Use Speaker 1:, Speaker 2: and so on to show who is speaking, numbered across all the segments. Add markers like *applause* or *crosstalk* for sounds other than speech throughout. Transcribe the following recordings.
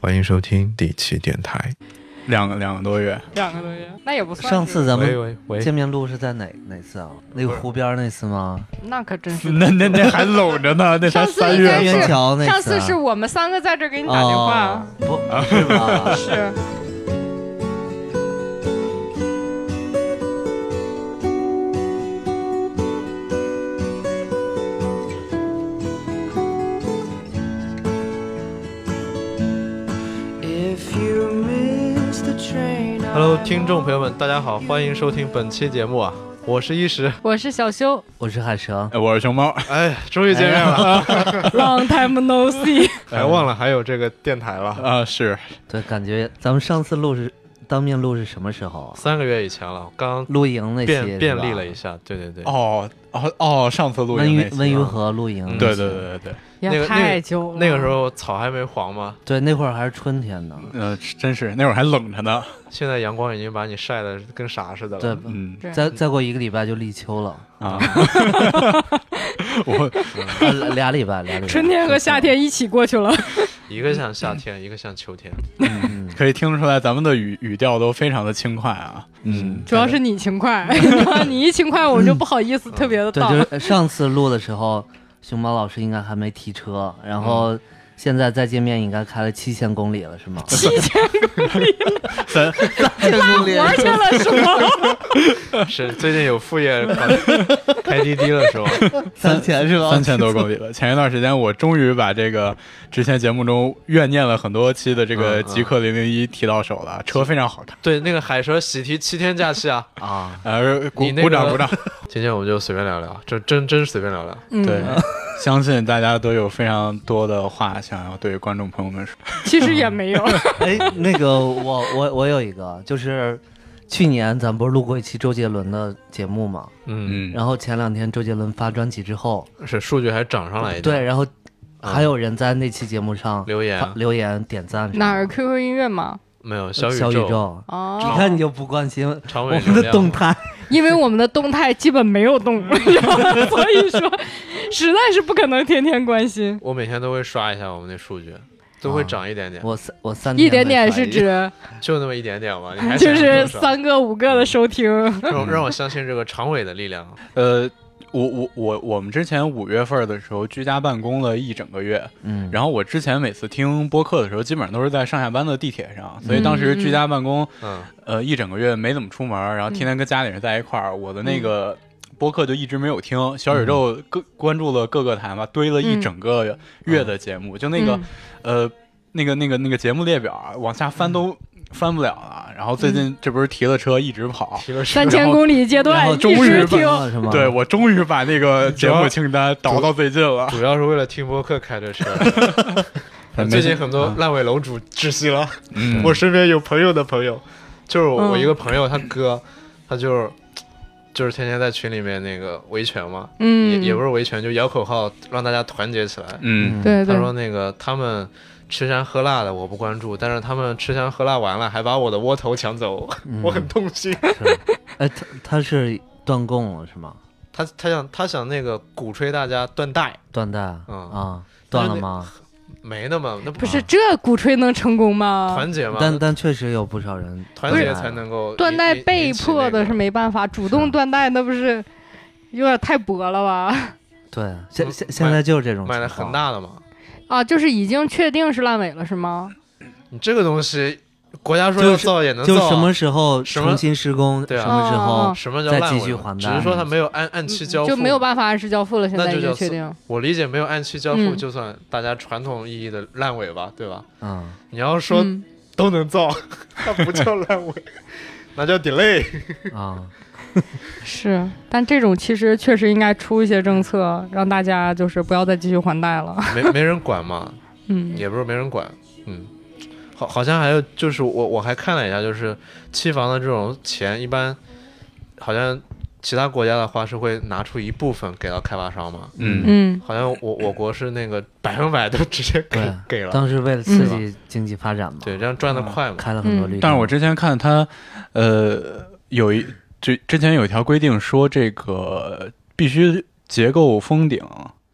Speaker 1: 欢迎收听第七电台。
Speaker 2: 两个两个多月，
Speaker 3: 两个多月，那也不算是。
Speaker 4: 上次咱
Speaker 5: 喂
Speaker 4: 们
Speaker 5: 喂喂
Speaker 4: 见，面录是在哪哪次啊？那个湖边儿那次吗？
Speaker 3: 那可真是。
Speaker 2: 那那那还搂着呢，那才
Speaker 3: 上次
Speaker 2: 三
Speaker 3: 应该
Speaker 2: 月
Speaker 3: 是
Speaker 2: 份
Speaker 4: 元桥那
Speaker 3: 上
Speaker 4: 次啊。
Speaker 3: 次是我们三个在这儿给你打电话
Speaker 4: 哦，不是吧？
Speaker 3: 是
Speaker 5: ，Hello，听众朋友们，大家好，欢迎收听本期节目啊，我是一石，
Speaker 3: 我是小修
Speaker 4: 我是海蛇，
Speaker 2: 哎我是熊猫，
Speaker 5: *laughs* 哎，终于见面了，
Speaker 3: ，Long time no see，
Speaker 5: 还忘了还有这个电台了，
Speaker 2: 啊是
Speaker 4: 对，感觉咱们上次录是当面录是什么时候啊？
Speaker 5: 三个月以前了，刚
Speaker 4: 露营那期
Speaker 5: 便
Speaker 4: 是
Speaker 5: 便
Speaker 4: 吧
Speaker 5: 利了一下，对对对，
Speaker 2: 哦哦哦，上次录
Speaker 4: 温
Speaker 2: 音那
Speaker 4: 榆
Speaker 2: 期嗯
Speaker 4: 温榆河露营那期。
Speaker 2: 对对对对对，
Speaker 5: 那个
Speaker 3: *laughs* 也太久了。
Speaker 5: 那个时候草还没黄嘛，
Speaker 4: 对，那会儿还是春天呢。
Speaker 2: 呃，真是那会儿还冷着呢，
Speaker 5: 现在阳光已经把你晒得跟啥似的
Speaker 4: 对
Speaker 5: 了，，
Speaker 3: *laughs*
Speaker 2: 嗯
Speaker 3: 是
Speaker 4: 再再过一个礼拜就立秋了，
Speaker 2: *laughs* 啊，我
Speaker 4: 呃俩礼拜，俩礼拜。
Speaker 3: 春天和夏天一起过去了，
Speaker 5: 一个像夏
Speaker 4: *laughs*
Speaker 5: 天，一个像秋天，
Speaker 4: 嗯，
Speaker 2: 可以听得出来，咱们的语语调都非常的轻快啊，嗯，
Speaker 3: 主要是你勤快， *laughs* 你一勤快我们就不好意思特别的
Speaker 4: 嗯对，
Speaker 3: 到。
Speaker 4: 就是上次录的时候，熊猫老师应该还没提车，然后现在再见面应该开了七千公里了，是吗？
Speaker 3: 七千
Speaker 2: 咱
Speaker 4: 公里
Speaker 3: 活儿去了
Speaker 4: *laughs*
Speaker 3: 是吗？
Speaker 5: 是最近有副业开滴滴了是吧？
Speaker 4: 三千是吧
Speaker 2: 三千多公里了。前一段时间，我终于把这个之前节目中怨念了很多期的这个
Speaker 5: 嗯嗯
Speaker 2: 极氪零零一提到手了，车非常好看。
Speaker 5: 对，那个海蛇喜提七天假期啊，
Speaker 4: 啊！
Speaker 2: 呃，鼓
Speaker 5: 你那个
Speaker 2: 鼓掌鼓掌。
Speaker 5: 今天我们就随便聊聊，这真真随便聊聊，
Speaker 3: 嗯
Speaker 2: 对，相信大家都有非常多的话想要对观众朋友们说。
Speaker 3: 其实也
Speaker 4: *laughs*
Speaker 3: 没有。
Speaker 4: 哎，那个我我我有一个，就是去年咱不是录过一期周杰伦的节目嘛，
Speaker 5: 嗯，
Speaker 2: 嗯，
Speaker 4: 然后前两天周杰伦发专辑之后，
Speaker 5: 是数据还涨上来一点，
Speaker 4: 对，然后
Speaker 5: 嗯
Speaker 4: 还有人在那期节目上
Speaker 5: 留言
Speaker 4: 发留言点赞什么的，
Speaker 3: 哪儿 QQ 音乐吗？
Speaker 5: 没有
Speaker 4: 小
Speaker 5: 宇
Speaker 4: 宇
Speaker 5: 宙，
Speaker 4: 宙？你
Speaker 3: 哦，
Speaker 4: 看你就不关心我
Speaker 5: 长尾
Speaker 4: 们的动态，
Speaker 3: 因为我们的动态基本没有动， *laughs* 所以说实在是不可能天天关心。
Speaker 5: 我每天都会刷一下我们那数据，都会涨一点点，
Speaker 4: 我三我三
Speaker 5: 嗯
Speaker 3: 一
Speaker 4: 天
Speaker 3: 点
Speaker 4: 没
Speaker 3: 点
Speaker 4: 发
Speaker 3: 是 *laughs*
Speaker 4: 一
Speaker 3: 指
Speaker 5: 就那么一点点
Speaker 4: *laughs*
Speaker 5: 吧，你还
Speaker 3: 就
Speaker 5: 想
Speaker 3: 是
Speaker 5: 多少
Speaker 3: 三个五个的
Speaker 5: *laughs*
Speaker 3: 收听，
Speaker 5: 让我让我相信这个长尾的力量。
Speaker 2: 呃，我我我我们之前五月份的时候居家办公了一整个月，
Speaker 4: 嗯，
Speaker 2: 然后我之前每次听播客的时候，基本上都是在上下班的地铁上，所以当时居家办公，
Speaker 5: 嗯，
Speaker 2: 呃，一整个月没怎么出门，然后天天跟家里人在一块儿，我的那个。播客就一直没有听，小宇宙各关注了各个台嘛，堆了一整个月的节目，就那
Speaker 3: 嗯
Speaker 2: 个、呃，那个那个那个节目列表啊，往下翻都翻不了了。然后最近这不是提了车一直跑，
Speaker 5: 提了十
Speaker 3: 三千公里阶
Speaker 4: 然
Speaker 3: 段
Speaker 4: 后
Speaker 3: 一
Speaker 2: 终于
Speaker 3: 直
Speaker 2: 办
Speaker 3: 听，
Speaker 4: 了是吗？
Speaker 2: 对我终于把那个节目清单倒到最近了。
Speaker 5: 主要是为了听播客开的车。
Speaker 2: 没
Speaker 5: 最近很多烂尾楼主窒息了，
Speaker 2: 嗯
Speaker 5: 我身边有朋友的朋友，就是我
Speaker 3: 嗯
Speaker 5: 我一个朋友，他哥，他就是就是天天在群里面那个维权嘛，也
Speaker 3: 嗯，
Speaker 5: 也不是维权，就摇口号让大家团结起来。
Speaker 2: 嗯，
Speaker 3: 对
Speaker 5: 他
Speaker 3: 对，
Speaker 5: 说那个他们吃香喝辣的我不关注，但是他们吃香喝辣完了还把我的窝头抢走，
Speaker 4: 嗯
Speaker 5: 我很痛心。 *laughs*
Speaker 4: 是哎，他他是断供了是吗？
Speaker 5: 他他想他想那个鼓吹大家断代，
Speaker 4: 断代
Speaker 5: 嗯
Speaker 4: 啊，断了吗？
Speaker 5: 没那么那不
Speaker 3: 不是这鼓吹能成功吗？
Speaker 5: 团结嘛，
Speaker 4: 但但确实有不少人
Speaker 5: 团
Speaker 4: 断
Speaker 5: 结
Speaker 4: 代
Speaker 5: 才能够
Speaker 3: 断代被迫的是
Speaker 5: 是啊
Speaker 3: 没办法，主动断代那不是有点太薄了吧？
Speaker 4: 对，现
Speaker 5: 嗯
Speaker 4: 现
Speaker 5: 买
Speaker 4: 现在就是这种
Speaker 5: 买了
Speaker 4: 情况
Speaker 5: 很，大的嘛。
Speaker 3: 啊，就是已经确定是烂尾了是吗？
Speaker 5: 你这个东西，国家说
Speaker 4: 就
Speaker 5: 要
Speaker 4: 是
Speaker 5: 造也能
Speaker 4: 就
Speaker 5: 造啊，
Speaker 4: 什么时候
Speaker 5: 什么
Speaker 4: 重新施工，
Speaker 5: 对啊
Speaker 4: 什么时
Speaker 3: 哦
Speaker 4: 候
Speaker 5: 什么叫
Speaker 4: 再
Speaker 5: 烂尾
Speaker 4: 继续
Speaker 5: 嘛
Speaker 4: 还
Speaker 5: 只嗯是说
Speaker 4: 贷
Speaker 5: 他没有按按期交付，
Speaker 3: 嗯就没有办法按时交付了，现
Speaker 5: 那
Speaker 3: 在
Speaker 5: 就
Speaker 3: 已
Speaker 5: 叫
Speaker 3: 经确定。
Speaker 5: 我理解没有按期交付，
Speaker 3: 嗯
Speaker 5: 就算大家传统意义的烂尾吧，对吧？
Speaker 4: 嗯，
Speaker 5: 你要说
Speaker 3: 嗯
Speaker 5: 都能造， *laughs* 那不叫烂 *laughs* 尾，那叫 delay。
Speaker 4: 啊，
Speaker 3: 是，但这种其实确实应该出一些政策，让大家就是不要再继续还贷了。
Speaker 5: *laughs* 没没人管嘛，
Speaker 3: 嗯，
Speaker 5: 也不是没人管，嗯，好，好像还有就是我我还看了一下，就是期房的这种钱，一般好像其他国家的话是会拿出一部分给到开发商嘛，
Speaker 2: 嗯
Speaker 3: 嗯，
Speaker 5: 好像我我国是那个 *laughs* 百分百都直接给
Speaker 4: 对啊
Speaker 5: 给了，
Speaker 4: 当时为了刺激经济发展嘛，
Speaker 5: 对，这样赚的快嘛，
Speaker 4: 开了很多
Speaker 3: 嗯
Speaker 4: 绿灯，
Speaker 2: 但是我之前看他，呃，有一之之前有一条规定说，这个必须结构封顶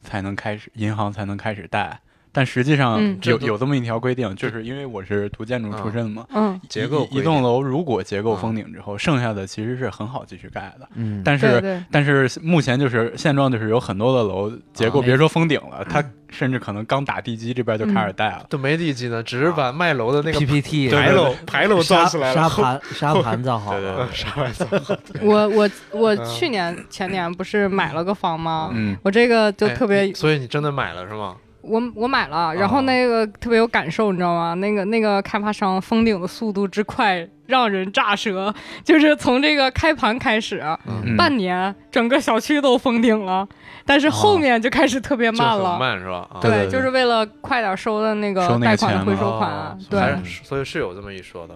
Speaker 2: 才能开始，银行才能开始贷。但实际上
Speaker 3: 嗯
Speaker 2: 有
Speaker 5: 这都
Speaker 2: 有这么一条规定，就是因为我是读建筑出身嘛，
Speaker 3: 嗯，
Speaker 2: 一
Speaker 5: 结构
Speaker 2: 一
Speaker 5: 规嗯
Speaker 2: 一栋楼如果结构封顶之后，剩下的其实是很好继续盖的。
Speaker 4: 嗯，
Speaker 2: 但
Speaker 3: 对
Speaker 2: 是
Speaker 3: 对，
Speaker 2: 但是目前就是现状就是有很多的楼结构，
Speaker 4: 啊
Speaker 2: 别说封顶了，它甚至可能刚打地基这边就开始带了。
Speaker 5: 都没地基呢，只是把卖楼的那个
Speaker 4: PPT
Speaker 5: 牌
Speaker 2: 对对
Speaker 5: 楼牌楼
Speaker 4: 沙
Speaker 5: 装起来了， *laughs* 呃
Speaker 4: 沙盘沙盘造好
Speaker 2: 对对
Speaker 4: 了
Speaker 2: 对，
Speaker 5: 啥玩意儿？
Speaker 3: 我我我
Speaker 5: 嗯
Speaker 3: 去年前年不是买了个房吗？
Speaker 2: 嗯，
Speaker 3: 我这个就
Speaker 5: 哎
Speaker 3: 特别
Speaker 5: 你哦所以你真的买了是吗？
Speaker 3: 我我买了，然后那个特别有感受，你知道吗？那个那个开发商封顶的速度之快，让人炸舌。就是从这个开盘开始，啊
Speaker 2: 嗯
Speaker 3: 半年整个小区都封顶了，但是后面就开始特别
Speaker 5: 哦就
Speaker 3: 慢
Speaker 5: 很
Speaker 3: 了。
Speaker 5: 慢是吧？啊
Speaker 2: 对对对
Speaker 3: 就是为了快点收的那个
Speaker 2: 收那
Speaker 3: 贷
Speaker 2: 个
Speaker 3: 款的
Speaker 2: 钱
Speaker 3: 回
Speaker 2: 嘛
Speaker 3: 收款，啊
Speaker 5: 哦还
Speaker 3: 对，
Speaker 5: 是所以是有这么一说的。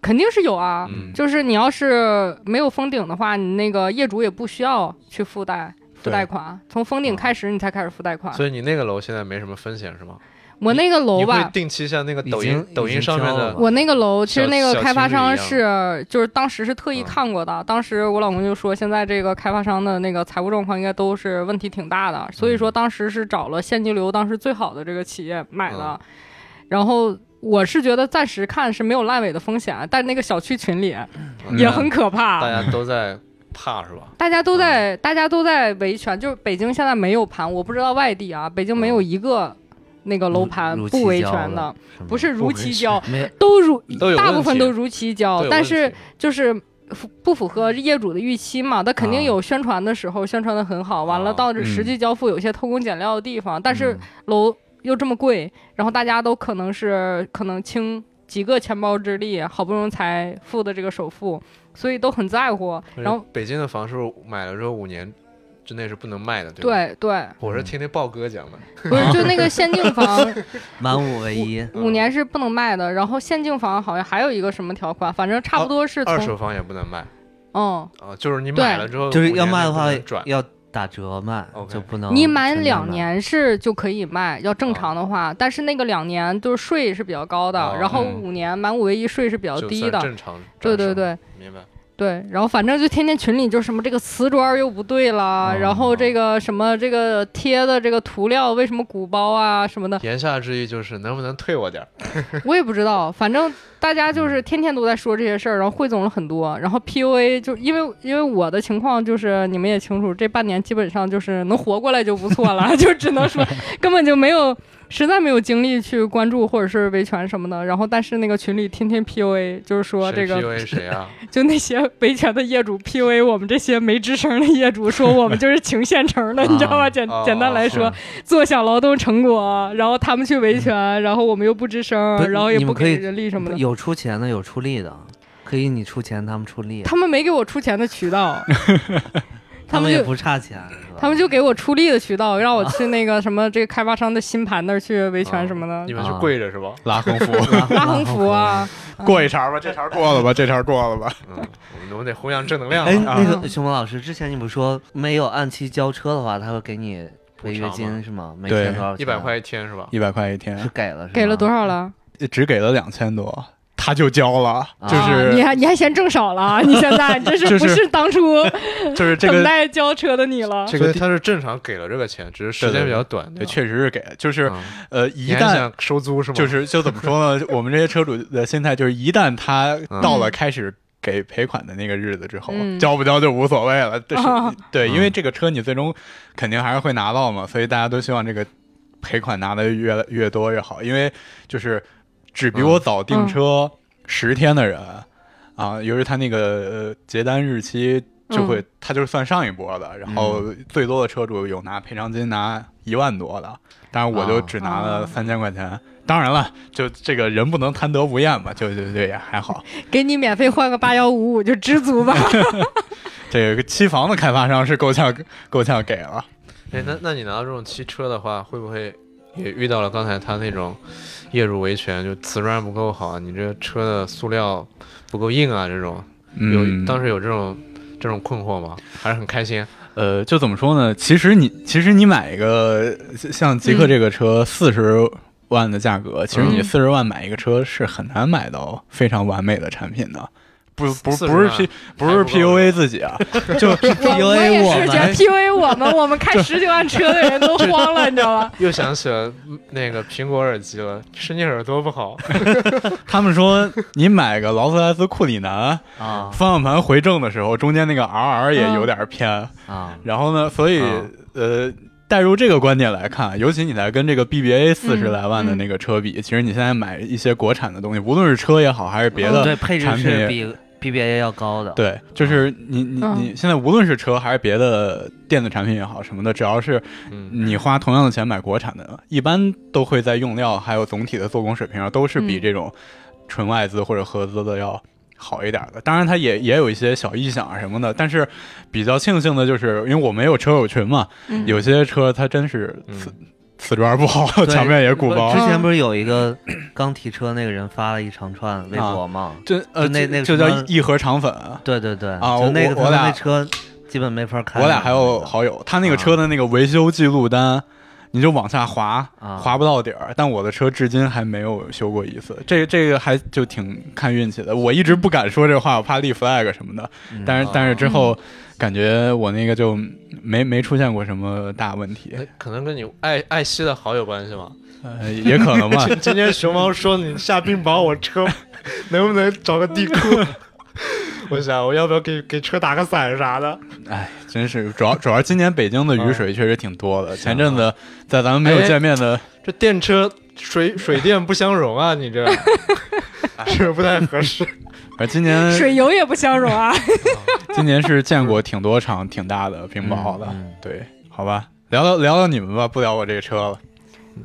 Speaker 3: 肯定是有啊。
Speaker 5: 嗯
Speaker 3: 就是你要是没有封顶的话，你那个业主也不需要去付贷付
Speaker 5: 对嗯
Speaker 3: 贷款，从封顶开始你才开始付贷款。
Speaker 5: 所以你那个楼现在没什么风险是吗？
Speaker 3: 我那个楼
Speaker 5: 你会
Speaker 3: 吧，
Speaker 5: 定期像那个抖
Speaker 4: 已
Speaker 5: 音
Speaker 4: 经
Speaker 5: 抖音上面
Speaker 4: 已经交了
Speaker 5: 的
Speaker 4: 吧
Speaker 3: 我那个楼其实那个
Speaker 5: 小
Speaker 3: 开发商
Speaker 5: 小区
Speaker 3: 是就是当时是
Speaker 5: 嗯
Speaker 3: 特意看过的，当时我老公就说现在这个开发商的那个财务状况应该都是问题挺大的，所以
Speaker 5: 嗯
Speaker 3: 说当时是找了现金流当时最好的这个企业买的，
Speaker 5: 嗯
Speaker 3: 然后。我是觉得暂时看是没有烂尾的风险，但那个小区群里
Speaker 5: 嗯
Speaker 3: 也很可怕，
Speaker 5: 大家都在怕是吧？
Speaker 3: 大家都
Speaker 4: 啊
Speaker 3: 在、大家都在维权，就是北京现在没有盘，我不知道外地啊，北京没有一个那个楼盘
Speaker 4: 如如
Speaker 3: 不
Speaker 4: 期
Speaker 3: 维
Speaker 4: 交
Speaker 3: 权
Speaker 4: 的
Speaker 3: 的，不是如
Speaker 2: 不维权
Speaker 3: 期交，
Speaker 4: 没
Speaker 3: 都如
Speaker 5: 都有
Speaker 3: 大
Speaker 5: 问
Speaker 3: 部分
Speaker 5: 题
Speaker 3: 都如期交
Speaker 5: 都，有
Speaker 3: 哦但
Speaker 5: 问题
Speaker 3: 是就是符不符合业主的预期嘛？他肯定
Speaker 4: 啊
Speaker 3: 有宣传的时候宣传的很好，完了
Speaker 5: 啊
Speaker 3: 到这
Speaker 2: 嗯
Speaker 3: 实际交付有一些偷工减料的地方，但是
Speaker 4: 嗯
Speaker 3: 楼又这么贵，然后大家都可能是可能倾几个钱包之力，好不容易才付的这个首付，所以都很在
Speaker 4: 哎
Speaker 3: 乎。然后
Speaker 5: 北京的房是不是买了之后五年之内是不能卖的，对吧？
Speaker 3: 对对，
Speaker 5: 我是听那豹哥讲的，
Speaker 3: 不是就那个限定房
Speaker 4: 满五为一，
Speaker 5: *laughs* 嗯
Speaker 3: 五年是不能卖的，然后限定房好像还有一个什么条款，反正差不多是
Speaker 5: 二
Speaker 3: 从
Speaker 5: 手房也不能卖
Speaker 3: 嗯。
Speaker 5: 啊，就是你
Speaker 3: 对
Speaker 5: 买了之后
Speaker 4: 就是
Speaker 5: 五
Speaker 4: 要
Speaker 5: 年内
Speaker 4: 卖的
Speaker 5: 不
Speaker 4: 话
Speaker 5: 能转
Speaker 4: 要打折卖，
Speaker 5: OK
Speaker 4: 就不能
Speaker 3: 你满
Speaker 4: 纯
Speaker 3: 两
Speaker 4: 卖
Speaker 3: 年是就可以卖，要正常的话，但是那个两年就是税是比较高的，
Speaker 5: 哦
Speaker 3: 然后
Speaker 2: 嗯
Speaker 3: 五年满五唯一税是比较
Speaker 5: 就
Speaker 3: 低
Speaker 5: 算
Speaker 3: 的，
Speaker 5: 正常转
Speaker 3: 对对
Speaker 5: 手
Speaker 3: 对
Speaker 5: 明白。，
Speaker 3: 对。然后反正就天天群里就什么这个瓷砖又不对啦，
Speaker 4: 哦
Speaker 3: 然后这个什么这个贴的这个涂料为什么鼓包啊什么的
Speaker 5: 言下之意就是能不能退我点儿？
Speaker 3: *laughs* 我也不知道，反正大家就是天天都在说这些事儿，然后汇总了很多，然后 PUA 就因为因为我的情况就是你们也清楚，这半年基本上就是能活过来就不错了， *laughs* 就只能说根本就没有。实在没有精力去关注或者是维权什么的，然后但是那个群里天天 PUA，就是说这
Speaker 5: 谁
Speaker 3: 个
Speaker 5: PUA 谁啊？
Speaker 3: 就那些维权的业主 PUA 我们这些没吱声的业主，说我们就是情县城的，你知道吧？
Speaker 4: 啊
Speaker 3: 简
Speaker 5: 哦
Speaker 3: 简单来
Speaker 5: 哦
Speaker 3: 说，坐享劳动成果，然后他们去维权，然后我们又不吱声
Speaker 4: 不，是
Speaker 3: 然后也
Speaker 4: 你
Speaker 3: 不
Speaker 4: 们可
Speaker 3: 给
Speaker 4: 以
Speaker 3: 人力什么的。
Speaker 4: 有出钱的，有出力的，可以你出钱，他们出力，
Speaker 3: 他们没给我出钱的渠道，他们
Speaker 4: 也
Speaker 3: 就
Speaker 4: 不差钱，是吧
Speaker 3: 他们就给我出力的渠道，让我去那个什么这个开发商的新盘那儿去维权什么的
Speaker 5: 哦嗯你，们是
Speaker 4: 啊
Speaker 5: 跪着是吧？
Speaker 2: 拉横幅，
Speaker 3: 拉横幅。啊，
Speaker 2: *laughs* 过一茬吧，这茬过了吧，这茬过了吧。
Speaker 5: 嗯，我们我们得弘扬正能量
Speaker 4: *laughs* 哎，
Speaker 5: 啊！
Speaker 4: 那个熊猫老师，之前你不是说没有按期交车的话，他会给你违约
Speaker 5: 补偿
Speaker 4: 金是吗？每
Speaker 2: 对
Speaker 4: 天多少钱？
Speaker 5: 一百块一天是吧？
Speaker 2: 一百块一
Speaker 4: 是
Speaker 2: 天，
Speaker 4: 给了，
Speaker 3: 给了多
Speaker 4: 少？
Speaker 3: 少了？
Speaker 2: 只给了两千多，他就交了，就
Speaker 3: 啊、你
Speaker 2: 是
Speaker 3: 还你还嫌挣少了啊？你现在你这是
Speaker 2: 就
Speaker 3: 不
Speaker 2: 是
Speaker 3: 是当初
Speaker 2: 就是这
Speaker 3: 等
Speaker 2: 个，
Speaker 3: 待交车的你了？
Speaker 2: 这
Speaker 5: 所
Speaker 2: 个
Speaker 5: 以他是正常给了这个钱，只是时间比较短。
Speaker 2: 对，
Speaker 5: 吧
Speaker 2: 确实是给，就是
Speaker 5: 嗯
Speaker 2: 呃，一
Speaker 5: 你还
Speaker 2: 旦
Speaker 5: 想收租是吗？
Speaker 2: 就是就怎么说
Speaker 5: *laughs*
Speaker 2: 呢？我们这些车主的心态就是，一旦他到了开始给赔款的那个日子之后，
Speaker 3: 嗯
Speaker 2: 交不交就无所谓了。但是、
Speaker 3: 啊
Speaker 2: 对，
Speaker 4: 嗯
Speaker 2: 因为这个车你最终肯定还是会拿到嘛，所以大家都希望这个赔款拿的越越多越好，因为就是只比我早订车十天的人、啊，由于他那个呃结单日期。就会，他就算上一波的，然后
Speaker 5: 嗯
Speaker 2: 最多的车主有拿赔偿金拿一万多的，当然我就
Speaker 4: 啊
Speaker 2: 只拿了
Speaker 3: 啊
Speaker 2: 三千块钱。当然了，就这个人不能贪得无厌吧，就就就也还好。
Speaker 3: 给你免费换个八幺五五就知足吧。
Speaker 2: 这个期房的开发商是够呛够呛给了，
Speaker 5: 哎，那那你拿到这种汽车的话，会不会也遇到了刚才他那种业主维权，就瓷砖不够好，你这车的塑料不够硬啊？这种有、
Speaker 2: 嗯，
Speaker 5: 当时有这种这种困惑吗？还是很开心？
Speaker 2: 呃，就怎么说呢？其实你其实你买一个像像极客这个车四十万的价格，其实你
Speaker 3: 嗯
Speaker 2: 四十万买一个车是很难买到非常完美的产品的。不不
Speaker 5: 40
Speaker 2: 不是
Speaker 5: 万
Speaker 2: P 不是
Speaker 5: 还不够
Speaker 2: PUA 自 *laughs* 己啊，
Speaker 4: *laughs* 就是
Speaker 3: 我我
Speaker 4: PUA
Speaker 3: 也
Speaker 4: 我
Speaker 3: 是觉
Speaker 2: 哎
Speaker 3: 得
Speaker 4: 们，
Speaker 3: PUA 我们，我们开十九万车的人都慌了，你知道吗？
Speaker 5: 又想起了那个苹果耳机了，是你耳朵不好，
Speaker 2: 他们说你买个劳斯莱斯库里南
Speaker 4: 啊
Speaker 2: 方向盘回正的时候，中间那个 RR 也
Speaker 3: 嗯
Speaker 2: 有点偏，
Speaker 4: 啊，
Speaker 2: 然后呢，所以、
Speaker 5: 嗯
Speaker 2: 呃，带入这个观点来看，啊尤其你在跟这个 BBA 四十
Speaker 3: 嗯
Speaker 2: 来万的那个车比，其实你现在买一些国产的东西，无论是车也好，还是别的，
Speaker 3: 嗯
Speaker 4: 对配置
Speaker 2: 产品
Speaker 4: 是比 BBA 要高的，
Speaker 2: 对，就是你你、
Speaker 3: 嗯
Speaker 2: 你现在无论是车还是别的电子产品也好什么的，只要是
Speaker 5: 嗯，
Speaker 2: 你花同样的钱买国产的，一般都会在用料还有总体的做工水平上，都是比
Speaker 3: 嗯
Speaker 2: 这种纯外资或者合资的要好一点的。当然，它也也有一些小异响啊什么的，但是比较庆幸的就是，因为我没有车友群嘛，
Speaker 3: 嗯
Speaker 2: 有些车它真是
Speaker 5: 嗯
Speaker 2: *laughs* 瓷瓷砖不好，
Speaker 4: 对
Speaker 2: *laughs* 墙面也鼓
Speaker 4: 不
Speaker 2: 包
Speaker 4: 之。前不是有一个 *clears throat* 刚提车那个人发了一长串微博吗？
Speaker 2: 这呃，
Speaker 4: 就那
Speaker 2: 这
Speaker 4: 那个
Speaker 2: 就
Speaker 4: 什
Speaker 2: 叫
Speaker 4: 么
Speaker 2: 一盒肠粉。
Speaker 4: 对对对，
Speaker 2: 啊
Speaker 4: 就那个
Speaker 2: 我我
Speaker 4: 他
Speaker 2: 俩
Speaker 4: 那车基本没法开。啊
Speaker 2: 我俩还有好友，他那个车的那个维修记录单，你就往下滑，
Speaker 4: 啊
Speaker 2: 滑不到底儿。但我的车至今还没有修过一次，这这个还就挺看运气的。我一直不敢说这话，我怕立 flag 什么的。
Speaker 4: 嗯
Speaker 2: 但是
Speaker 5: 哦
Speaker 2: 但是之后，感觉我那个就没没出现过什么大问题
Speaker 5: 那，可能跟你爱爱惜的好有关系吧。
Speaker 2: 呃， *laughs* 也可
Speaker 5: *laughs*
Speaker 2: 能吧。
Speaker 5: 今天熊猫说你下冰雹，我 *laughs* 车能不能找个地库？ *laughs* 我想我要不要给给车打个伞啥的？
Speaker 2: 哎，真是主要主要今年北京的雨水确实挺多的。前阵子在咱们没有
Speaker 5: 哎
Speaker 2: 见面的
Speaker 5: 这电车水水电不相容啊，你这 *laughs* 是不是不太合 *laughs* 适？
Speaker 2: 呃，今年
Speaker 3: *laughs* 水油也不相容啊。 *laughs*
Speaker 2: 今年是见过挺多场挺大的冰雹的，
Speaker 4: 嗯嗯
Speaker 2: 对，好吧，聊聊聊聊你们吧，不聊我这个车了。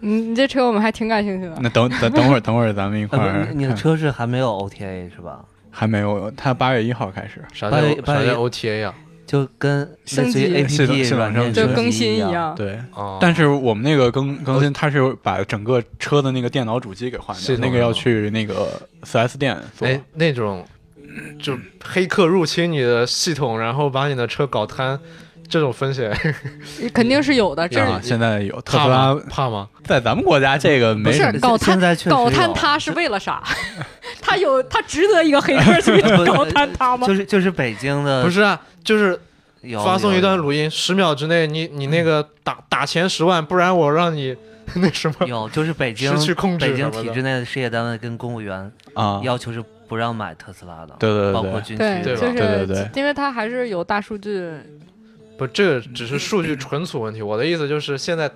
Speaker 3: 嗯，你这车我们还挺感兴趣的。
Speaker 2: 那等等等会儿，等会儿咱们一块
Speaker 4: 呃不
Speaker 2: 儿
Speaker 4: 是
Speaker 2: 看。
Speaker 4: *laughs* 你你的车是还没有 OTA 是吧？
Speaker 2: 还没有，它八月一号开始。
Speaker 5: 啥
Speaker 4: 八
Speaker 5: 叫
Speaker 4: 月八
Speaker 5: 啥
Speaker 4: 月
Speaker 5: 叫 OTA 呀？
Speaker 4: 就跟类
Speaker 3: 升
Speaker 4: 似
Speaker 3: 级
Speaker 4: 于
Speaker 2: 系统
Speaker 4: APP
Speaker 2: 系统
Speaker 4: 软
Speaker 2: 升
Speaker 4: 件
Speaker 2: 级
Speaker 3: 就
Speaker 2: 升
Speaker 3: 更新
Speaker 4: 一
Speaker 3: 一
Speaker 4: 样。
Speaker 3: 样，
Speaker 2: 对，
Speaker 5: 哦，
Speaker 2: 但是我们那个更更新，它是把整个车的那个电脑主机给换
Speaker 5: 系
Speaker 2: 掉，
Speaker 5: 统
Speaker 2: 那个要去那个 4S 店做。
Speaker 5: 哎，那种就黑客入侵你的系统，然后把你的车搞瘫，这种风险
Speaker 3: 肯定是有的。这
Speaker 2: 啊，现在有特
Speaker 5: 怕
Speaker 2: 斯
Speaker 5: 吗
Speaker 2: 拉？
Speaker 5: 怕吗？
Speaker 2: 在咱们国家这个没
Speaker 3: 不
Speaker 2: 什么
Speaker 3: 是搞
Speaker 4: 现
Speaker 3: 瘫
Speaker 4: 在确实
Speaker 3: 搞
Speaker 4: 有
Speaker 3: 瘫他是为了啥？ *laughs* 他有他值得一个黑客去搞瘫他吗
Speaker 4: 就？是就是北京的，
Speaker 5: 不是啊，就是
Speaker 4: 有
Speaker 5: 发送一段
Speaker 4: 有嗯
Speaker 5: 录音，十秒之内你你那个打打前十万，不然我让你 *laughs* 那什么
Speaker 4: 有，就是北京
Speaker 5: 失去控制
Speaker 4: 北
Speaker 5: 什
Speaker 4: 京
Speaker 5: 么
Speaker 4: 体
Speaker 5: 的。
Speaker 4: 制内的事业单位跟公务员
Speaker 2: 啊，
Speaker 4: 要求是不让买特斯拉的，
Speaker 2: 对对
Speaker 4: 包
Speaker 2: 对
Speaker 4: 括
Speaker 2: 对，
Speaker 4: 军
Speaker 3: 对，
Speaker 4: 区
Speaker 5: 对吧
Speaker 3: 就
Speaker 2: 对对
Speaker 3: 是
Speaker 2: 对
Speaker 3: 因为他还是有大数据，
Speaker 5: 不，这个只是数据存储问题。我的意思就是，现在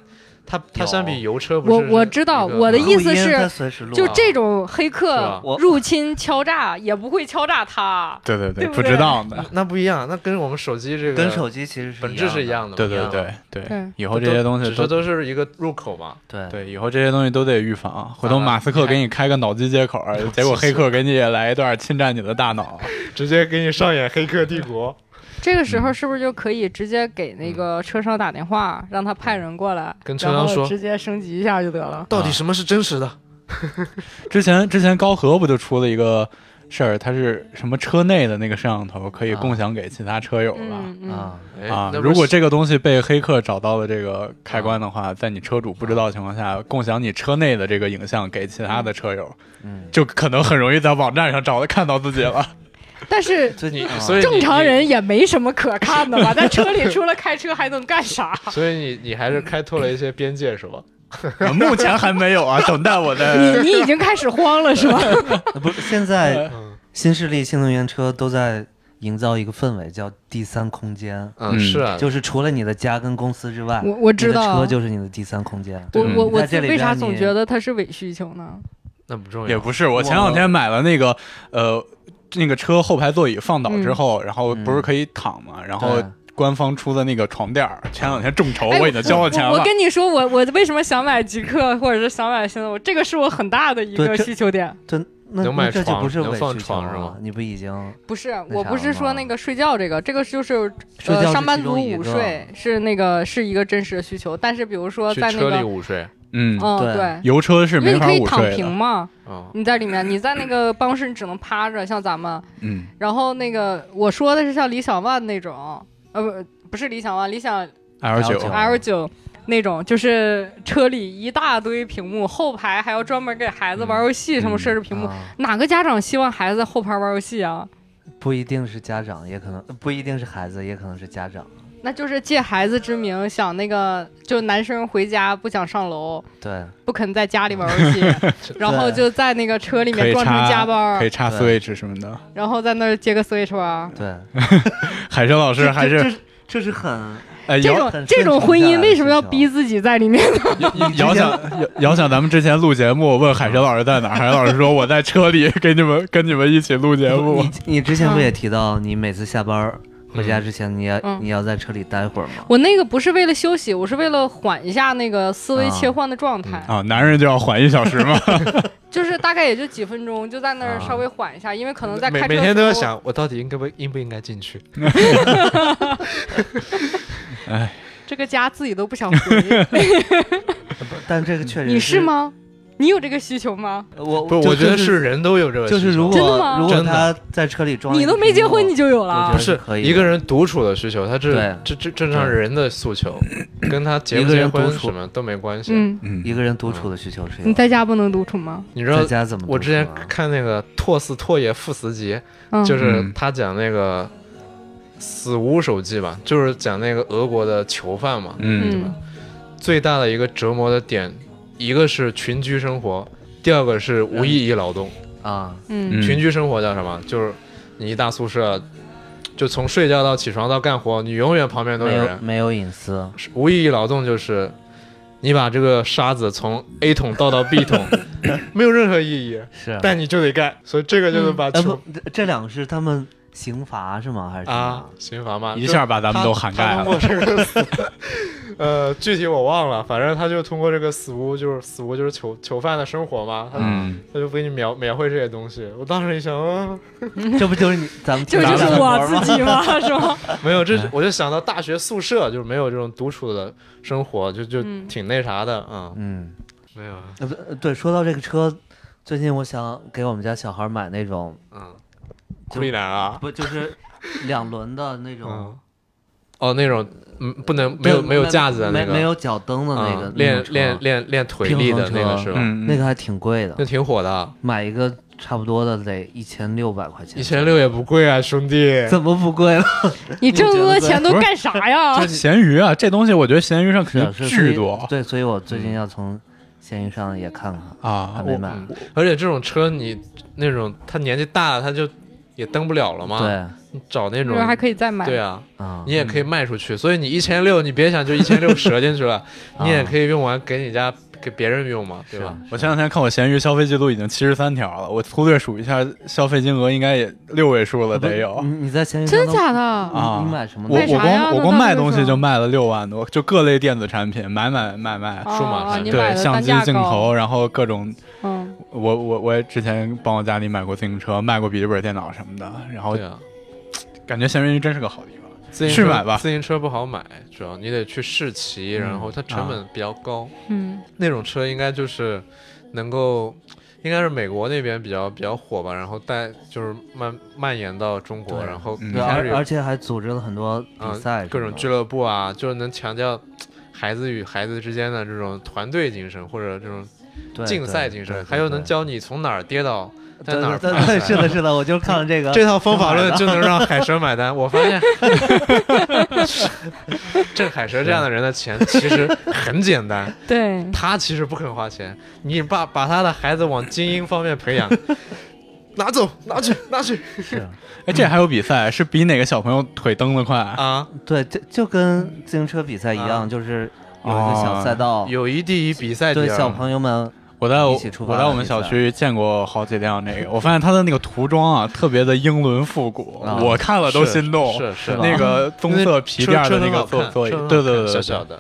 Speaker 5: 它它
Speaker 4: 有
Speaker 5: 相比油车不
Speaker 3: 我
Speaker 5: 是
Speaker 3: 我知道
Speaker 5: 一个
Speaker 3: 我的意思
Speaker 4: 录音
Speaker 3: 是
Speaker 4: 它随时录啊，
Speaker 3: 就这种黑
Speaker 5: 是
Speaker 3: 客
Speaker 5: 吧
Speaker 4: 我
Speaker 3: 入侵敲诈也不会敲诈他。
Speaker 2: 对对对，
Speaker 3: 对不
Speaker 2: 不知
Speaker 3: 对
Speaker 2: 道呢。
Speaker 5: 那不一样，那跟我们手机这个
Speaker 4: 跟手机其实是
Speaker 5: 本质是一
Speaker 4: 样的。
Speaker 5: 样的嘛，
Speaker 2: 对
Speaker 5: 一
Speaker 2: 对
Speaker 5: 样的
Speaker 2: 对对
Speaker 3: 对，
Speaker 2: 以后这些东西
Speaker 5: 只是都是一个入口嘛。
Speaker 4: 对，
Speaker 2: 对，以后这些东西都得预防。回头
Speaker 5: 咋了
Speaker 2: 马斯克给嗯你开个脑机接口，结果黑客给你也来一段侵占你的大脑。
Speaker 5: 直接给你上演《黑客帝国
Speaker 3: 这个
Speaker 4: 嗯
Speaker 3: 时候是不是就可以直接给那个车商打电话，让他
Speaker 4: 嗯
Speaker 3: 派人过来，
Speaker 5: 跟车
Speaker 3: 然
Speaker 5: 商
Speaker 3: 后
Speaker 5: 说
Speaker 3: 直接升级一下就得了》，。
Speaker 5: *laughs* 到底什么是真实
Speaker 4: 啊
Speaker 5: 的？
Speaker 2: 之前之前高和不就出了一个事儿，它是什么车内的那个摄像头可以
Speaker 4: 啊
Speaker 2: 共享给其他车友吧？
Speaker 3: 嗯嗯，
Speaker 4: 啊，
Speaker 5: 哎
Speaker 2: 啊，
Speaker 5: 那不是
Speaker 2: 如果这个东西被黑客找到了这个开关的话，在你车主不知道的情况下，共享你车内的这个影像给其他的车友，
Speaker 4: 嗯，
Speaker 2: 就可能很容易在网站上找看到自己 *laughs* 了。
Speaker 3: 但是
Speaker 4: 最
Speaker 5: 你
Speaker 4: 近，啊
Speaker 5: 所以你
Speaker 3: 正常，人也没什么可看的
Speaker 4: *laughs*
Speaker 3: 吧？在车里除了开车还能干啥？
Speaker 5: 你所以你你还是开拓了一些边界是吧？
Speaker 2: 目前还没有啊，等待我
Speaker 3: 你
Speaker 2: 的。
Speaker 3: 你已经开始慌了是吧？
Speaker 4: 呃不是现在
Speaker 5: 嗯
Speaker 4: 新势力新能源车都在营造一个氛围，叫第三空间，
Speaker 5: 嗯，是啊，
Speaker 4: 就是除了你的家跟公司之外，
Speaker 3: *laughs* 我我
Speaker 4: 你
Speaker 3: 知
Speaker 4: 的
Speaker 3: 道啊
Speaker 4: 车，就是你的第三空间。
Speaker 3: 我
Speaker 2: 嗯
Speaker 3: 我我
Speaker 4: 在这里
Speaker 3: 为
Speaker 4: 边
Speaker 3: 啥
Speaker 4: 你
Speaker 3: 总觉得他是伪需求呢？
Speaker 5: 那不重
Speaker 2: 也
Speaker 5: 要。
Speaker 2: 不是，我前两天买了那个呃那个车后排座椅放倒
Speaker 3: 嗯
Speaker 2: 之后，然后不是可以躺嘛，然后
Speaker 4: 嗯对
Speaker 2: 官方出的那个床垫儿，前两天众筹，我已经交了钱
Speaker 3: 哎我
Speaker 2: 了
Speaker 3: 我。跟你说，我我为什么想买极客或者是想买新能源，这个是我很大的一
Speaker 4: 对
Speaker 3: 个
Speaker 4: 这
Speaker 3: 需求点。
Speaker 4: 对，那
Speaker 5: 能买
Speaker 4: 那这就
Speaker 5: 床
Speaker 4: 不是
Speaker 5: 能
Speaker 4: 伪
Speaker 5: 放
Speaker 4: 需求
Speaker 5: 床是吗
Speaker 4: 了，你不已经
Speaker 3: 不是，
Speaker 4: 啥
Speaker 3: 我不是说
Speaker 4: 吗
Speaker 3: 那个睡觉这个，这个就是
Speaker 4: 睡觉
Speaker 3: 呃
Speaker 4: 是
Speaker 3: 上班
Speaker 4: 其
Speaker 3: 族
Speaker 4: 中一
Speaker 3: 午
Speaker 4: 个
Speaker 3: 睡是那个是一个真实的需求，但是比如说
Speaker 5: 去
Speaker 3: 在那
Speaker 5: 车里
Speaker 3: 个
Speaker 5: 午睡，
Speaker 2: 嗯，
Speaker 3: 嗯
Speaker 4: 对
Speaker 3: 对，
Speaker 2: 油车是
Speaker 3: 因
Speaker 2: 没
Speaker 3: 为你
Speaker 2: 法
Speaker 3: 可以
Speaker 2: 午
Speaker 3: 躺
Speaker 2: 睡
Speaker 3: 平
Speaker 2: 的。
Speaker 3: 嘛，
Speaker 5: 嗯，
Speaker 3: 你在里面，你在那
Speaker 4: *laughs*
Speaker 3: 个办公室你只能趴着，像咱们。
Speaker 2: 嗯，
Speaker 3: 然后那个我说的是像理想 ONE 那种，呃不不是理想 ONE，理想
Speaker 2: L 九
Speaker 4: L9
Speaker 3: L 九那种，就是车里一大堆屏幕，后排
Speaker 2: 嗯
Speaker 3: 还要专门给孩子玩游戏，什么设置屏幕。
Speaker 4: 啊
Speaker 3: 哪个家长希望孩子在后排玩游戏啊？
Speaker 4: 不一定是家长，也可能不一定是孩子，也可能是家长。
Speaker 3: 那就是借孩子之名想那个，就男生回家不想上楼，
Speaker 4: 对，
Speaker 3: 不肯在家里玩游戏，然后就在那个车里
Speaker 2: 可
Speaker 3: 面
Speaker 2: 以
Speaker 3: 撞成加班
Speaker 2: 插可以，插
Speaker 4: 对
Speaker 2: Switch 什么的。
Speaker 3: 然后在那儿接个 Switch 玩。
Speaker 4: 对，
Speaker 2: 海生老师还
Speaker 4: 这
Speaker 2: 是
Speaker 4: 这这是很
Speaker 2: 呃
Speaker 3: 这
Speaker 2: 遥
Speaker 3: 种这种婚姻为什么要逼自己在里面？ *laughs*
Speaker 2: 遥想遥遥想咱们之前录节目，我问海生老师在哪儿，海生老师说我在车里跟你们跟你们一起录
Speaker 5: 呃
Speaker 2: 节目
Speaker 4: 你。你之前不也提到，你每次下班儿回家之前，你要、
Speaker 3: 嗯
Speaker 4: 你要在车里待会儿吗？
Speaker 3: 我那个不是为了休息，我是为了缓一下那个思维切换的状态，
Speaker 2: 啊，男人就要缓一小时嘛，
Speaker 3: 就是大概也就几分钟，就在那儿稍微缓一下，因为可能在
Speaker 5: 每
Speaker 3: 开车的
Speaker 5: 每天都要
Speaker 3: 时候，
Speaker 5: 想，我到底应该不应不应该进去？
Speaker 3: 这个家自己都不想回。
Speaker 4: 但这个确实
Speaker 3: 你是？吗？你有这个需求吗？
Speaker 4: 我
Speaker 5: 不，
Speaker 4: 就
Speaker 5: 我觉得
Speaker 4: 就是
Speaker 5: 人都有这个需
Speaker 4: 就
Speaker 5: 求，
Speaker 4: 是如
Speaker 3: 真的
Speaker 4: 果
Speaker 3: 吗
Speaker 4: 如果
Speaker 5: 真的
Speaker 4: 他在车里装，
Speaker 3: 你都没结婚你就有
Speaker 4: 我
Speaker 3: 了
Speaker 4: 觉
Speaker 5: 不
Speaker 4: 得。
Speaker 5: 是
Speaker 4: 啊可以的
Speaker 5: 一个人独处的需求，他这
Speaker 4: 对
Speaker 5: 这这正常人的诉求，跟他结
Speaker 4: 一
Speaker 5: 不
Speaker 4: 个
Speaker 5: 结
Speaker 4: 人独
Speaker 5: 婚
Speaker 4: 处
Speaker 5: 什么都没关系。
Speaker 3: 嗯，
Speaker 4: 一个人独处的需求是有的
Speaker 3: 你在家不能独处吗？
Speaker 5: 你知道
Speaker 4: 在家怎么独处啊？
Speaker 5: 我之前看那个拓斯拓也赴死节，
Speaker 3: 嗯，
Speaker 5: 就是
Speaker 2: 嗯
Speaker 5: 他讲那个死无手记吧，就是讲那个俄国的囚犯嘛，
Speaker 2: 嗯，
Speaker 3: 嗯
Speaker 5: 最大的一个折磨的点，一个是群居生活，第二个是
Speaker 4: 嗯
Speaker 5: 无意义劳动。
Speaker 4: 啊，
Speaker 3: 嗯
Speaker 5: 群居生活叫什么？就是你一大宿舍，就从睡觉到起床到干活，你永远旁边都
Speaker 4: 没
Speaker 5: 有
Speaker 4: 有
Speaker 5: 人。
Speaker 4: 没有隐私，
Speaker 5: 是无意义劳动就是你把这个沙子从 A 桶倒到 B
Speaker 2: *laughs*
Speaker 5: 桶，没有任何意义，
Speaker 4: 是
Speaker 5: 但你就得干。所以这个
Speaker 2: 嗯
Speaker 5: 就是把
Speaker 4: 呃
Speaker 5: 囚
Speaker 4: 不，这两个是他们刑罚是吗？还是什么
Speaker 5: 啊刑罚
Speaker 3: 嗯
Speaker 5: 嘛，
Speaker 2: 嗯一下把咱们都涵
Speaker 5: 他
Speaker 2: 盖了
Speaker 5: 通。过这个死， *laughs* 呃，具体我忘了，反正他就通过这个死屋，就是死屋就是囚囚犯的生活嘛，他、
Speaker 2: 嗯，
Speaker 5: 他就给你描描绘这些东西。我当时一想，啊、
Speaker 4: 这不就是你咱们
Speaker 3: 这
Speaker 4: 咱
Speaker 3: 就
Speaker 4: 俩
Speaker 3: 是
Speaker 4: 的活
Speaker 3: 我
Speaker 4: 儿吗
Speaker 3: 自己吗？是
Speaker 2: *laughs*
Speaker 3: 吗？
Speaker 5: 没有，这我就想到大学宿舍就是没有这种独处的生活，就就
Speaker 3: 嗯
Speaker 5: 挺那啥的啊、嗯
Speaker 4: 嗯，
Speaker 5: 没有，
Speaker 4: 呃不呃对，说到这个车，最近我想给我们家小孩买那种
Speaker 5: 嗯，
Speaker 4: 就
Speaker 5: 苦力男啊，
Speaker 4: *laughs* 不就是两轮的那种
Speaker 5: 嗯，哦，那种嗯不能
Speaker 4: 对
Speaker 5: 没有没有架子的那
Speaker 4: 没
Speaker 5: 个，
Speaker 4: 没有脚蹬的那个
Speaker 5: 嗯
Speaker 4: 那
Speaker 5: 练
Speaker 4: 种车
Speaker 5: 练练练腿
Speaker 4: 平衡
Speaker 5: 力的那个
Speaker 4: 车
Speaker 5: 是吧？
Speaker 2: 嗯
Speaker 4: 那个还挺贵的
Speaker 5: 那，挺火的，啊
Speaker 4: 买一个差不多的得一千六百块钱，
Speaker 5: 一千六也不贵啊，兄弟。
Speaker 4: 怎么不贵了？
Speaker 3: 你挣那么多钱都干啥呀？
Speaker 2: 咸鱼啊，这东西我觉得咸鱼上肯定
Speaker 4: 是所以
Speaker 2: 巨多
Speaker 4: 对，所以我
Speaker 5: 嗯
Speaker 4: 最近要从闲鱼上也看看，还
Speaker 2: 啊。
Speaker 4: 没买。
Speaker 5: 而且这种车你那种他年纪大了他就也蹬不了了嘛，
Speaker 4: 对，
Speaker 5: 你找那
Speaker 3: 这 *laughs*
Speaker 5: 种
Speaker 3: 还可以再买。
Speaker 5: 对啊，
Speaker 4: 啊
Speaker 5: 你，也可以卖出去。所以你一千六，你别想就一千
Speaker 4: *laughs*
Speaker 5: 六折进去了，
Speaker 4: 啊
Speaker 5: 你也可以用完给你家给别人用嘛，对
Speaker 4: 是啊
Speaker 5: 吧？
Speaker 2: 我前两天看我闲鱼消费记录已经七十三条了，我粗略数一下，消费金额应该也六位数了，得有
Speaker 4: 你。呃你在闲鱼上
Speaker 3: 真
Speaker 4: 都
Speaker 3: 假的？
Speaker 2: 啊
Speaker 4: 你你买什么呢？
Speaker 2: 我
Speaker 3: 卖啥
Speaker 2: 我
Speaker 3: 呀
Speaker 2: 光我
Speaker 3: 那
Speaker 2: 光
Speaker 3: 到
Speaker 2: 卖
Speaker 3: 这个
Speaker 2: 东西
Speaker 3: 时候
Speaker 2: 就卖了六万多，就各类电子产品买买买卖，
Speaker 3: 哦
Speaker 5: 数码
Speaker 3: 哦
Speaker 5: 产
Speaker 3: 你
Speaker 5: 品
Speaker 3: 买
Speaker 2: 对，
Speaker 3: 的
Speaker 2: 相
Speaker 3: 单
Speaker 2: 机
Speaker 3: 价、
Speaker 2: 镜
Speaker 3: 高，
Speaker 2: 头，然后各种
Speaker 3: 嗯，
Speaker 2: 我我我也之前帮我家里买过自行车，卖过笔记本电脑什么的，然后
Speaker 5: 对啊，
Speaker 2: 感觉闲鱼真是个好地方。
Speaker 5: 自行
Speaker 2: 是
Speaker 5: 车
Speaker 2: 买吧
Speaker 5: 自行车不好买，主要你得去试骑，
Speaker 4: 嗯
Speaker 5: 然后它成本
Speaker 4: 啊
Speaker 5: 比较高。
Speaker 3: 嗯，
Speaker 5: 那种车应该就是能够。应该是美国那边比较比较火吧，然后带就是蔓蔓延到中国，
Speaker 4: 对
Speaker 5: 然后
Speaker 2: 嗯
Speaker 5: 一
Speaker 4: 对，
Speaker 5: 开
Speaker 4: 而
Speaker 5: 始有
Speaker 4: 而且还组织了很多比赛什么的，
Speaker 5: 啊各种俱乐部啊，就是能强调孩子与孩子之间的这种团队精神或者这种
Speaker 4: 对
Speaker 5: 竞赛精神，还有能，教你从哪儿跌倒在
Speaker 4: 对
Speaker 5: 哪
Speaker 4: 对
Speaker 5: 儿
Speaker 4: 对
Speaker 5: 爬
Speaker 4: 对
Speaker 5: 起
Speaker 4: 对，
Speaker 5: 来
Speaker 4: 是的， *laughs* 是的，我就看了 *laughs* 这个
Speaker 5: 这套方法论就能让海蛇买单。我发
Speaker 4: *laughs*
Speaker 5: 现，这海蛇这样的人的钱其实很简单，
Speaker 3: *laughs* 对，
Speaker 5: 他其实不肯花钱，你把把他的孩子往精英方面培养。拿走，拿去，拿去
Speaker 4: 是
Speaker 2: 哎，这还有比赛，是比哪个小朋友腿蹬得快啊？
Speaker 5: 啊！
Speaker 4: 对，就就跟自行车比赛一样，
Speaker 5: 啊哦
Speaker 4: 就是有一个小赛道，
Speaker 5: 友谊第一，比赛第
Speaker 4: 哦对
Speaker 5: 二。
Speaker 4: 小朋友们
Speaker 2: 我在我
Speaker 4: 一起出发
Speaker 2: 我在我们小区见过好几辆那个，我发现它的那个涂装啊，特别的英伦复古，
Speaker 4: 啊
Speaker 2: 我看了都
Speaker 5: 是
Speaker 2: 心动。
Speaker 5: 是是
Speaker 4: 是吧
Speaker 2: 那个棕色皮垫儿的那个座座椅，对对对，对
Speaker 5: 小小的，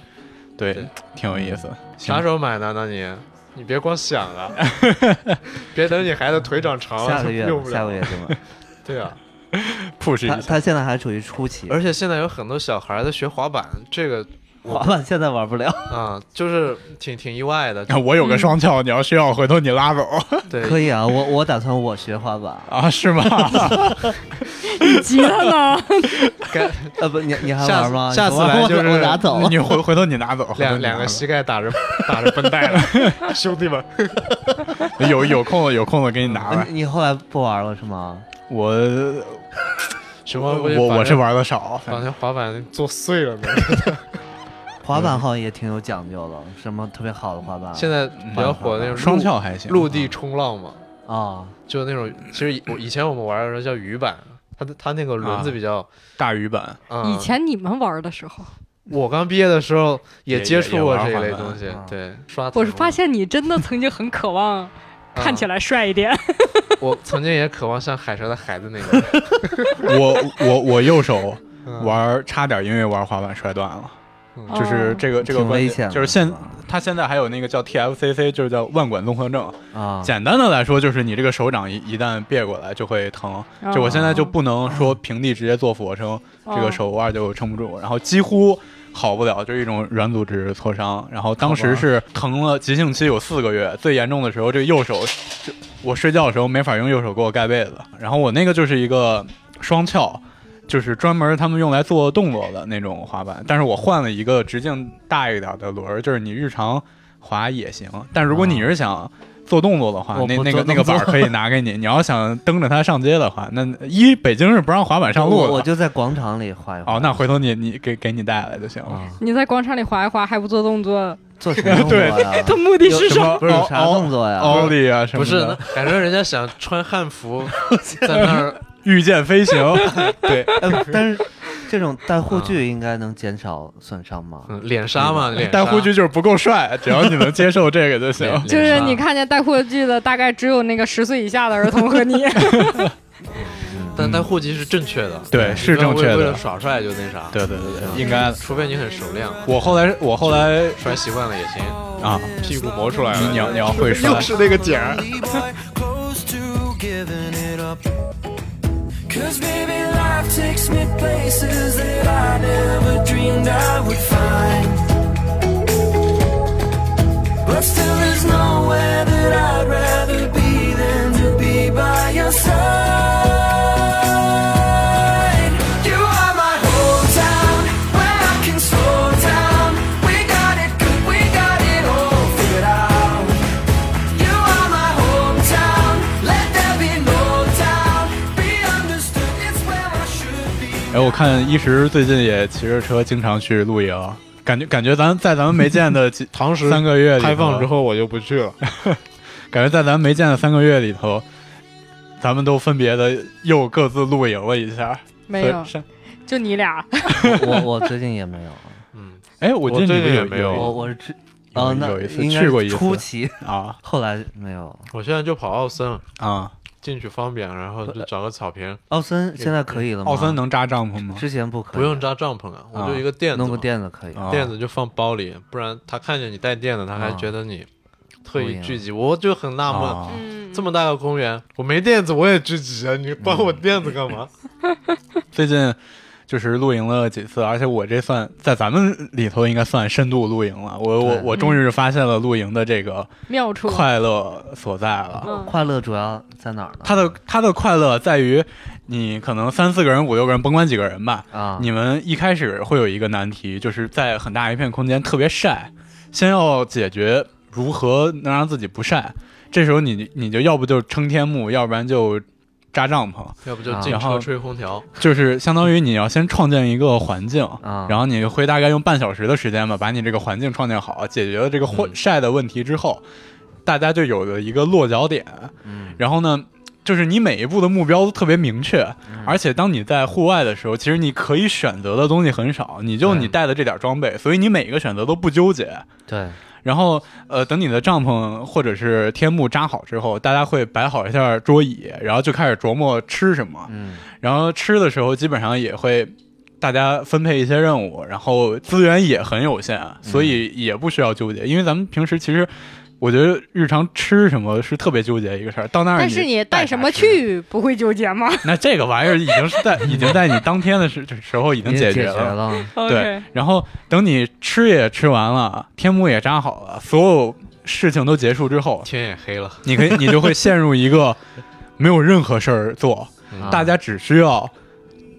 Speaker 2: 对
Speaker 5: 对，嗯
Speaker 2: 挺有意思。行
Speaker 5: 啥时候买呢？那你你别光想了，别等你孩子腿长长了
Speaker 4: 下个
Speaker 5: 就
Speaker 4: 月
Speaker 5: 用不了。
Speaker 4: 下个月就买。
Speaker 5: 对啊，
Speaker 2: *laughs* push
Speaker 4: 他
Speaker 2: 一下？
Speaker 4: 他现在还处于初期，
Speaker 5: 而且现在有很多小孩儿在学滑板，这个
Speaker 4: 滑板现在玩不了，
Speaker 5: 啊、就是挺挺意外的。
Speaker 2: 我有个双翘，你要需要，回头你拉走
Speaker 5: 对，
Speaker 4: 可以啊，我我打算我学滑板，
Speaker 2: *laughs* 啊？是 *laughs* 吗？
Speaker 3: 你急了呢？
Speaker 5: 该
Speaker 4: 呃不，你你还
Speaker 5: 下
Speaker 4: 玩
Speaker 5: 次
Speaker 4: 吗？
Speaker 5: 下次
Speaker 4: 我
Speaker 5: 来
Speaker 2: *laughs*
Speaker 4: 我
Speaker 5: 就是
Speaker 4: 我拿走，
Speaker 2: 你回回头你拿走，
Speaker 5: 两两个膝盖打
Speaker 2: *laughs*
Speaker 5: 着打着绷带了，兄弟们，嗯
Speaker 2: 有有空了有空了给你拿来。
Speaker 4: 你你后来不玩了是吗？
Speaker 2: 我
Speaker 5: 什么
Speaker 2: 我我我是玩的少，反
Speaker 5: 好
Speaker 2: 正
Speaker 5: 像滑板做碎了呢。
Speaker 4: 滑板好像也挺有讲究的，什么特别好的滑
Speaker 2: 啊
Speaker 4: 板
Speaker 5: 现在
Speaker 2: 嗯
Speaker 5: 比较火的那种
Speaker 2: 双
Speaker 5: 陆
Speaker 2: 翘还行，嗯
Speaker 5: 陆地冲浪嘛，
Speaker 4: 啊，
Speaker 5: 就那种其实以我以前我们玩的时候叫鱼板，它的它那个轮
Speaker 2: 啊
Speaker 5: 子比较
Speaker 2: 大鱼板，
Speaker 5: 啊。
Speaker 3: *laughs* 以前你们玩的时候，
Speaker 2: 啊
Speaker 5: 我刚毕业的时候也
Speaker 2: 也
Speaker 5: 接触过
Speaker 2: 也
Speaker 5: 这
Speaker 2: 也
Speaker 5: 一
Speaker 2: 玩
Speaker 5: 类
Speaker 2: 滑板
Speaker 5: 东西
Speaker 4: 啊，
Speaker 5: 对，刷
Speaker 3: 我
Speaker 5: 子
Speaker 3: 是
Speaker 5: 嘛
Speaker 3: 发现你真的曾经很渴望看起，
Speaker 5: 啊
Speaker 3: 来帅一点。
Speaker 5: 我曾经也渴望像海蛇的孩子那样
Speaker 2: *laughs* 我我我右手
Speaker 5: 嗯
Speaker 2: 玩差点因为玩滑板摔断了，
Speaker 5: 嗯
Speaker 3: 哦
Speaker 2: 啊就是这个这个
Speaker 4: 挺
Speaker 2: 关
Speaker 4: 危
Speaker 2: 键
Speaker 4: 险的，嗯
Speaker 2: 就是现
Speaker 4: 是吧
Speaker 2: 他现在还有那个叫 TFCC，就是叫腕管综合症。
Speaker 4: 啊，
Speaker 2: 简单的来说，就是你这个手掌一一旦别过来就会疼。就我现在就不能说平地直接做俯卧撑，
Speaker 3: 哦
Speaker 2: 这个手腕就撑不住，然后几乎好不了，就是一种软组织挫伤。然后当时是疼了急性期有四个月，最严重的时候，这个右手，这我睡觉的时候没法用右手给我盖被子。然后我那个就是一个双翘，就是专门他们用来做动作的那种滑板，但是我换了一个直径大一点的轮儿，就是你日常滑也行，但如果你是想做动作的话，
Speaker 4: 哦我
Speaker 2: 那
Speaker 4: 不
Speaker 2: 那个
Speaker 4: 做
Speaker 2: 那
Speaker 4: 动
Speaker 2: 个板儿
Speaker 4: 作
Speaker 2: 可以拿给你。你要想蹬着它上街的话，那一北京是不让滑板上路
Speaker 4: 我
Speaker 2: 的。
Speaker 4: 我就在广场里滑一滑。
Speaker 2: 哦，那回头你你给给你带来就行了。
Speaker 4: 啊，
Speaker 3: 你在广场里滑一滑还不做动作，
Speaker 4: 做什么动作呀？
Speaker 3: 他目的是什么？
Speaker 2: 啊么
Speaker 4: 不是有啥动作呀？
Speaker 2: 奥利啊什么
Speaker 5: 不是
Speaker 2: 的， *laughs*
Speaker 5: 感觉人家想穿汉服在那儿，
Speaker 2: 御剑飞
Speaker 5: *laughs*
Speaker 2: 行，对，
Speaker 4: 呃但是这种戴护
Speaker 2: 啊
Speaker 4: 具应该能减少损伤吗？
Speaker 5: 嗯脸杀嘛，脸
Speaker 2: 戴
Speaker 5: 杀
Speaker 2: 护具就是不够帅，只要你能接受这个就行。
Speaker 5: 脸
Speaker 3: 就是
Speaker 5: 脸杀
Speaker 3: 你看见戴护具的，大概只有那个十岁以下的儿童
Speaker 2: *laughs*
Speaker 3: 和你。
Speaker 5: 但但户籍是正确的，
Speaker 2: 嗯对是正确
Speaker 5: 你
Speaker 2: 的
Speaker 5: 不要为为了耍帅就那啥，
Speaker 2: 对对对
Speaker 5: 嗯
Speaker 2: 对，应该。
Speaker 5: 除非你很熟练，
Speaker 2: 我后来我后来
Speaker 5: 摔习惯了也行。
Speaker 2: 啊，
Speaker 5: 屁股磨出来
Speaker 2: 你
Speaker 5: 了，
Speaker 2: 你要你要会摔，
Speaker 5: 是那个景儿。
Speaker 6: close to giving it up. Cause baby, life takes me places that I never dreamed I would find. But still, there's nowhere that I'd rather be than to be by your side. You are my whole town, where I can slow down. We got it good, we got it all figured out. You are my hometown. Let there be no doubt. Be understood. It's where I should be.
Speaker 2: 哎，我看一石最近也骑着车经常去露营，感觉感觉咱在咱们没
Speaker 5: *laughs*
Speaker 2: 见的几
Speaker 5: 堂食
Speaker 2: 三个月里头
Speaker 5: 开放之，后我就不去
Speaker 2: *laughs*
Speaker 5: 了。
Speaker 2: 感觉在咱们没见的三个月里头，咱们都分别的又各自露营了一下。
Speaker 3: 没
Speaker 2: *laughs*
Speaker 3: 有，
Speaker 2: 所以是
Speaker 3: 就你俩。
Speaker 4: 我我最近也没有，啊
Speaker 5: 嗯，
Speaker 2: 哎，我记
Speaker 5: 我
Speaker 2: 得你
Speaker 5: 对
Speaker 2: 们
Speaker 5: 这
Speaker 2: 有
Speaker 5: 个没有
Speaker 4: 我
Speaker 2: *laughs* 有
Speaker 4: 我是去
Speaker 2: 有
Speaker 4: 哦，那
Speaker 2: 有一次
Speaker 4: 应该
Speaker 2: 去过一
Speaker 4: 是
Speaker 2: 次
Speaker 4: 初期，
Speaker 2: 啊
Speaker 4: 后来没有。
Speaker 5: 我现在就跑奥森，
Speaker 2: 啊，
Speaker 5: 进去方便，然后就找个草坪，
Speaker 2: 嗯
Speaker 4: 奥森现在可以了吗？
Speaker 2: 奥森能扎帐篷吗？
Speaker 4: 之前不可以，
Speaker 5: 不用扎帐篷啊，我就一个垫子嘛，
Speaker 4: 弄个垫子可以。
Speaker 2: 啊
Speaker 5: 垫子就放包里，不然他看见你带垫子，他还觉得你特
Speaker 4: 不一
Speaker 5: 意
Speaker 4: 样
Speaker 5: 聚集，我就很纳闷。
Speaker 2: 哦啊
Speaker 3: 嗯
Speaker 5: 这么大个公园，我没垫子我也聚集啊！你帮我垫子干嘛？
Speaker 2: *laughs* 最近就是露营了几次，而且我这算在咱们里头应该算深度露营了。我我
Speaker 4: 对
Speaker 2: 我终于是发现了露营的这个
Speaker 3: 妙处。
Speaker 2: 快乐所在了。
Speaker 3: 嗯，
Speaker 4: 快乐主要在哪儿呢？
Speaker 2: 他的他的快乐在于，你可能三四个人、五六个人，甭管几个人吧，
Speaker 4: 啊，
Speaker 2: 你们一开始会有一个难题，就是在很大一片空间特别晒，先要解决如何能让自己不晒。这时候你你就要不就撑天幕，要不然就扎帐篷，
Speaker 5: 要不就
Speaker 4: 啊
Speaker 5: 进
Speaker 2: 然后
Speaker 5: 车吹空调，
Speaker 2: 就是相当于你要先创建一个环境。
Speaker 4: 啊，
Speaker 2: 然后你会大概用半小时的时间吧，把你这个环境创建好，解决了这个混
Speaker 5: 嗯
Speaker 2: 晒的问题之后，大家就有了一个落脚点。
Speaker 4: 嗯
Speaker 2: 然后呢，就是你每一步的目标都特别明确，
Speaker 4: 嗯
Speaker 2: 而且当你在户外的时候，其实你可以选择的东西很少，你就
Speaker 4: 对
Speaker 2: 你带的这点装备，所以你每一个选择都不纠结。
Speaker 4: 对，
Speaker 2: 然后，呃，等你的帐篷或者是天幕扎好之后，大家会摆好一下桌椅，然后就开始琢磨吃什么。
Speaker 4: 嗯
Speaker 2: 然后吃的时候基本上也会大家分配一些任务，然后资源也很有限，啊所以也不需要纠结。因为咱们平时其实，我觉得日常吃什么是特别纠结一个事儿。到那儿
Speaker 3: 但是
Speaker 2: 你
Speaker 3: 你带什么
Speaker 2: 啥吃，
Speaker 3: 去不会纠结吗
Speaker 2: 那这个玩意儿已经是在已经在你当天的时时候已经
Speaker 4: 也
Speaker 2: 解
Speaker 4: 解
Speaker 2: 决
Speaker 4: 决 *laughs*
Speaker 2: 了。
Speaker 4: 了，
Speaker 2: 对，，然后等你吃也吃完了，天幕也扎好了，所有事情都结束之后，
Speaker 5: 天也黑了，
Speaker 2: 你可以你就会陷入一个没有任何事儿做，
Speaker 5: 啊
Speaker 2: 嗯大家只需要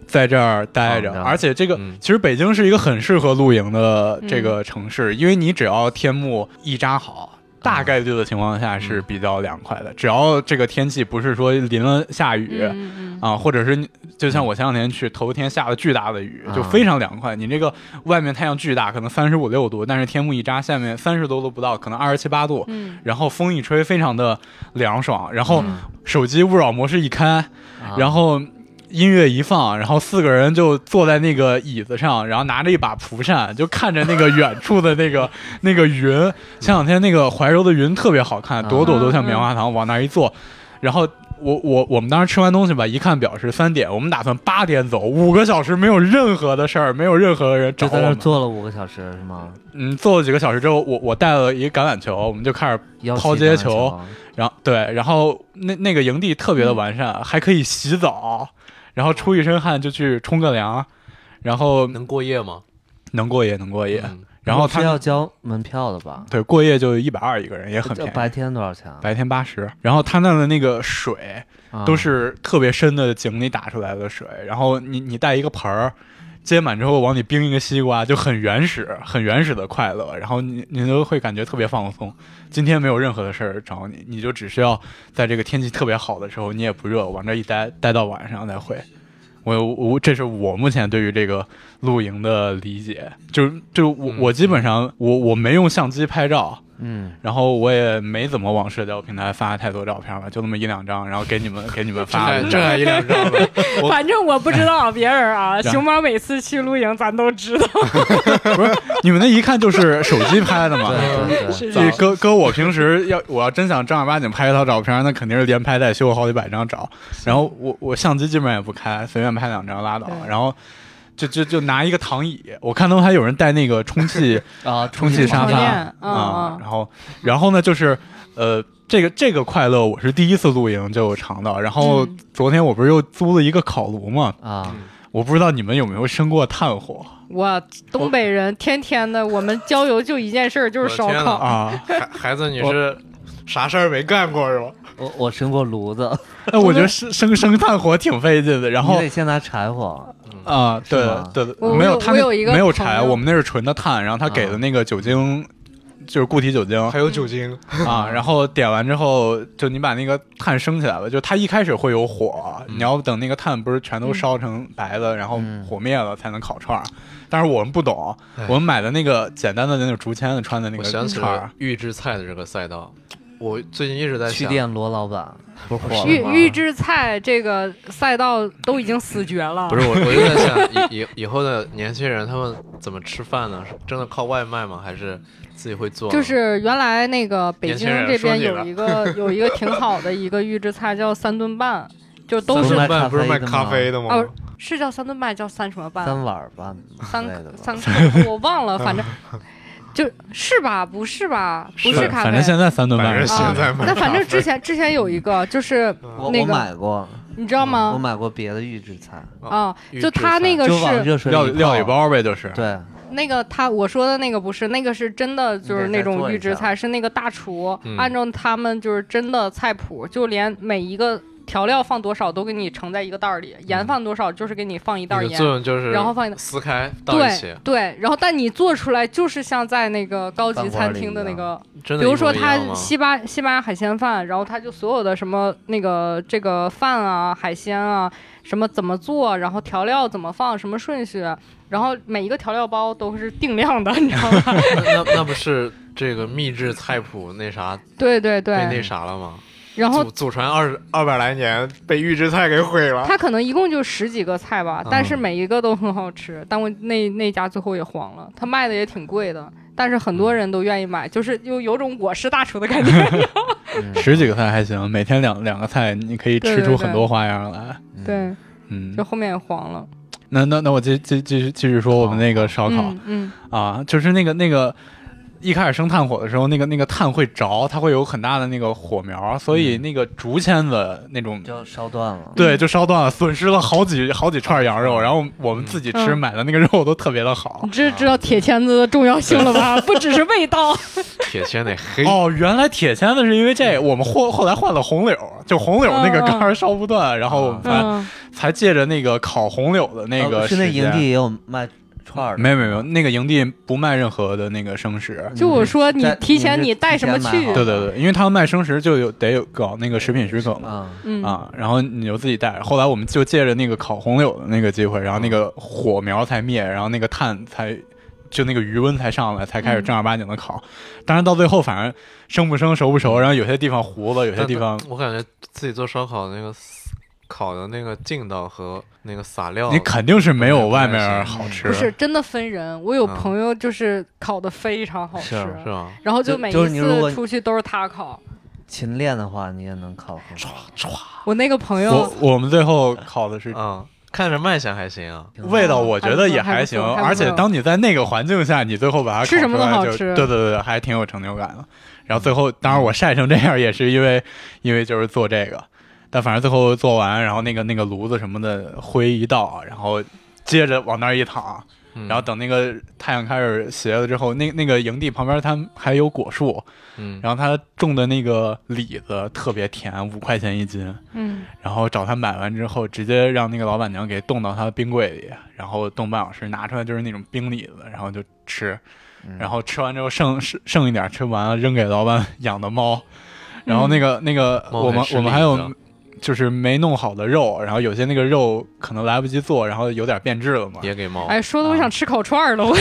Speaker 2: 在这儿待着
Speaker 4: 躺，着
Speaker 2: 而且这个、
Speaker 5: 嗯
Speaker 2: 其实北京是一个很适合露营的这个城市，因为你只要天幕一扎好，大概率的情况下是比较凉快的，只要这个天气不是说淋了下雨。
Speaker 3: 嗯嗯
Speaker 2: 啊，或者是你就像我前两天去，头天下了巨大的雨，就
Speaker 4: 啊
Speaker 2: 非常凉快。你这个外面太阳巨大，可能三十五六度，但是天幕一扎，下面三十多度不到，可能二十七八度。
Speaker 3: 嗯
Speaker 2: 然后风一吹，非常的凉爽。然
Speaker 4: 嗯
Speaker 2: 后手机勿扰模式一开，
Speaker 4: 啊
Speaker 2: 然后音乐一放，然后四个人就坐在那个椅子上，然后拿着一把蒲扇，就看着那个远处的那
Speaker 4: *laughs*
Speaker 2: 个那个云。前两天那个怀柔的云特别好看，
Speaker 4: 啊
Speaker 2: 朵朵都像棉花糖，往那儿一坐，然后。我我我们当时吃完东西吧，一看表是三点，我们打算八点走，五个小时没有任何的事儿，没有任何人找
Speaker 4: 就
Speaker 2: 我
Speaker 4: 在那儿
Speaker 2: 们。
Speaker 4: 坐了五个小时是吗？
Speaker 2: 嗯，坐了几个小时之后，我我带了一个橄榄球，我们就开始
Speaker 4: 要
Speaker 2: 抛接球，然后对，然后那那个营地特别的完善，还可以洗澡，然后出一身汗就去冲个凉，然后
Speaker 5: 能过夜吗？
Speaker 2: 能过夜能过夜，
Speaker 5: 嗯
Speaker 2: 然后
Speaker 4: 是
Speaker 2: 他
Speaker 4: 要交门票的吧？
Speaker 2: 对过夜就一百二一个人，也很
Speaker 4: 这
Speaker 2: 便宜，
Speaker 4: 白天多少钱啊？
Speaker 2: 白天八十，然后他那的那个水
Speaker 4: 啊
Speaker 2: 都是特别深的井里打出来的水，然后你你带一个盆儿。接满之后往里冰一个西瓜，就很原始、很原始的快乐。然后你你都会感觉特别放松。今天没有任何的事儿找你，你就只需要在这个天气特别好的时候，你也不热，往这一待，待到晚上再回。我我这是我目前对于这个露营的理解，就是就我、
Speaker 5: 嗯
Speaker 2: 我基本上我我没用相机拍照，
Speaker 4: 嗯，
Speaker 2: 然后我也没怎么往社交平台发太多照片吧，就那么一两张，然后给你们 *laughs* 给你们
Speaker 5: 这
Speaker 2: 发
Speaker 5: 还
Speaker 2: 了一
Speaker 5: 这
Speaker 2: 张。
Speaker 5: 还一两张呢，我
Speaker 3: 反正我不知道别人啊，
Speaker 2: 对
Speaker 3: 熊猫每次去露营，咱都知道。
Speaker 2: *laughs* 你们那一看就是手机拍的嘛。
Speaker 4: 对对对，
Speaker 3: 是
Speaker 2: 这
Speaker 3: 是
Speaker 2: 搁搁我平时要我要真想正儿八经拍一套照片，那肯定是连拍带修好几百张照。然后我我相机基本上也不开，随便拍两张拉倒。
Speaker 3: 对
Speaker 2: 然后就就就拿一个躺椅，我看他们还有人带那个充气
Speaker 4: 啊，
Speaker 2: 充气沙
Speaker 3: 床
Speaker 2: 发
Speaker 3: 垫
Speaker 2: 啊、
Speaker 3: 嗯嗯
Speaker 2: 然后然后呢就是呃这个这个快乐我是第一次露营就尝到。然后
Speaker 3: 嗯
Speaker 2: 昨天我不是又租了一个烤炉嘛，
Speaker 4: 啊，
Speaker 2: 我不知道你们有没有生过炭
Speaker 3: *laughs*
Speaker 2: 火
Speaker 3: 我东北人天天的，我们郊游就一件事儿，就是烧
Speaker 5: 我的天
Speaker 3: 烤。
Speaker 5: 哪
Speaker 2: 啊？
Speaker 5: 孩孩子你是啥事儿没干过是吧？
Speaker 4: 我我生过
Speaker 3: *laughs*
Speaker 4: 炉子，
Speaker 2: 哎，我觉得生生生炭火挺费劲的。然
Speaker 4: 你
Speaker 2: 后
Speaker 4: 得先拿柴火，
Speaker 2: 啊，对
Speaker 4: 是吗
Speaker 2: 对，
Speaker 3: 我
Speaker 2: 对没
Speaker 3: 我有
Speaker 2: 他
Speaker 3: 我
Speaker 2: 那
Speaker 3: 有一个
Speaker 2: 没有
Speaker 3: 朋
Speaker 2: 柴，
Speaker 3: 友
Speaker 2: 我们那是纯的炭，然后他给的那个酒精。就是固体酒精
Speaker 5: 还有酒精，
Speaker 2: 啊，然后点完之后，就你把那个炭升起来了。就它一开始会有火，
Speaker 5: 嗯
Speaker 2: 你要等那个炭不是全都烧成白的，然后
Speaker 4: 嗯
Speaker 2: 火灭了才能烤串儿。但是我们不懂，我们买的那个简单的那种竹签子穿的那
Speaker 5: 哎我
Speaker 2: 个
Speaker 5: 想起
Speaker 2: 串儿
Speaker 5: 了，预制菜的这个赛道，我最近一直在
Speaker 4: 去
Speaker 5: 想，
Speaker 4: 店罗老板不是火
Speaker 3: 预
Speaker 4: 了吗？
Speaker 3: 预制菜这个赛道都已经死绝了，
Speaker 5: 不是我，我就在想以以以后的年轻人他们怎么吃饭呢？是真的靠外卖吗？还是自己会做呢？
Speaker 3: 就是原来那个北
Speaker 5: 年
Speaker 3: 京
Speaker 5: 轻人
Speaker 3: 这
Speaker 5: 说
Speaker 3: 边
Speaker 5: 你
Speaker 3: 有
Speaker 5: 了
Speaker 3: 一个 *laughs* 有一个挺好的一个预制菜叫三顿半，就都
Speaker 4: 三
Speaker 3: 是
Speaker 4: 顿
Speaker 5: 饭不是卖
Speaker 4: 卖
Speaker 5: 咖
Speaker 4: 咖
Speaker 5: 啡
Speaker 4: 啡
Speaker 5: 的吗？
Speaker 3: 哦是叫三顿半，叫三什么半？啊
Speaker 4: 三碗儿吧，
Speaker 3: 三
Speaker 4: 之类的吧
Speaker 3: 三个我忘了，
Speaker 4: *laughs*
Speaker 3: 反正就是吧，不是吧，不
Speaker 5: 是
Speaker 3: 是咖啡，啊
Speaker 2: 反正现在三顿
Speaker 5: 反
Speaker 2: 半啊
Speaker 5: 正
Speaker 2: 是
Speaker 5: 现在
Speaker 3: 那
Speaker 5: 卖
Speaker 3: 反正
Speaker 5: 咖
Speaker 3: 之
Speaker 5: 啡
Speaker 3: 前之前有一个，就是
Speaker 4: 嗯我
Speaker 3: 那
Speaker 4: 我
Speaker 3: 个
Speaker 4: 买过，
Speaker 3: 你知道
Speaker 4: 我
Speaker 3: 吗？
Speaker 4: 买过别的预制菜，
Speaker 3: 啊，
Speaker 5: 嗯预
Speaker 3: 就
Speaker 5: 制
Speaker 3: 他
Speaker 5: 菜
Speaker 3: 那个
Speaker 4: 就往
Speaker 3: 是
Speaker 4: 热水
Speaker 2: 料
Speaker 4: 里
Speaker 2: 料理
Speaker 4: 泡，
Speaker 2: 包呗，就是
Speaker 4: 对，
Speaker 3: 那个他我说的那个不是，那个是真的就是那
Speaker 4: 你得再
Speaker 3: 种
Speaker 4: 做一
Speaker 3: 预制
Speaker 4: 下
Speaker 3: 菜，是那个大厨
Speaker 5: 嗯
Speaker 3: 按照他们就是真的菜谱，就连每一个调料放多少都给你盛在一个袋儿里，
Speaker 5: 嗯
Speaker 3: 盐放多少就是给你放一袋
Speaker 5: 你
Speaker 3: 儿
Speaker 5: 的作
Speaker 3: 盐。
Speaker 5: 用就是
Speaker 3: 然后放一
Speaker 5: 撕开到一起
Speaker 3: 对，对，然后但你做出来就是像在那个高级
Speaker 4: 饭馆
Speaker 3: 餐
Speaker 4: 里
Speaker 3: 厅的
Speaker 4: 一
Speaker 3: 那
Speaker 4: 样
Speaker 3: 个
Speaker 5: 真的
Speaker 3: 比
Speaker 5: 一
Speaker 3: 如
Speaker 5: 模
Speaker 3: 说
Speaker 5: 一
Speaker 3: 他
Speaker 5: 样吗
Speaker 3: 西班西班牙海鲜饭，然后他就所有的什么那个这个饭啊、海鲜啊，什么怎么做，然后调料怎么放，什么顺序，然后每一个调料包都是定量的，你知道吗？ *laughs*
Speaker 5: 那那那不是这个秘制菜谱那啥
Speaker 3: 对对
Speaker 5: 被那
Speaker 3: 对，
Speaker 5: 啥了吗？
Speaker 3: 然后
Speaker 5: 祖祖传二二百来年被预制菜给毁了。
Speaker 3: 他可能一共就十几个菜吧
Speaker 5: 嗯，
Speaker 3: 但是每一个都很好吃。但我那那家最后也黄了，他卖的也挺贵的，但是很
Speaker 5: 嗯
Speaker 3: 多人都愿意买，就是又有种我是大厨的感觉。
Speaker 5: *laughs*
Speaker 4: 嗯
Speaker 2: 十几个菜还行，每天两两个菜，你可以吃
Speaker 3: 对对
Speaker 2: 出很
Speaker 3: 对
Speaker 2: 多花样来。
Speaker 4: 嗯
Speaker 3: 对，
Speaker 2: 嗯
Speaker 3: 就，后面也黄了。
Speaker 2: 那那那我继继继续继续说我们那个烧烤、
Speaker 3: 嗯嗯，
Speaker 2: 啊，就是那个那个一开始生炭火的时候，那个那个炭会着，它会有很大的那个火苗，所以那个竹签子那种。
Speaker 4: 嗯就烧断了。
Speaker 2: 对，就烧断了，损失了好几好几串羊肉，
Speaker 4: 嗯
Speaker 2: 然后我们自己吃
Speaker 3: 嗯
Speaker 2: 买的那个肉都特别的好
Speaker 3: 你。知知道铁签子的重要性了
Speaker 4: *laughs*
Speaker 3: 吧？不只是味道。
Speaker 5: 铁签 *laughs* 得
Speaker 4: 嗯
Speaker 5: 黑，
Speaker 2: 哦，原来铁签子是因为这，我们后后来换了红柳，就红柳那个杆儿烧不断，然后我们才、
Speaker 3: 嗯，
Speaker 2: 才借着那个烤红柳的那
Speaker 4: 哦
Speaker 2: 个
Speaker 4: 是
Speaker 2: 时
Speaker 4: 那
Speaker 2: 间、
Speaker 4: 营地也有卖串儿的。
Speaker 2: 没有没有没有，那个营地不卖任何的那个生食。
Speaker 3: 就我说你
Speaker 4: 嗯在
Speaker 3: 提前你带什么
Speaker 4: 你是提前
Speaker 3: 去
Speaker 4: 买好？
Speaker 2: 对对对，因为他们卖生食就有得有搞那个食品许可嘛。
Speaker 4: 啊，
Speaker 3: 嗯，
Speaker 2: 啊，然后你就自己带着。后来我们就借着那个烤红柳的那个机会，然后那
Speaker 3: 嗯
Speaker 2: 个火苗才灭，然后那个炭才就那个余温才上来，才开始正儿八经的烤。
Speaker 3: 嗯
Speaker 2: 当然到最后，反正生不生熟不熟，然后有些地方糊了，有些地方
Speaker 5: 但我感觉自己做烧烤的那个丝烤的那个劲道和那个撒料，
Speaker 2: 你肯定是没有外面好吃。
Speaker 3: 不是真的分人，我有
Speaker 5: 嗯
Speaker 3: 朋友就是烤的非常好吃，
Speaker 5: 是吧？
Speaker 3: 然后
Speaker 4: 就
Speaker 3: 每
Speaker 4: 就
Speaker 3: 一
Speaker 4: 是你如果
Speaker 3: 次出去都是他烤。
Speaker 4: 勤练的话，你也能烤很好。
Speaker 3: 我那个朋友
Speaker 2: 我我们最后烤的是。
Speaker 5: 嗯，看着卖相还行啊。
Speaker 4: 挺好
Speaker 2: 味道我觉得也还行，
Speaker 3: 哦还不错还不错
Speaker 2: 而且当你在那个环境下，你最后把它烤出
Speaker 3: 吃
Speaker 2: 来
Speaker 3: 什么都好
Speaker 2: 就
Speaker 3: 吃
Speaker 2: 对对对，对还挺有成就感的。然后最后，当然我晒成这样也是因为，因为就是做这个，但反正最后做完，然后那个那个炉子什么的灰一倒，然后接着往那儿一躺，
Speaker 5: 嗯
Speaker 2: 然后等那个太阳开始斜了之后，那那个营地旁边它还有果树，
Speaker 5: 嗯，
Speaker 2: 然后他种的那个李子特别甜，五块钱一斤，
Speaker 3: 嗯，
Speaker 2: 然后找他买完之后，直接让那个老板娘给冻到她的冰柜里，然后冻半小时，拿出来就是那种冰李子，然后就吃，
Speaker 5: 嗯
Speaker 2: 然后吃完之后剩 *laughs* 剩剩一点，吃完了扔给老板养的猫，然后那个、那个
Speaker 5: 嗯猫
Speaker 2: 我们
Speaker 5: 还吃
Speaker 2: 我们
Speaker 5: 李
Speaker 2: 还有
Speaker 5: 子。
Speaker 2: 就是没弄好的肉，然后有些那个肉可能来不及做，然后有点变质了嘛。
Speaker 5: 也给猫。
Speaker 3: 哎，说的我想吃烤串儿了，
Speaker 4: 哦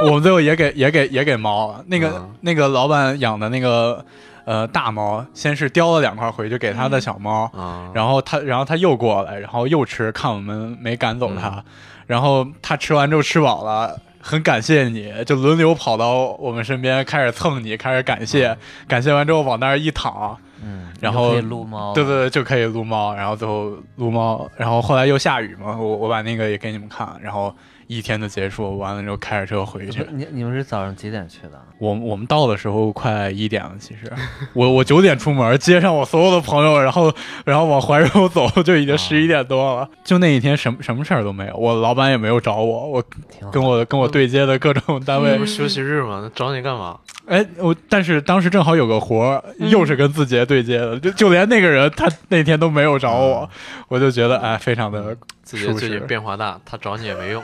Speaker 3: 我
Speaker 2: *laughs* 我们最后也给也给也给猫了。那个、
Speaker 5: 嗯
Speaker 2: 那个老板养的那个呃大猫，先是叼了两块回去给他的小猫，
Speaker 5: 啊，
Speaker 2: 然后他然后他又过来，然后又吃，看我们没赶走他，然后他吃完之后吃饱了。很感谢你，就轮流跑到我们身边，开始蹭你，开始感谢，感谢完之后往那儿一躺，
Speaker 4: 嗯，
Speaker 2: 然后
Speaker 4: 你就可以撸猫，
Speaker 2: 对对，对，就可以撸猫，然后最后撸猫，然后后来又下雨嘛，我我把那个也给你们看，然后一天就结束，完了之后开着车回去。
Speaker 4: 你你们是早上几点去的？
Speaker 2: 我我们到的时候快一点了，其实我我九点出门，接上我所有的朋友，然后然后往怀柔走， *laughs* 就已经十一点多了。就那一天什么什么事儿都没有，我老板也没有找我，我
Speaker 4: 挺好。
Speaker 2: 跟我跟我对接的各种单位
Speaker 5: 不，是休息日吗？那找你干嘛？
Speaker 2: 哎，我但是当时正好有个活儿，又是跟字节对接的，就就连那个人他那天都没有找我，我就觉得哎，非常的
Speaker 5: 自己最
Speaker 2: 舒
Speaker 5: 近
Speaker 2: 适
Speaker 5: 变化大，他找你也
Speaker 3: *laughs*
Speaker 5: 没用，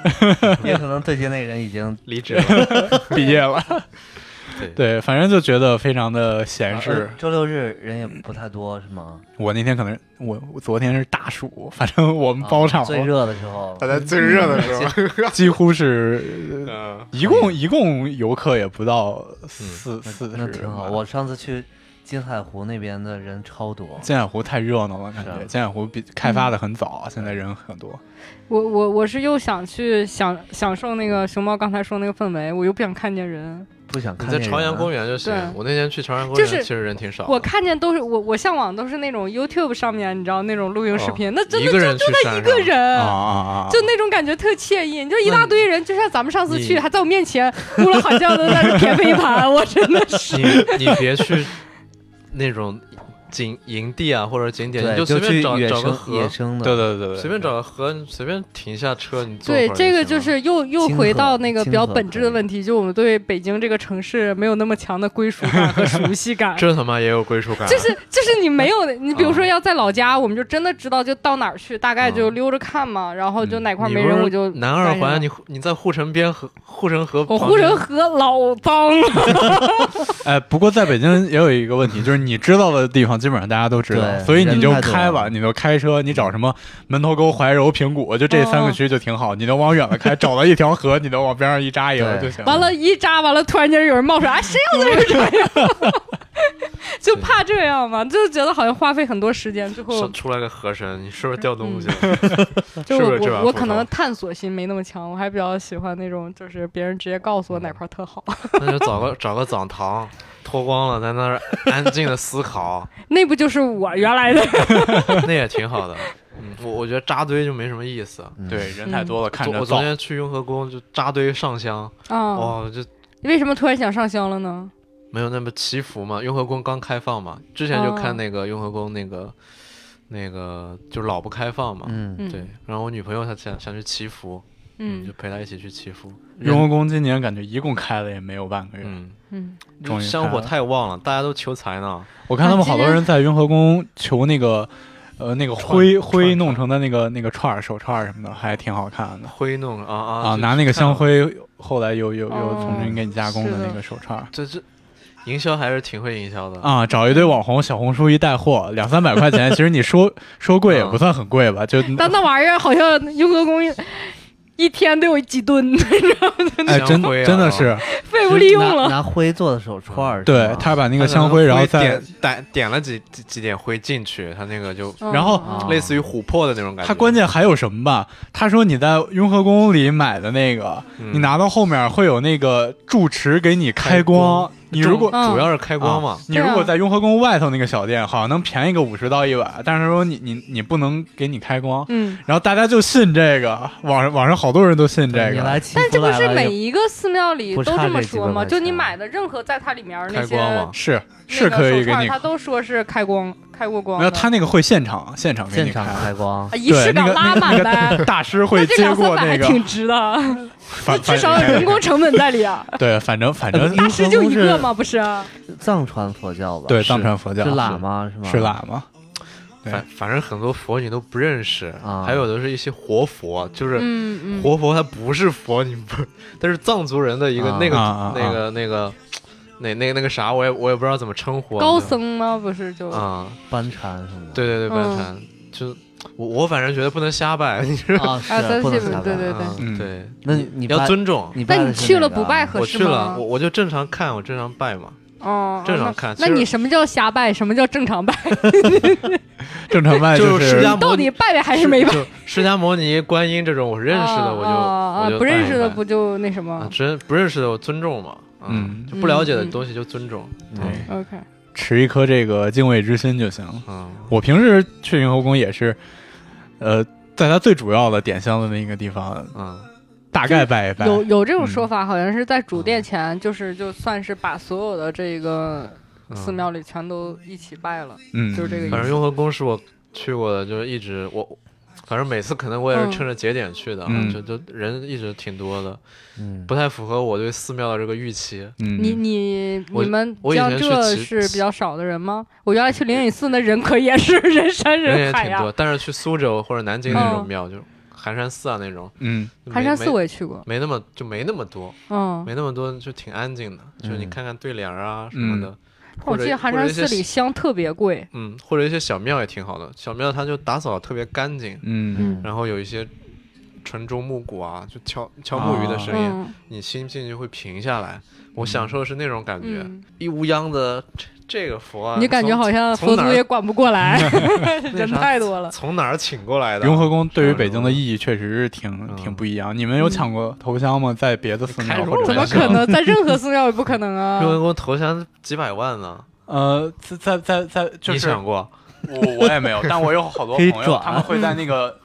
Speaker 4: 也可能对接那个人已经
Speaker 5: 离职了。
Speaker 2: 毕业了，
Speaker 5: 对，
Speaker 2: 对，反正就觉得非常的闲适。
Speaker 4: 呃周六日人也不太多是吗？
Speaker 2: 我那天可能我我昨天是大暑，反正我们包场、
Speaker 4: 啊最热的
Speaker 2: *laughs*
Speaker 4: 时候，
Speaker 7: 大家最热的时候，
Speaker 2: 几乎
Speaker 3: *laughs*
Speaker 2: 是，
Speaker 4: 啊
Speaker 2: 呃
Speaker 5: 嗯，
Speaker 2: 一共一共游客也不到四四
Speaker 4: 嗯那
Speaker 2: 十
Speaker 4: 挺好。
Speaker 2: 吧。
Speaker 4: 我上次去金海湖那边的人超多，
Speaker 2: 金海湖太热闹了，感
Speaker 4: 是
Speaker 2: 觉
Speaker 4: 啊
Speaker 2: 金海湖比开发的很早，现在人很多。
Speaker 3: 我我我是又想去享享受那个熊猫刚才说那个氛围，我又不想看见人，
Speaker 4: 不想
Speaker 5: 你
Speaker 4: 看
Speaker 5: 在
Speaker 4: 见人
Speaker 5: 朝阳公园就行
Speaker 3: 对。
Speaker 5: 我那天去朝阳公
Speaker 3: 就
Speaker 5: 园，
Speaker 3: 是
Speaker 5: 其实人挺
Speaker 4: 哦
Speaker 5: 少的。
Speaker 3: 我看见都是我我向往都是那种 YouTube 上面你知道那种露营视
Speaker 4: 哦
Speaker 3: 频，那真
Speaker 5: 一
Speaker 3: 的
Speaker 5: 个
Speaker 3: 就
Speaker 5: 人去山
Speaker 3: 一个
Speaker 5: 上，
Speaker 2: 啊
Speaker 3: 人。
Speaker 2: 啊啊！
Speaker 3: 嗯就那种感觉特惬意，你就一大堆人，就像咱们上次
Speaker 5: 你
Speaker 3: 去，还在我面前呼噜好叫的在这撇飞盘，我真的是。
Speaker 5: 你你别去那种景营地啊或者景点，你
Speaker 4: 对，
Speaker 5: 随便
Speaker 4: 去
Speaker 5: 找
Speaker 4: 野
Speaker 5: 找个
Speaker 4: 生
Speaker 5: 河
Speaker 4: 野，生的，
Speaker 2: 对对对对，
Speaker 5: 随便找个河，你随便停一下车，你坐
Speaker 3: 对
Speaker 5: 会，儿
Speaker 3: 这个
Speaker 5: 就
Speaker 3: 就
Speaker 5: 行了
Speaker 3: 是又又
Speaker 4: 亲
Speaker 3: 回
Speaker 4: 和
Speaker 3: 到那个比
Speaker 4: 亲
Speaker 3: 较
Speaker 4: 和
Speaker 3: 本质的
Speaker 4: 可以
Speaker 3: 问题，就我们对北京这个城市没有那么强的归属感和 *laughs* 熟悉感
Speaker 5: *laughs* 。这他妈也有归属感啊。
Speaker 3: 就是就是你没有的，你比如说要在老家，我们就真的知道就到哪儿去，大概就溜着看嘛，然后就哪块
Speaker 5: 嗯你
Speaker 3: 没
Speaker 5: 不
Speaker 3: 人
Speaker 5: 是
Speaker 3: 我就
Speaker 5: 南二
Speaker 3: 干什么
Speaker 5: 环，你护你在护城边河护城河
Speaker 3: 我
Speaker 5: 旁边，
Speaker 3: 护城河老脏了，
Speaker 2: 哎，不过在北京也有一个问题，就是你知道的地方基本上大家都知道，
Speaker 4: 对
Speaker 2: 所以你就
Speaker 4: 人太多
Speaker 2: 开吧，
Speaker 4: 了
Speaker 2: 你就开车，你找什么门头沟、怀柔、平谷，就这三个区就挺好，你能往远了开，找到一条河，你能往边上一扎一个就
Speaker 4: *laughs* 对
Speaker 2: 行。
Speaker 3: 完，了，一扎完了，突然间有人冒出来，啊谁要在这扎呀？ *laughs* 就怕这样嘛，就觉得好像花费很多时间，最后
Speaker 5: 上出来个河神，你是不是掉东西了？*laughs*
Speaker 3: 嗯就是
Speaker 5: 不
Speaker 3: 我
Speaker 5: 是这把
Speaker 3: 我我
Speaker 5: 裤
Speaker 3: 可
Speaker 5: 头
Speaker 3: 能
Speaker 2: *laughs*
Speaker 3: 探索心没那么强，我还比较喜欢那种就是别人直接告诉我哪块儿特好， *laughs*
Speaker 5: 那就找个找个澡堂，脱光了在那
Speaker 3: *laughs*
Speaker 5: 儿安静的思考，
Speaker 3: 那不就是我原来的？
Speaker 5: 那也挺好的。嗯，我我觉得扎堆就没什么意思。
Speaker 4: 嗯
Speaker 2: 对，人太多了，看
Speaker 5: 昨
Speaker 2: 着
Speaker 5: 我昨
Speaker 2: 燥。
Speaker 5: 天去雍和宫就扎堆上香，
Speaker 3: *laughs* 啊、
Speaker 5: 哦，就
Speaker 3: 为什么突然想上香了呢？
Speaker 5: 没有那么祈福嘛。雍和宫刚开放嘛，之前就
Speaker 3: 哦
Speaker 5: 看那个雍和宫那个那个就老不开放嘛。
Speaker 4: 嗯，
Speaker 3: 嗯，
Speaker 5: 对，然后我女朋友她想想去祈福，
Speaker 3: 嗯
Speaker 5: 就陪她一起去祈福。
Speaker 2: 雍和宫今年感觉一共开了也没有半个月，
Speaker 5: 嗯，
Speaker 3: 嗯，
Speaker 2: 终于开
Speaker 5: 香火
Speaker 2: 了
Speaker 5: 太旺了，大家都求财呢。
Speaker 2: 我看他们好多
Speaker 3: 啊今天
Speaker 2: 人在雍和宫求那个呃那个灰灰弄成的那个那个串儿手串儿什么的，还挺好看的
Speaker 5: 灰弄啊啊
Speaker 2: 啊。
Speaker 5: 这
Speaker 2: 拿那个香，灰，后来又又又
Speaker 3: 哦
Speaker 2: 重新给你加工
Speaker 3: 是
Speaker 2: 的
Speaker 3: 的
Speaker 2: 那个手串儿
Speaker 5: 这这营销还是挺会营销的。
Speaker 2: 啊，找一堆网红小红书一带货，两三百块钱，其实
Speaker 5: *laughs*
Speaker 2: 你说说贵也
Speaker 5: 嗯
Speaker 2: 不算很贵吧，就
Speaker 3: 但那玩意儿好像雍和宫一一天得有几吨， *laughs*
Speaker 2: 哎真
Speaker 5: 香灰啊
Speaker 2: 真的是
Speaker 3: 废物利用
Speaker 4: 拿
Speaker 3: 了。
Speaker 4: 拿灰做的手串儿，
Speaker 2: 对
Speaker 4: 他
Speaker 2: 他把那
Speaker 5: 那
Speaker 2: 个香灰，
Speaker 5: 灰
Speaker 2: 然后再
Speaker 5: 点点点了几几几点灰进去，它那个就
Speaker 2: 然后
Speaker 3: 哦
Speaker 5: 类似于琥珀的那种感觉。
Speaker 2: 他关键还有什么吧？他说你在雍和宫里买的那个，
Speaker 5: 嗯
Speaker 2: 你拿到后面会有那个住持给你开
Speaker 5: 开光
Speaker 2: 光。你如果
Speaker 5: 主
Speaker 3: 嗯
Speaker 5: 主要是开
Speaker 2: 开
Speaker 5: 光嘛，
Speaker 2: 啊你如果在雍和宫外头那个小店，好像能便宜个五十到一百，但是说你你你不能给你开光。
Speaker 3: 嗯，
Speaker 2: 然后大家就信这个，网上网上好多人都信这
Speaker 4: 你
Speaker 2: 个，
Speaker 4: 来祈
Speaker 3: 但这
Speaker 4: 福
Speaker 3: 不
Speaker 4: 来
Speaker 3: 是
Speaker 4: 了
Speaker 3: 每
Speaker 4: 也
Speaker 3: 一个寺庙里
Speaker 4: 不
Speaker 3: 都
Speaker 4: 差
Speaker 3: 这么
Speaker 4: 这几
Speaker 3: 说
Speaker 4: 百
Speaker 3: 吗？
Speaker 4: 块
Speaker 3: 就你
Speaker 4: 钱
Speaker 3: 买的任何在它里面那
Speaker 5: 开
Speaker 3: 些
Speaker 5: 光嘛，
Speaker 2: 是
Speaker 3: 那
Speaker 2: 是
Speaker 3: 个
Speaker 2: 可以
Speaker 3: 手
Speaker 2: 给
Speaker 3: 串
Speaker 2: 你
Speaker 3: 它。都说是开光开过光
Speaker 2: 没
Speaker 3: 的。
Speaker 2: 有，他那个会现场现场给
Speaker 4: 现
Speaker 2: 你
Speaker 4: 场
Speaker 2: 开。
Speaker 4: 开光
Speaker 3: 啊，仪
Speaker 2: 对
Speaker 3: 式感
Speaker 2: 那个
Speaker 3: 拉满呗。
Speaker 2: 大师会
Speaker 3: 那这
Speaker 2: 接
Speaker 3: 两三
Speaker 2: 过
Speaker 3: 百
Speaker 2: 那
Speaker 3: 还
Speaker 2: 个
Speaker 3: 挺值的，
Speaker 2: 反，
Speaker 3: 至
Speaker 2: 反
Speaker 3: 少有人工成本在里啊。
Speaker 2: 对，反正反正
Speaker 4: 呃
Speaker 3: 大师就一个吗？不是，啊
Speaker 4: 藏传佛教吧？
Speaker 2: 对
Speaker 4: 是
Speaker 2: 藏传佛教
Speaker 4: 是喇嘛是吗？
Speaker 2: 是喇嘛，对
Speaker 5: 反反正很多佛你都不认识，
Speaker 4: 啊
Speaker 5: 还有的是一些活佛，就是
Speaker 3: 嗯嗯，
Speaker 5: 活佛它不是佛，你不，但是藏族人的一个
Speaker 4: 啊
Speaker 5: 那个
Speaker 2: 啊啊啊
Speaker 5: 那个那个那那那个啥，我也我也不知道怎么称呼
Speaker 3: 高僧吗？不是就
Speaker 5: 啊，
Speaker 4: 班禅什么的。
Speaker 5: 对对对，班
Speaker 3: 嗯
Speaker 5: 禅就我我反正觉得不能瞎拜，你知道
Speaker 4: 啊，
Speaker 3: 啊
Speaker 4: 是
Speaker 3: 对
Speaker 4: 不能
Speaker 3: 是
Speaker 4: 瞎
Speaker 3: 对
Speaker 4: 拜
Speaker 3: 对
Speaker 5: 吗？
Speaker 2: 对
Speaker 5: 嗯
Speaker 2: 嗯
Speaker 5: 对，
Speaker 4: 那你
Speaker 5: 要
Speaker 4: 拜
Speaker 5: 尊重。
Speaker 4: 你拜
Speaker 3: 那
Speaker 4: 的
Speaker 3: 你
Speaker 4: 是
Speaker 3: 去
Speaker 4: 哪
Speaker 3: 了
Speaker 4: 个
Speaker 3: 不
Speaker 4: 啊
Speaker 3: 拜合
Speaker 5: 我
Speaker 3: 适
Speaker 5: 去了，
Speaker 3: 吗
Speaker 5: 我？我就正常看，我正常拜嘛。
Speaker 3: 哦，
Speaker 5: 正
Speaker 3: 哦
Speaker 5: 常
Speaker 3: 那
Speaker 5: 看
Speaker 3: 那
Speaker 5: 其实
Speaker 3: 你什么叫瞎拜？什么叫正常拜？
Speaker 2: 正常拜
Speaker 5: 就是释迦
Speaker 3: 到
Speaker 5: 摩
Speaker 3: 底拜了还是没拜？
Speaker 5: 就释迦摩尼、观音这种我认识的，我就
Speaker 3: 啊
Speaker 5: 我
Speaker 3: 啊
Speaker 5: 就
Speaker 3: 不认识的
Speaker 5: 拜一拜
Speaker 3: 不就那什么
Speaker 5: 啊，真不认识的我尊重嘛，啊
Speaker 2: 嗯
Speaker 5: 就不了解的东西就尊重，
Speaker 2: 对
Speaker 3: ？OK，
Speaker 2: 嗯持一颗这个敬畏之心就行了。
Speaker 5: 嗯，
Speaker 2: 我平时去雍和宫也是，呃，在它最主要的点香的那个地方，
Speaker 5: 嗯，
Speaker 2: 大概拜一拜。
Speaker 3: 有有这种说法，好像是在主殿前，就是就算是把所有的这个
Speaker 5: 嗯
Speaker 3: 寺庙里全都一起拜了。
Speaker 2: 嗯，
Speaker 3: 就是这个意思
Speaker 5: 反正雍和宫是我去过的，就是一直我，反正每次可能我也是
Speaker 3: 嗯
Speaker 5: 趁着节点去的啊，
Speaker 2: 嗯
Speaker 5: 就就人一直挺多的，
Speaker 4: 嗯，
Speaker 5: 不太符合我对寺庙的这个预期。
Speaker 2: 嗯，
Speaker 3: 你你
Speaker 5: 我
Speaker 3: 你们
Speaker 5: 我以
Speaker 3: 江
Speaker 5: 前去
Speaker 3: 浙
Speaker 5: 骑
Speaker 3: 是比较少的人吗？我原来去灵隐寺那人可也是 *laughs* 人山
Speaker 5: 人也
Speaker 3: 人海
Speaker 5: 挺
Speaker 3: 呀、
Speaker 5: 多，但是去苏州或者南京那种
Speaker 3: 嗯
Speaker 5: 庙，就是寒山寺啊那种，
Speaker 2: 嗯
Speaker 5: 就没
Speaker 3: 寒山寺
Speaker 5: 没
Speaker 3: 我也去过，
Speaker 5: 没那么就没那么多，
Speaker 3: 嗯，
Speaker 5: 没那么多就挺安静的，就是你
Speaker 4: 嗯
Speaker 5: 看看对联啊什么
Speaker 2: 嗯
Speaker 5: 的，
Speaker 3: 但我
Speaker 5: 或者
Speaker 3: 记得寒山寺里香特别贵，
Speaker 5: 嗯，或者一些小庙也挺好的，小庙它就打扫得特别干净，
Speaker 2: 嗯
Speaker 4: 嗯
Speaker 5: 然后有一些晨钟暮鼓啊，就敲敲木鱼的声音，
Speaker 3: 嗯
Speaker 5: 你心进去会平下来。我
Speaker 2: 嗯
Speaker 5: 享受的是那种感觉，
Speaker 3: 嗯，
Speaker 5: 一乌泱的这这个佛、啊，
Speaker 3: 你就感觉
Speaker 5: 从
Speaker 3: 好像佛
Speaker 5: 从哪
Speaker 3: 祖
Speaker 5: 儿
Speaker 3: 也管不
Speaker 5: *laughs*
Speaker 3: 过来，人
Speaker 5: 啥
Speaker 3: 太多了。
Speaker 5: 从哪儿请过来的？
Speaker 2: 雍和宫对于北京的
Speaker 5: 义
Speaker 2: 意义确实是挺
Speaker 5: 嗯
Speaker 2: 挺不一样。你们有抢过头香吗？在别的寺
Speaker 5: 开
Speaker 2: 庙
Speaker 5: 什
Speaker 2: 或者
Speaker 5: 么
Speaker 3: 怎么
Speaker 5: 玩笑
Speaker 3: 可能？在任何寺庙也不可能
Speaker 5: *laughs*
Speaker 3: 啊
Speaker 5: 雍！和宫投降几百万呢，
Speaker 2: 呃，在在在在就
Speaker 5: 你
Speaker 2: 是
Speaker 5: 想过？
Speaker 2: 我我也没有，但我有好多
Speaker 4: 可
Speaker 2: 朋
Speaker 4: 以
Speaker 2: 友
Speaker 4: 转
Speaker 2: 他们会在那个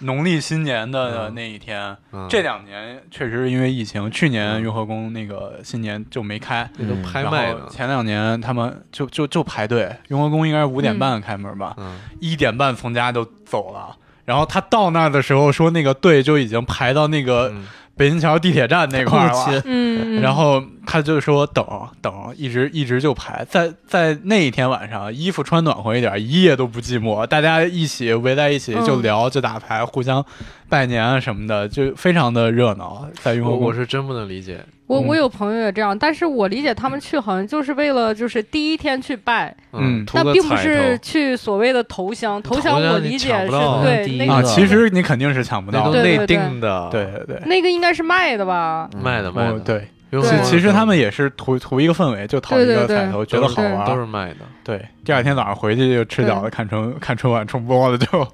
Speaker 2: 农历新年的
Speaker 5: 嗯
Speaker 2: 那一天。
Speaker 5: 嗯、
Speaker 2: 这两年确实是因为疫情，去年雍和宫那个新年就没开，
Speaker 5: 这都
Speaker 4: 嗯
Speaker 5: 拍
Speaker 2: 然
Speaker 5: 卖
Speaker 2: 后
Speaker 5: 呢。
Speaker 2: 前两年他们就就就排队，雍和宫应该是五点半开门吧，
Speaker 5: 嗯，
Speaker 2: 一、点半从家就走了。然后他到那儿的时候说，那个队就已经排到那个
Speaker 5: 嗯
Speaker 2: 北新桥地铁站那块儿了。
Speaker 3: 嗯，嗯
Speaker 2: 然后他就说等等，一直一直就排，在在那一天晚上，衣服穿暖和一点，一夜都不寂寞，大家一起围在一起
Speaker 3: 嗯
Speaker 2: 就聊，就打牌，互相拜年啊什么的，就非常的热闹。在雍和
Speaker 5: 我
Speaker 2: 宫
Speaker 5: 我是真不能理解。
Speaker 3: 我
Speaker 2: 嗯
Speaker 3: 我有朋友也这样，但是我理解他们去好像就是为了就是第一天去拜，
Speaker 2: 嗯
Speaker 5: 图
Speaker 3: 但
Speaker 5: 个
Speaker 3: 并不
Speaker 5: 彩
Speaker 3: 是
Speaker 5: 头
Speaker 3: 去所谓的投降，投降
Speaker 5: 投降
Speaker 3: 我
Speaker 5: 你
Speaker 3: 理解
Speaker 5: 抢
Speaker 3: 是
Speaker 5: 不到
Speaker 3: 对
Speaker 4: 第一
Speaker 3: 那
Speaker 4: 个
Speaker 2: 啊，
Speaker 3: 个
Speaker 2: 其实你肯定是抢不
Speaker 5: 那
Speaker 2: 到
Speaker 5: 都
Speaker 2: 的。
Speaker 3: 对
Speaker 5: 内
Speaker 3: 对
Speaker 5: 定的，
Speaker 2: 对对对，
Speaker 3: 那个应该是卖的吧？
Speaker 5: 卖的卖
Speaker 2: 哦
Speaker 5: 的，
Speaker 2: 对，
Speaker 5: 雍
Speaker 3: 对
Speaker 5: 和
Speaker 2: 其
Speaker 5: 宫
Speaker 2: 其实他们也是图图一个氛围，就讨一个
Speaker 3: 对对对
Speaker 2: 彩头，觉
Speaker 5: 都是
Speaker 2: 得好玩
Speaker 5: 都
Speaker 2: 儿。
Speaker 5: 是卖的，
Speaker 2: 对，第二天早上回去就吃饺子，
Speaker 3: 对
Speaker 2: 看春看春晚重播了就。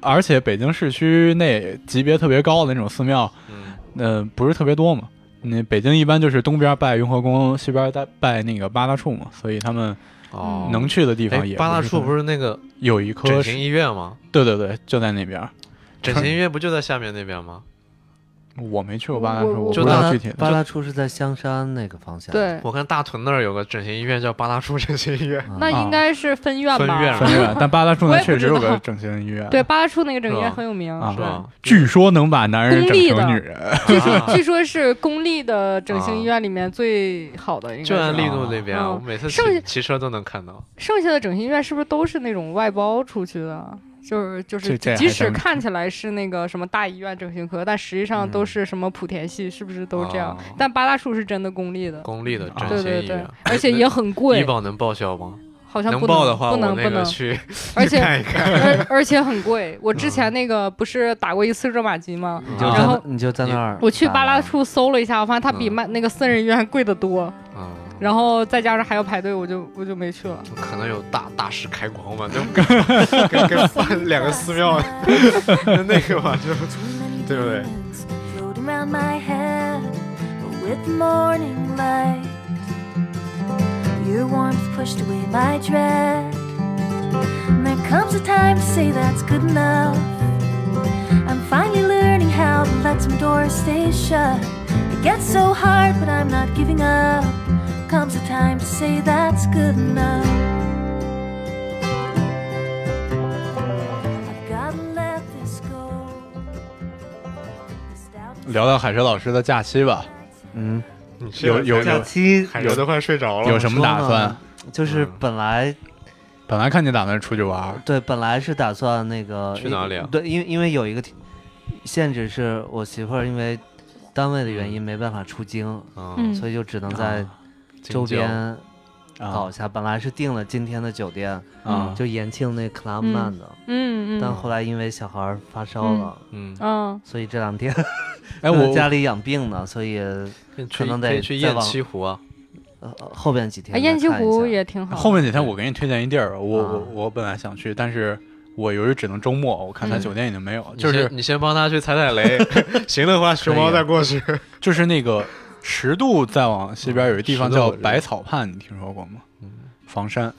Speaker 2: 而且北京市区内级别特别高的那种寺庙，
Speaker 5: 嗯，
Speaker 2: 呃，不是特别多嘛。那北京一般就是东边拜雍和宫，西边拜拜那个八大处嘛，所以他们
Speaker 5: 哦，
Speaker 2: 能去的地方
Speaker 5: 哎
Speaker 2: 也，
Speaker 5: 八大处不
Speaker 2: 是
Speaker 5: 是那个
Speaker 2: 很有一
Speaker 5: 整
Speaker 2: 棵
Speaker 5: 形
Speaker 2: 是，
Speaker 5: 医院吗？
Speaker 2: 对对对，就在那边儿。
Speaker 5: 整形医院不就在下面那边吗？
Speaker 2: 我没去过巴达处，
Speaker 3: 我
Speaker 2: 我不
Speaker 3: 我
Speaker 2: 知
Speaker 5: 就
Speaker 2: 道
Speaker 5: 那
Speaker 2: 具体
Speaker 4: 巴
Speaker 2: 的。
Speaker 4: 拉处是在香山那个方向，，
Speaker 3: 对，
Speaker 5: 我看大屯那儿有个整形医院叫八大处整形医
Speaker 3: *laughs*
Speaker 5: 院，
Speaker 3: 那
Speaker 2: 啊
Speaker 3: 应该是分院
Speaker 5: 分
Speaker 3: 吧？
Speaker 5: 院
Speaker 2: 分院，但八大处
Speaker 3: 我
Speaker 2: 那
Speaker 3: 也不
Speaker 2: 确实有
Speaker 3: 知道
Speaker 2: 个整形医院，
Speaker 3: *laughs* 对，八大处那个整
Speaker 5: 是
Speaker 3: 院
Speaker 5: 吧
Speaker 3: 很有名，
Speaker 2: 啊
Speaker 3: 是
Speaker 5: 啊
Speaker 2: 据说能把男人整
Speaker 3: 公立的
Speaker 2: 成女人。
Speaker 3: 据说
Speaker 5: 啊
Speaker 3: 据说是公立的整形医院里面最好的，应该
Speaker 5: 就按
Speaker 3: 是
Speaker 5: 丽都那边，啊
Speaker 3: 嗯
Speaker 5: 我每次
Speaker 3: 剩下
Speaker 5: 骑骑车都能看到。
Speaker 3: 剩下的整形医院是不是都是那种外包出去的？就是就
Speaker 2: 这
Speaker 3: 是
Speaker 2: 这，还
Speaker 3: 即使
Speaker 2: 真
Speaker 3: 看起来是那个什么大医院整形科，但实际
Speaker 5: 嗯
Speaker 3: 上都是什么莆田系，是不是都这样
Speaker 5: 哦？
Speaker 3: 但八大处是真的公立的，
Speaker 5: 公立
Speaker 2: 嗯
Speaker 5: 的
Speaker 2: 啊
Speaker 5: 整
Speaker 3: 对
Speaker 5: 形
Speaker 3: 对
Speaker 5: 医
Speaker 3: 对
Speaker 5: 院，，
Speaker 3: 而且也很
Speaker 5: 医
Speaker 3: 贵，
Speaker 5: 保能报销吗？
Speaker 3: 好像不
Speaker 5: 报的话，
Speaker 3: 不
Speaker 5: 我
Speaker 3: 能不
Speaker 5: 那个
Speaker 3: 能，
Speaker 5: 去
Speaker 3: 而且
Speaker 5: 看一看。
Speaker 3: 而而且很贵。我之前那个不是打过一次热玛吉吗？
Speaker 4: 你就
Speaker 5: 啊
Speaker 4: 在
Speaker 3: 然
Speaker 4: 那
Speaker 3: 后
Speaker 4: 你就在那儿，
Speaker 3: 我去巴拉，处搜了一下，我发现它比
Speaker 5: 嗯
Speaker 3: 卖那个私人医院贵得多，
Speaker 5: 嗯，
Speaker 3: *laughs* 然后再加上还要排队，我就我就没去了。
Speaker 5: 可能有大大师开光嘛，
Speaker 2: *laughs*
Speaker 5: 就跟跟跟两个寺庙那个嘛，就
Speaker 7: 对不对 floating round my head with the morning light. Your warmth pushed away my dread. And there comes a time to say that's good enough. I'm finally learning how to let some doors stay shut. It gets so hard, but I'm not giving up. Comes a time to say that's good enough. I've gotta let this go.
Speaker 2: 聊聊海蛇老师的假期吧，
Speaker 4: 嗯，
Speaker 5: 你去
Speaker 2: 有有
Speaker 4: 假
Speaker 2: 有
Speaker 4: 期
Speaker 5: 海流都快睡着了。
Speaker 2: 有什么打
Speaker 4: 说
Speaker 2: 算
Speaker 4: 呢？就是本来
Speaker 2: 本来看你打算出去玩，
Speaker 4: 对，本来是打算那个
Speaker 5: 去哪里啊
Speaker 4: 对，因为因为有一个限制，是我媳妇儿因为单位的原因没办法出京，
Speaker 5: 嗯，
Speaker 4: 所以就只能在
Speaker 5: 京
Speaker 4: 周
Speaker 5: 郊
Speaker 4: 边
Speaker 2: 啊
Speaker 4: 搞一下。本来是订了今天的酒店，
Speaker 2: 啊
Speaker 4: 就延庆那克拉姆曼的，
Speaker 3: 嗯
Speaker 4: 但
Speaker 3: 嗯
Speaker 4: 后来因为小孩儿发烧了，
Speaker 5: 嗯，
Speaker 3: 嗯，
Speaker 4: 所以这两天
Speaker 2: 哎，我
Speaker 4: *laughs* 家里养病呢，所以
Speaker 5: 去
Speaker 4: 可能
Speaker 5: 可
Speaker 4: 得
Speaker 5: 以去
Speaker 4: 再
Speaker 5: 雁
Speaker 4: 往
Speaker 5: 栖湖啊，
Speaker 4: 呃后边几天
Speaker 3: 哎，雁
Speaker 4: 再
Speaker 3: 栖
Speaker 4: 看一
Speaker 3: 湖
Speaker 4: 下
Speaker 3: 也挺好。
Speaker 2: 后面几天我给你推荐一地儿，我
Speaker 4: 啊
Speaker 2: 我我本来想去，但是我由于只能周末，我看他酒店已经没有，
Speaker 5: 你
Speaker 2: 就
Speaker 5: 先
Speaker 2: 是
Speaker 5: 你先帮他去踩踩
Speaker 4: *laughs*
Speaker 5: 雷，行的话熊猫再过去。
Speaker 2: 就是那个十渡再往西边有一个地方
Speaker 5: 十渡
Speaker 2: 叫
Speaker 5: 我知道
Speaker 2: 百草畔，你听说过吗？房山，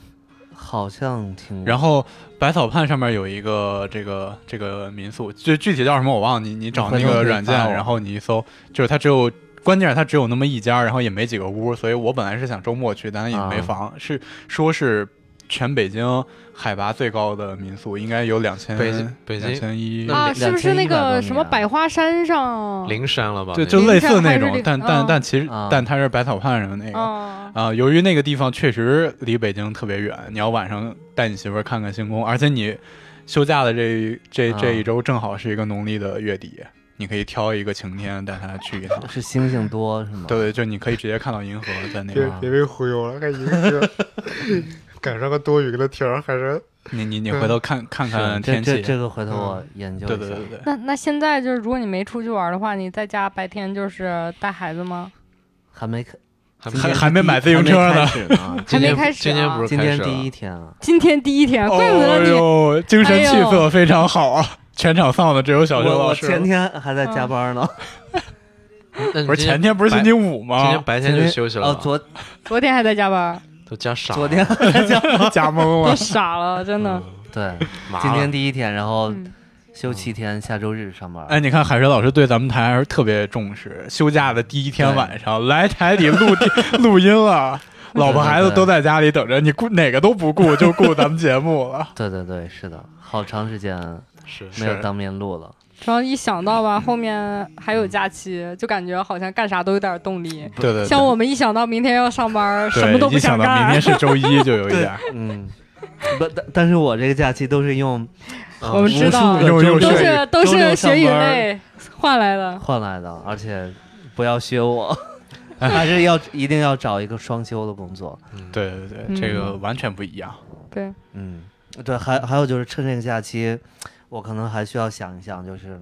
Speaker 4: 好像挺
Speaker 2: 然后百草畔上面有一个这个这个民宿，就具体叫什么我忘了，你你找那
Speaker 4: 回头可
Speaker 2: 个
Speaker 4: 以
Speaker 2: 软件，
Speaker 4: 发我
Speaker 2: 然后你一搜，就是它只有关键是它只有那么一家，然后也没几个屋，所以我本来是想周末去，但它也没
Speaker 4: 啊
Speaker 2: 房，是说是全北京海拔最高的民宿，应该有两千
Speaker 5: 北京北京
Speaker 2: 两千一
Speaker 5: 那。
Speaker 3: 啊，
Speaker 4: 两
Speaker 3: 是不是那
Speaker 4: 2100多
Speaker 3: 个
Speaker 4: 米
Speaker 3: 什么
Speaker 4: 啊
Speaker 3: 百花山上？
Speaker 5: 灵山了吧？
Speaker 2: 对，
Speaker 5: 那
Speaker 2: 就
Speaker 5: 个
Speaker 2: 类似那
Speaker 3: 还
Speaker 2: 种
Speaker 3: 是，
Speaker 2: 但
Speaker 3: 嗯
Speaker 2: 但但其实，
Speaker 4: 啊
Speaker 2: 但它是百草畔上的那个，
Speaker 3: 啊，
Speaker 2: 啊、由于那个地方确实离北京特别远，你要晚上带你媳妇儿看看星空，而且你休假的这这
Speaker 4: 啊。
Speaker 2: 这一周正好是一个农历的月底，你可以挑一个晴天带她去一趟
Speaker 4: *laughs* 是星星多是吗？
Speaker 2: 对啊对，就你可以直接看到银河在那
Speaker 5: 别
Speaker 2: 个，
Speaker 5: 别被忽悠了，还一个个赶上个多雨跟他天儿，还是
Speaker 2: 你你你回头看看
Speaker 4: 是，
Speaker 2: 看
Speaker 4: 这
Speaker 2: 嗯天气
Speaker 4: 这，这个回头我研究一下。
Speaker 2: 对对对对，
Speaker 3: 那那现在就是，如果你没出去玩的话，你在家白天就是带孩子吗？
Speaker 4: 还没开
Speaker 5: 还
Speaker 2: 还还没买自行车呢
Speaker 4: 还没开
Speaker 5: *laughs* 今天
Speaker 3: 还没开
Speaker 4: 始呢
Speaker 3: 始啊
Speaker 5: 今天不是
Speaker 4: 今
Speaker 5: 开
Speaker 4: 天
Speaker 5: 始
Speaker 4: 第一
Speaker 5: 了？
Speaker 4: 天啊，
Speaker 3: 今天第一天，怪不得你，
Speaker 2: 哦呦，精神气
Speaker 3: 哎
Speaker 2: 色
Speaker 3: 呦
Speaker 2: 非常好啊！全场丧的只有小学
Speaker 4: 我
Speaker 2: 老
Speaker 4: 我
Speaker 2: 师，
Speaker 4: 前天还在加班呢，
Speaker 5: 那你
Speaker 2: 不是
Speaker 5: 今
Speaker 2: 前天不是星期五
Speaker 5: 今天
Speaker 2: 吗？
Speaker 5: 白天就休息了
Speaker 4: 哦，
Speaker 5: 吧，
Speaker 4: 昨
Speaker 3: 昨天还在加班，
Speaker 5: 都加傻了，
Speaker 4: 昨天
Speaker 2: *laughs* 加懵
Speaker 3: 都
Speaker 2: 了，
Speaker 3: 傻了，真的。
Speaker 4: 对，
Speaker 5: 麻
Speaker 4: 今
Speaker 5: 了
Speaker 4: 天第一天，然后
Speaker 3: 嗯
Speaker 4: 休七天，下周日上班。
Speaker 2: 哎，，你看海水老师对咱们台还是特别重视。休假的第一天
Speaker 4: 对。
Speaker 2: 晚上来台里录 *laughs* 录音了，老婆孩子都在家里等着，你顾哪个都不顾，就顾咱们节目了
Speaker 4: 对对对，是的，好长时间
Speaker 5: 是
Speaker 4: 没有当面录了。
Speaker 3: 主要一想到吧，后面还有假期，就感觉好像干啥都有点动力。
Speaker 2: *laughs* 嗯对对对，
Speaker 3: 像我们一想到明天要上班，
Speaker 2: 对
Speaker 3: 什么都
Speaker 2: 一
Speaker 3: 不
Speaker 2: 想到明
Speaker 3: 干
Speaker 2: 天。是周一，就有 *laughs* 一点
Speaker 4: 嗯，不，但但是我这个假期都是用
Speaker 3: 我们知道
Speaker 4: 无，数
Speaker 2: 又
Speaker 4: 个周
Speaker 2: 又
Speaker 4: 六
Speaker 3: 都是都
Speaker 4: 周
Speaker 3: 是
Speaker 4: 六上
Speaker 3: 血与
Speaker 4: 班
Speaker 3: 泪换来的。
Speaker 4: 换来的，而且不要削我，还是要一定要找一个双休的工作。
Speaker 2: 对对对对，
Speaker 3: 嗯
Speaker 2: 这个完全不一样。
Speaker 3: 对，
Speaker 4: 嗯，对，还还有就是趁这个假期，我可能还需要想一想，就是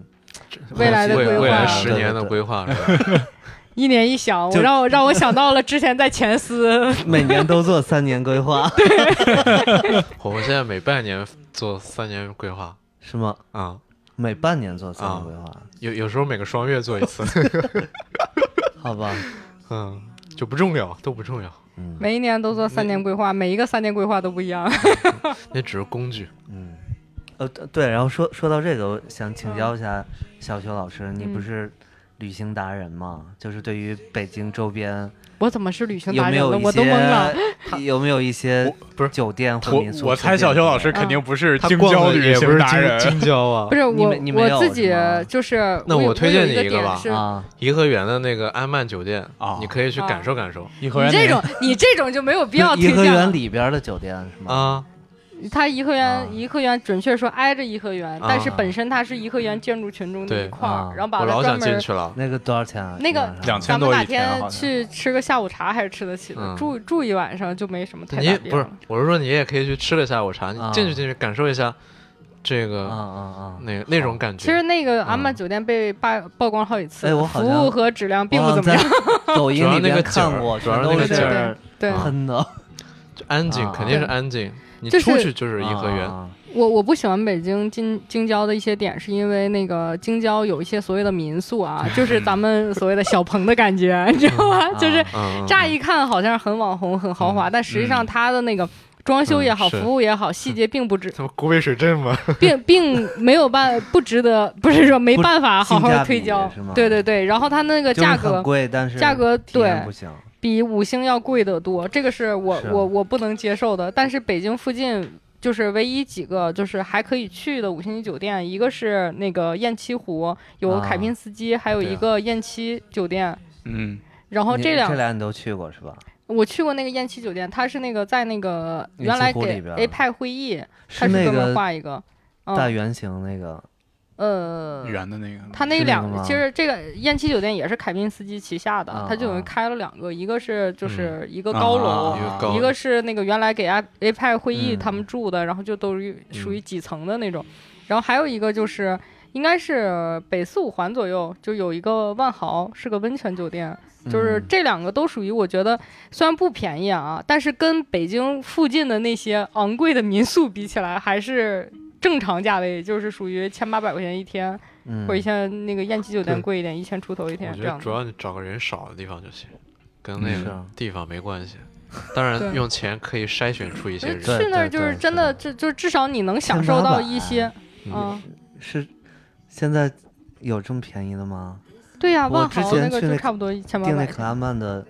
Speaker 3: 未来的规
Speaker 5: 未
Speaker 3: 划
Speaker 5: 未来十
Speaker 4: 对对
Speaker 5: 年的
Speaker 4: 对
Speaker 5: 规划是吧？
Speaker 3: 一年一想，我
Speaker 4: 就
Speaker 3: 让我让我想到了之前在前
Speaker 4: *laughs*
Speaker 3: 司
Speaker 4: 每年都做三年规划，
Speaker 5: 我们现在每半年做三年规划
Speaker 4: *laughs* 是吗？
Speaker 5: 啊，
Speaker 4: 每半年做三年规划，
Speaker 5: 有有时候每个双月做一
Speaker 2: *laughs*
Speaker 5: 次，
Speaker 4: 好吧？
Speaker 5: 嗯，就不重要，都不重要，
Speaker 4: 嗯
Speaker 3: 每一年都做三年规划，每一个三年规划都不一样。
Speaker 5: 那只是工具。
Speaker 4: 嗯，呃对，然后说说到这个，我想请教一下小学老师，你不是旅行达人吗？就是对于北京周边
Speaker 3: 我怎么是旅行
Speaker 4: 有
Speaker 3: 达
Speaker 4: 没
Speaker 3: 人
Speaker 4: 有
Speaker 3: 了？
Speaker 4: 一
Speaker 3: 我都
Speaker 4: 些
Speaker 3: 懵了。
Speaker 4: 有没有一些
Speaker 5: 不是
Speaker 4: 酒店或
Speaker 2: 我
Speaker 4: 民宿之类的？
Speaker 2: 我猜小秋老师肯
Speaker 3: 嗯
Speaker 2: 定
Speaker 5: *laughs*
Speaker 2: 不是京郊
Speaker 5: 的
Speaker 2: 旅
Speaker 5: 也不
Speaker 2: 行
Speaker 5: 是
Speaker 2: 达
Speaker 5: 京
Speaker 2: 人，
Speaker 5: 京郊啊
Speaker 3: 不，是
Speaker 4: 你
Speaker 3: 我
Speaker 4: 没你没有
Speaker 3: 我自
Speaker 4: 是
Speaker 3: 己
Speaker 4: 吗
Speaker 3: 就是
Speaker 5: 那
Speaker 3: 我有
Speaker 5: 我推
Speaker 3: 有
Speaker 5: 荐你
Speaker 3: 一
Speaker 5: 一个
Speaker 3: 点
Speaker 5: 吧
Speaker 3: 是
Speaker 4: 啊，
Speaker 5: 颐和园的那个安曼酒店
Speaker 2: 哦
Speaker 5: 你可以去感受感受
Speaker 2: 颐和
Speaker 3: *laughs*
Speaker 2: 园
Speaker 3: 你这
Speaker 2: 哪
Speaker 3: 种你这种就没有必
Speaker 4: *laughs*
Speaker 3: 要
Speaker 4: 颐
Speaker 3: 推
Speaker 4: 和
Speaker 3: 荐了
Speaker 4: 园。里边的酒店是吗？
Speaker 5: 啊。
Speaker 3: 它颐和园
Speaker 4: 啊，
Speaker 3: 颐和园准确说挨着颐和园，
Speaker 5: 啊
Speaker 3: 但是本身它是颐和园建筑群中的
Speaker 5: 对
Speaker 3: 一块
Speaker 4: 啊
Speaker 3: 儿，然后把
Speaker 5: 我
Speaker 3: 它
Speaker 5: 老
Speaker 3: 专
Speaker 5: 想进
Speaker 3: 门。
Speaker 5: 去了。
Speaker 4: 那个多少钱啊？
Speaker 3: 那个
Speaker 4: 基本上
Speaker 2: 两千
Speaker 3: 咱们
Speaker 2: 多
Speaker 3: 哪
Speaker 2: 一天
Speaker 3: 天
Speaker 2: 好像
Speaker 3: 去吃个下午茶还是吃得起的，
Speaker 5: 嗯
Speaker 3: 住住一晚上就没什么太
Speaker 5: 你
Speaker 3: 大变
Speaker 5: 不是
Speaker 3: 了。，
Speaker 5: 我是说你也可以去吃个下午茶，你
Speaker 4: 啊
Speaker 5: 进去进去感受一下这
Speaker 4: 啊
Speaker 5: 个
Speaker 4: 啊啊！
Speaker 5: 那个那种感觉。
Speaker 3: 其实那个安曼
Speaker 5: 嗯
Speaker 3: 酒店被曝曝光好几次
Speaker 4: 哎我
Speaker 3: 了，
Speaker 4: 好
Speaker 3: 服
Speaker 4: 像
Speaker 3: 务和质量并
Speaker 4: 我
Speaker 3: 不
Speaker 4: 好
Speaker 3: 怎么
Speaker 4: 像
Speaker 3: 样。 *laughs*
Speaker 4: 在抖音里边看过，
Speaker 5: 主要
Speaker 4: 全
Speaker 5: 是
Speaker 4: 都
Speaker 5: 那个
Speaker 3: 对
Speaker 5: 景儿嗯
Speaker 4: 是
Speaker 3: *laughs* 对对，
Speaker 4: 喷的。
Speaker 5: 安静
Speaker 4: 啊
Speaker 5: 肯定是安静，你
Speaker 3: 就是
Speaker 5: 出去就是颐和园。
Speaker 4: 啊
Speaker 3: 我我不喜欢北京京京郊的一些点，是因为那个京郊有一些所谓的民宿啊，就是咱们所谓的小棚的感觉， *laughs* 你知道吗？
Speaker 4: 啊
Speaker 3: 就是
Speaker 5: 嗯，
Speaker 3: 乍
Speaker 5: 嗯
Speaker 3: 一看好像很网红、很豪
Speaker 4: 嗯
Speaker 3: 华，但实际上它的那个装修也好、
Speaker 5: 嗯是
Speaker 3: 服务也好，细节并不
Speaker 4: *laughs*
Speaker 3: 值，
Speaker 5: 怎么古北水镇嘛？
Speaker 3: 并并没有办不值得，不是说没办法好好推
Speaker 4: 性价
Speaker 3: 销
Speaker 4: 比是吗，
Speaker 3: 对对对。然后它那个
Speaker 4: 就是
Speaker 3: 价
Speaker 4: 很
Speaker 3: 格
Speaker 4: 贵，但是
Speaker 3: 价格
Speaker 4: 体验
Speaker 3: 对
Speaker 4: 不行。
Speaker 3: 比五星要贵得多，这个是我
Speaker 4: 是
Speaker 3: 我我不能接受的。但是北京附近。就是唯一几个就是还可以去的五星级酒店，一个是那个雁栖湖，有
Speaker 4: 啊
Speaker 3: 凯宾斯基，还有
Speaker 5: 对
Speaker 3: 一
Speaker 5: 啊
Speaker 3: 个雁栖酒店。
Speaker 2: 嗯，
Speaker 3: 然后
Speaker 4: 你
Speaker 3: 这两
Speaker 4: 这俩你都去过是吧？
Speaker 3: 我去过那个雁栖酒店，它是那个在那个
Speaker 4: 雁栖
Speaker 3: 原来
Speaker 4: 湖里
Speaker 3: 给
Speaker 4: 边
Speaker 3: A 派会议，它
Speaker 4: 那
Speaker 3: 专门
Speaker 4: 个
Speaker 3: 画一个，
Speaker 4: 大
Speaker 3: 嗯
Speaker 4: 圆形那个
Speaker 3: 呃，
Speaker 2: 圆的那个，
Speaker 3: 它那
Speaker 4: 是那
Speaker 3: 两
Speaker 4: 个吗
Speaker 3: 其实这个雁栖酒店也是凯宾斯基旗下的
Speaker 4: 啊，
Speaker 3: 它就等于
Speaker 4: 啊嗯
Speaker 3: 开了两个，一个是就是一个
Speaker 2: 啊
Speaker 3: 高楼
Speaker 5: 一，个高
Speaker 3: 一个是那个原来给 A A 派会议
Speaker 4: 嗯
Speaker 3: 他们住的，然后就都是属
Speaker 5: 嗯
Speaker 3: 于几层的那种，然后还有一个就是。应该是北四五环左右，就有一个万豪，是个温泉酒店。就是
Speaker 4: 嗯
Speaker 3: 这两个都属于我觉得虽然不便宜啊，但是跟北京附近的那些昂贵的民宿比起来，还是正常价位，就是属于千八百块钱一天，
Speaker 4: 嗯
Speaker 3: 或者像那个雁栖酒店
Speaker 5: 对
Speaker 3: 贵一点，一千出头一天
Speaker 5: 我觉
Speaker 3: 这样
Speaker 5: 得
Speaker 3: 子
Speaker 5: 主。要你找个人少的地方就行，跟
Speaker 2: 嗯
Speaker 5: 那
Speaker 4: 是
Speaker 5: 个
Speaker 4: 啊
Speaker 5: 地方没关系。当
Speaker 3: 对
Speaker 5: 然，用钱可以筛选出一些
Speaker 3: 就是
Speaker 5: 人。
Speaker 4: 对
Speaker 3: 去那儿就是真的，
Speaker 4: 对
Speaker 3: 就就至少你能享受到一些，
Speaker 5: 嗯
Speaker 3: 嗯，
Speaker 4: 是现在有这么便宜的吗？
Speaker 3: 对呀、
Speaker 4: 我
Speaker 3: 万
Speaker 4: 之
Speaker 3: 豪
Speaker 4: 前
Speaker 3: 那个
Speaker 4: 去那
Speaker 3: 就差不多一千八
Speaker 4: 订那
Speaker 3: 百，
Speaker 4: 克拉曼的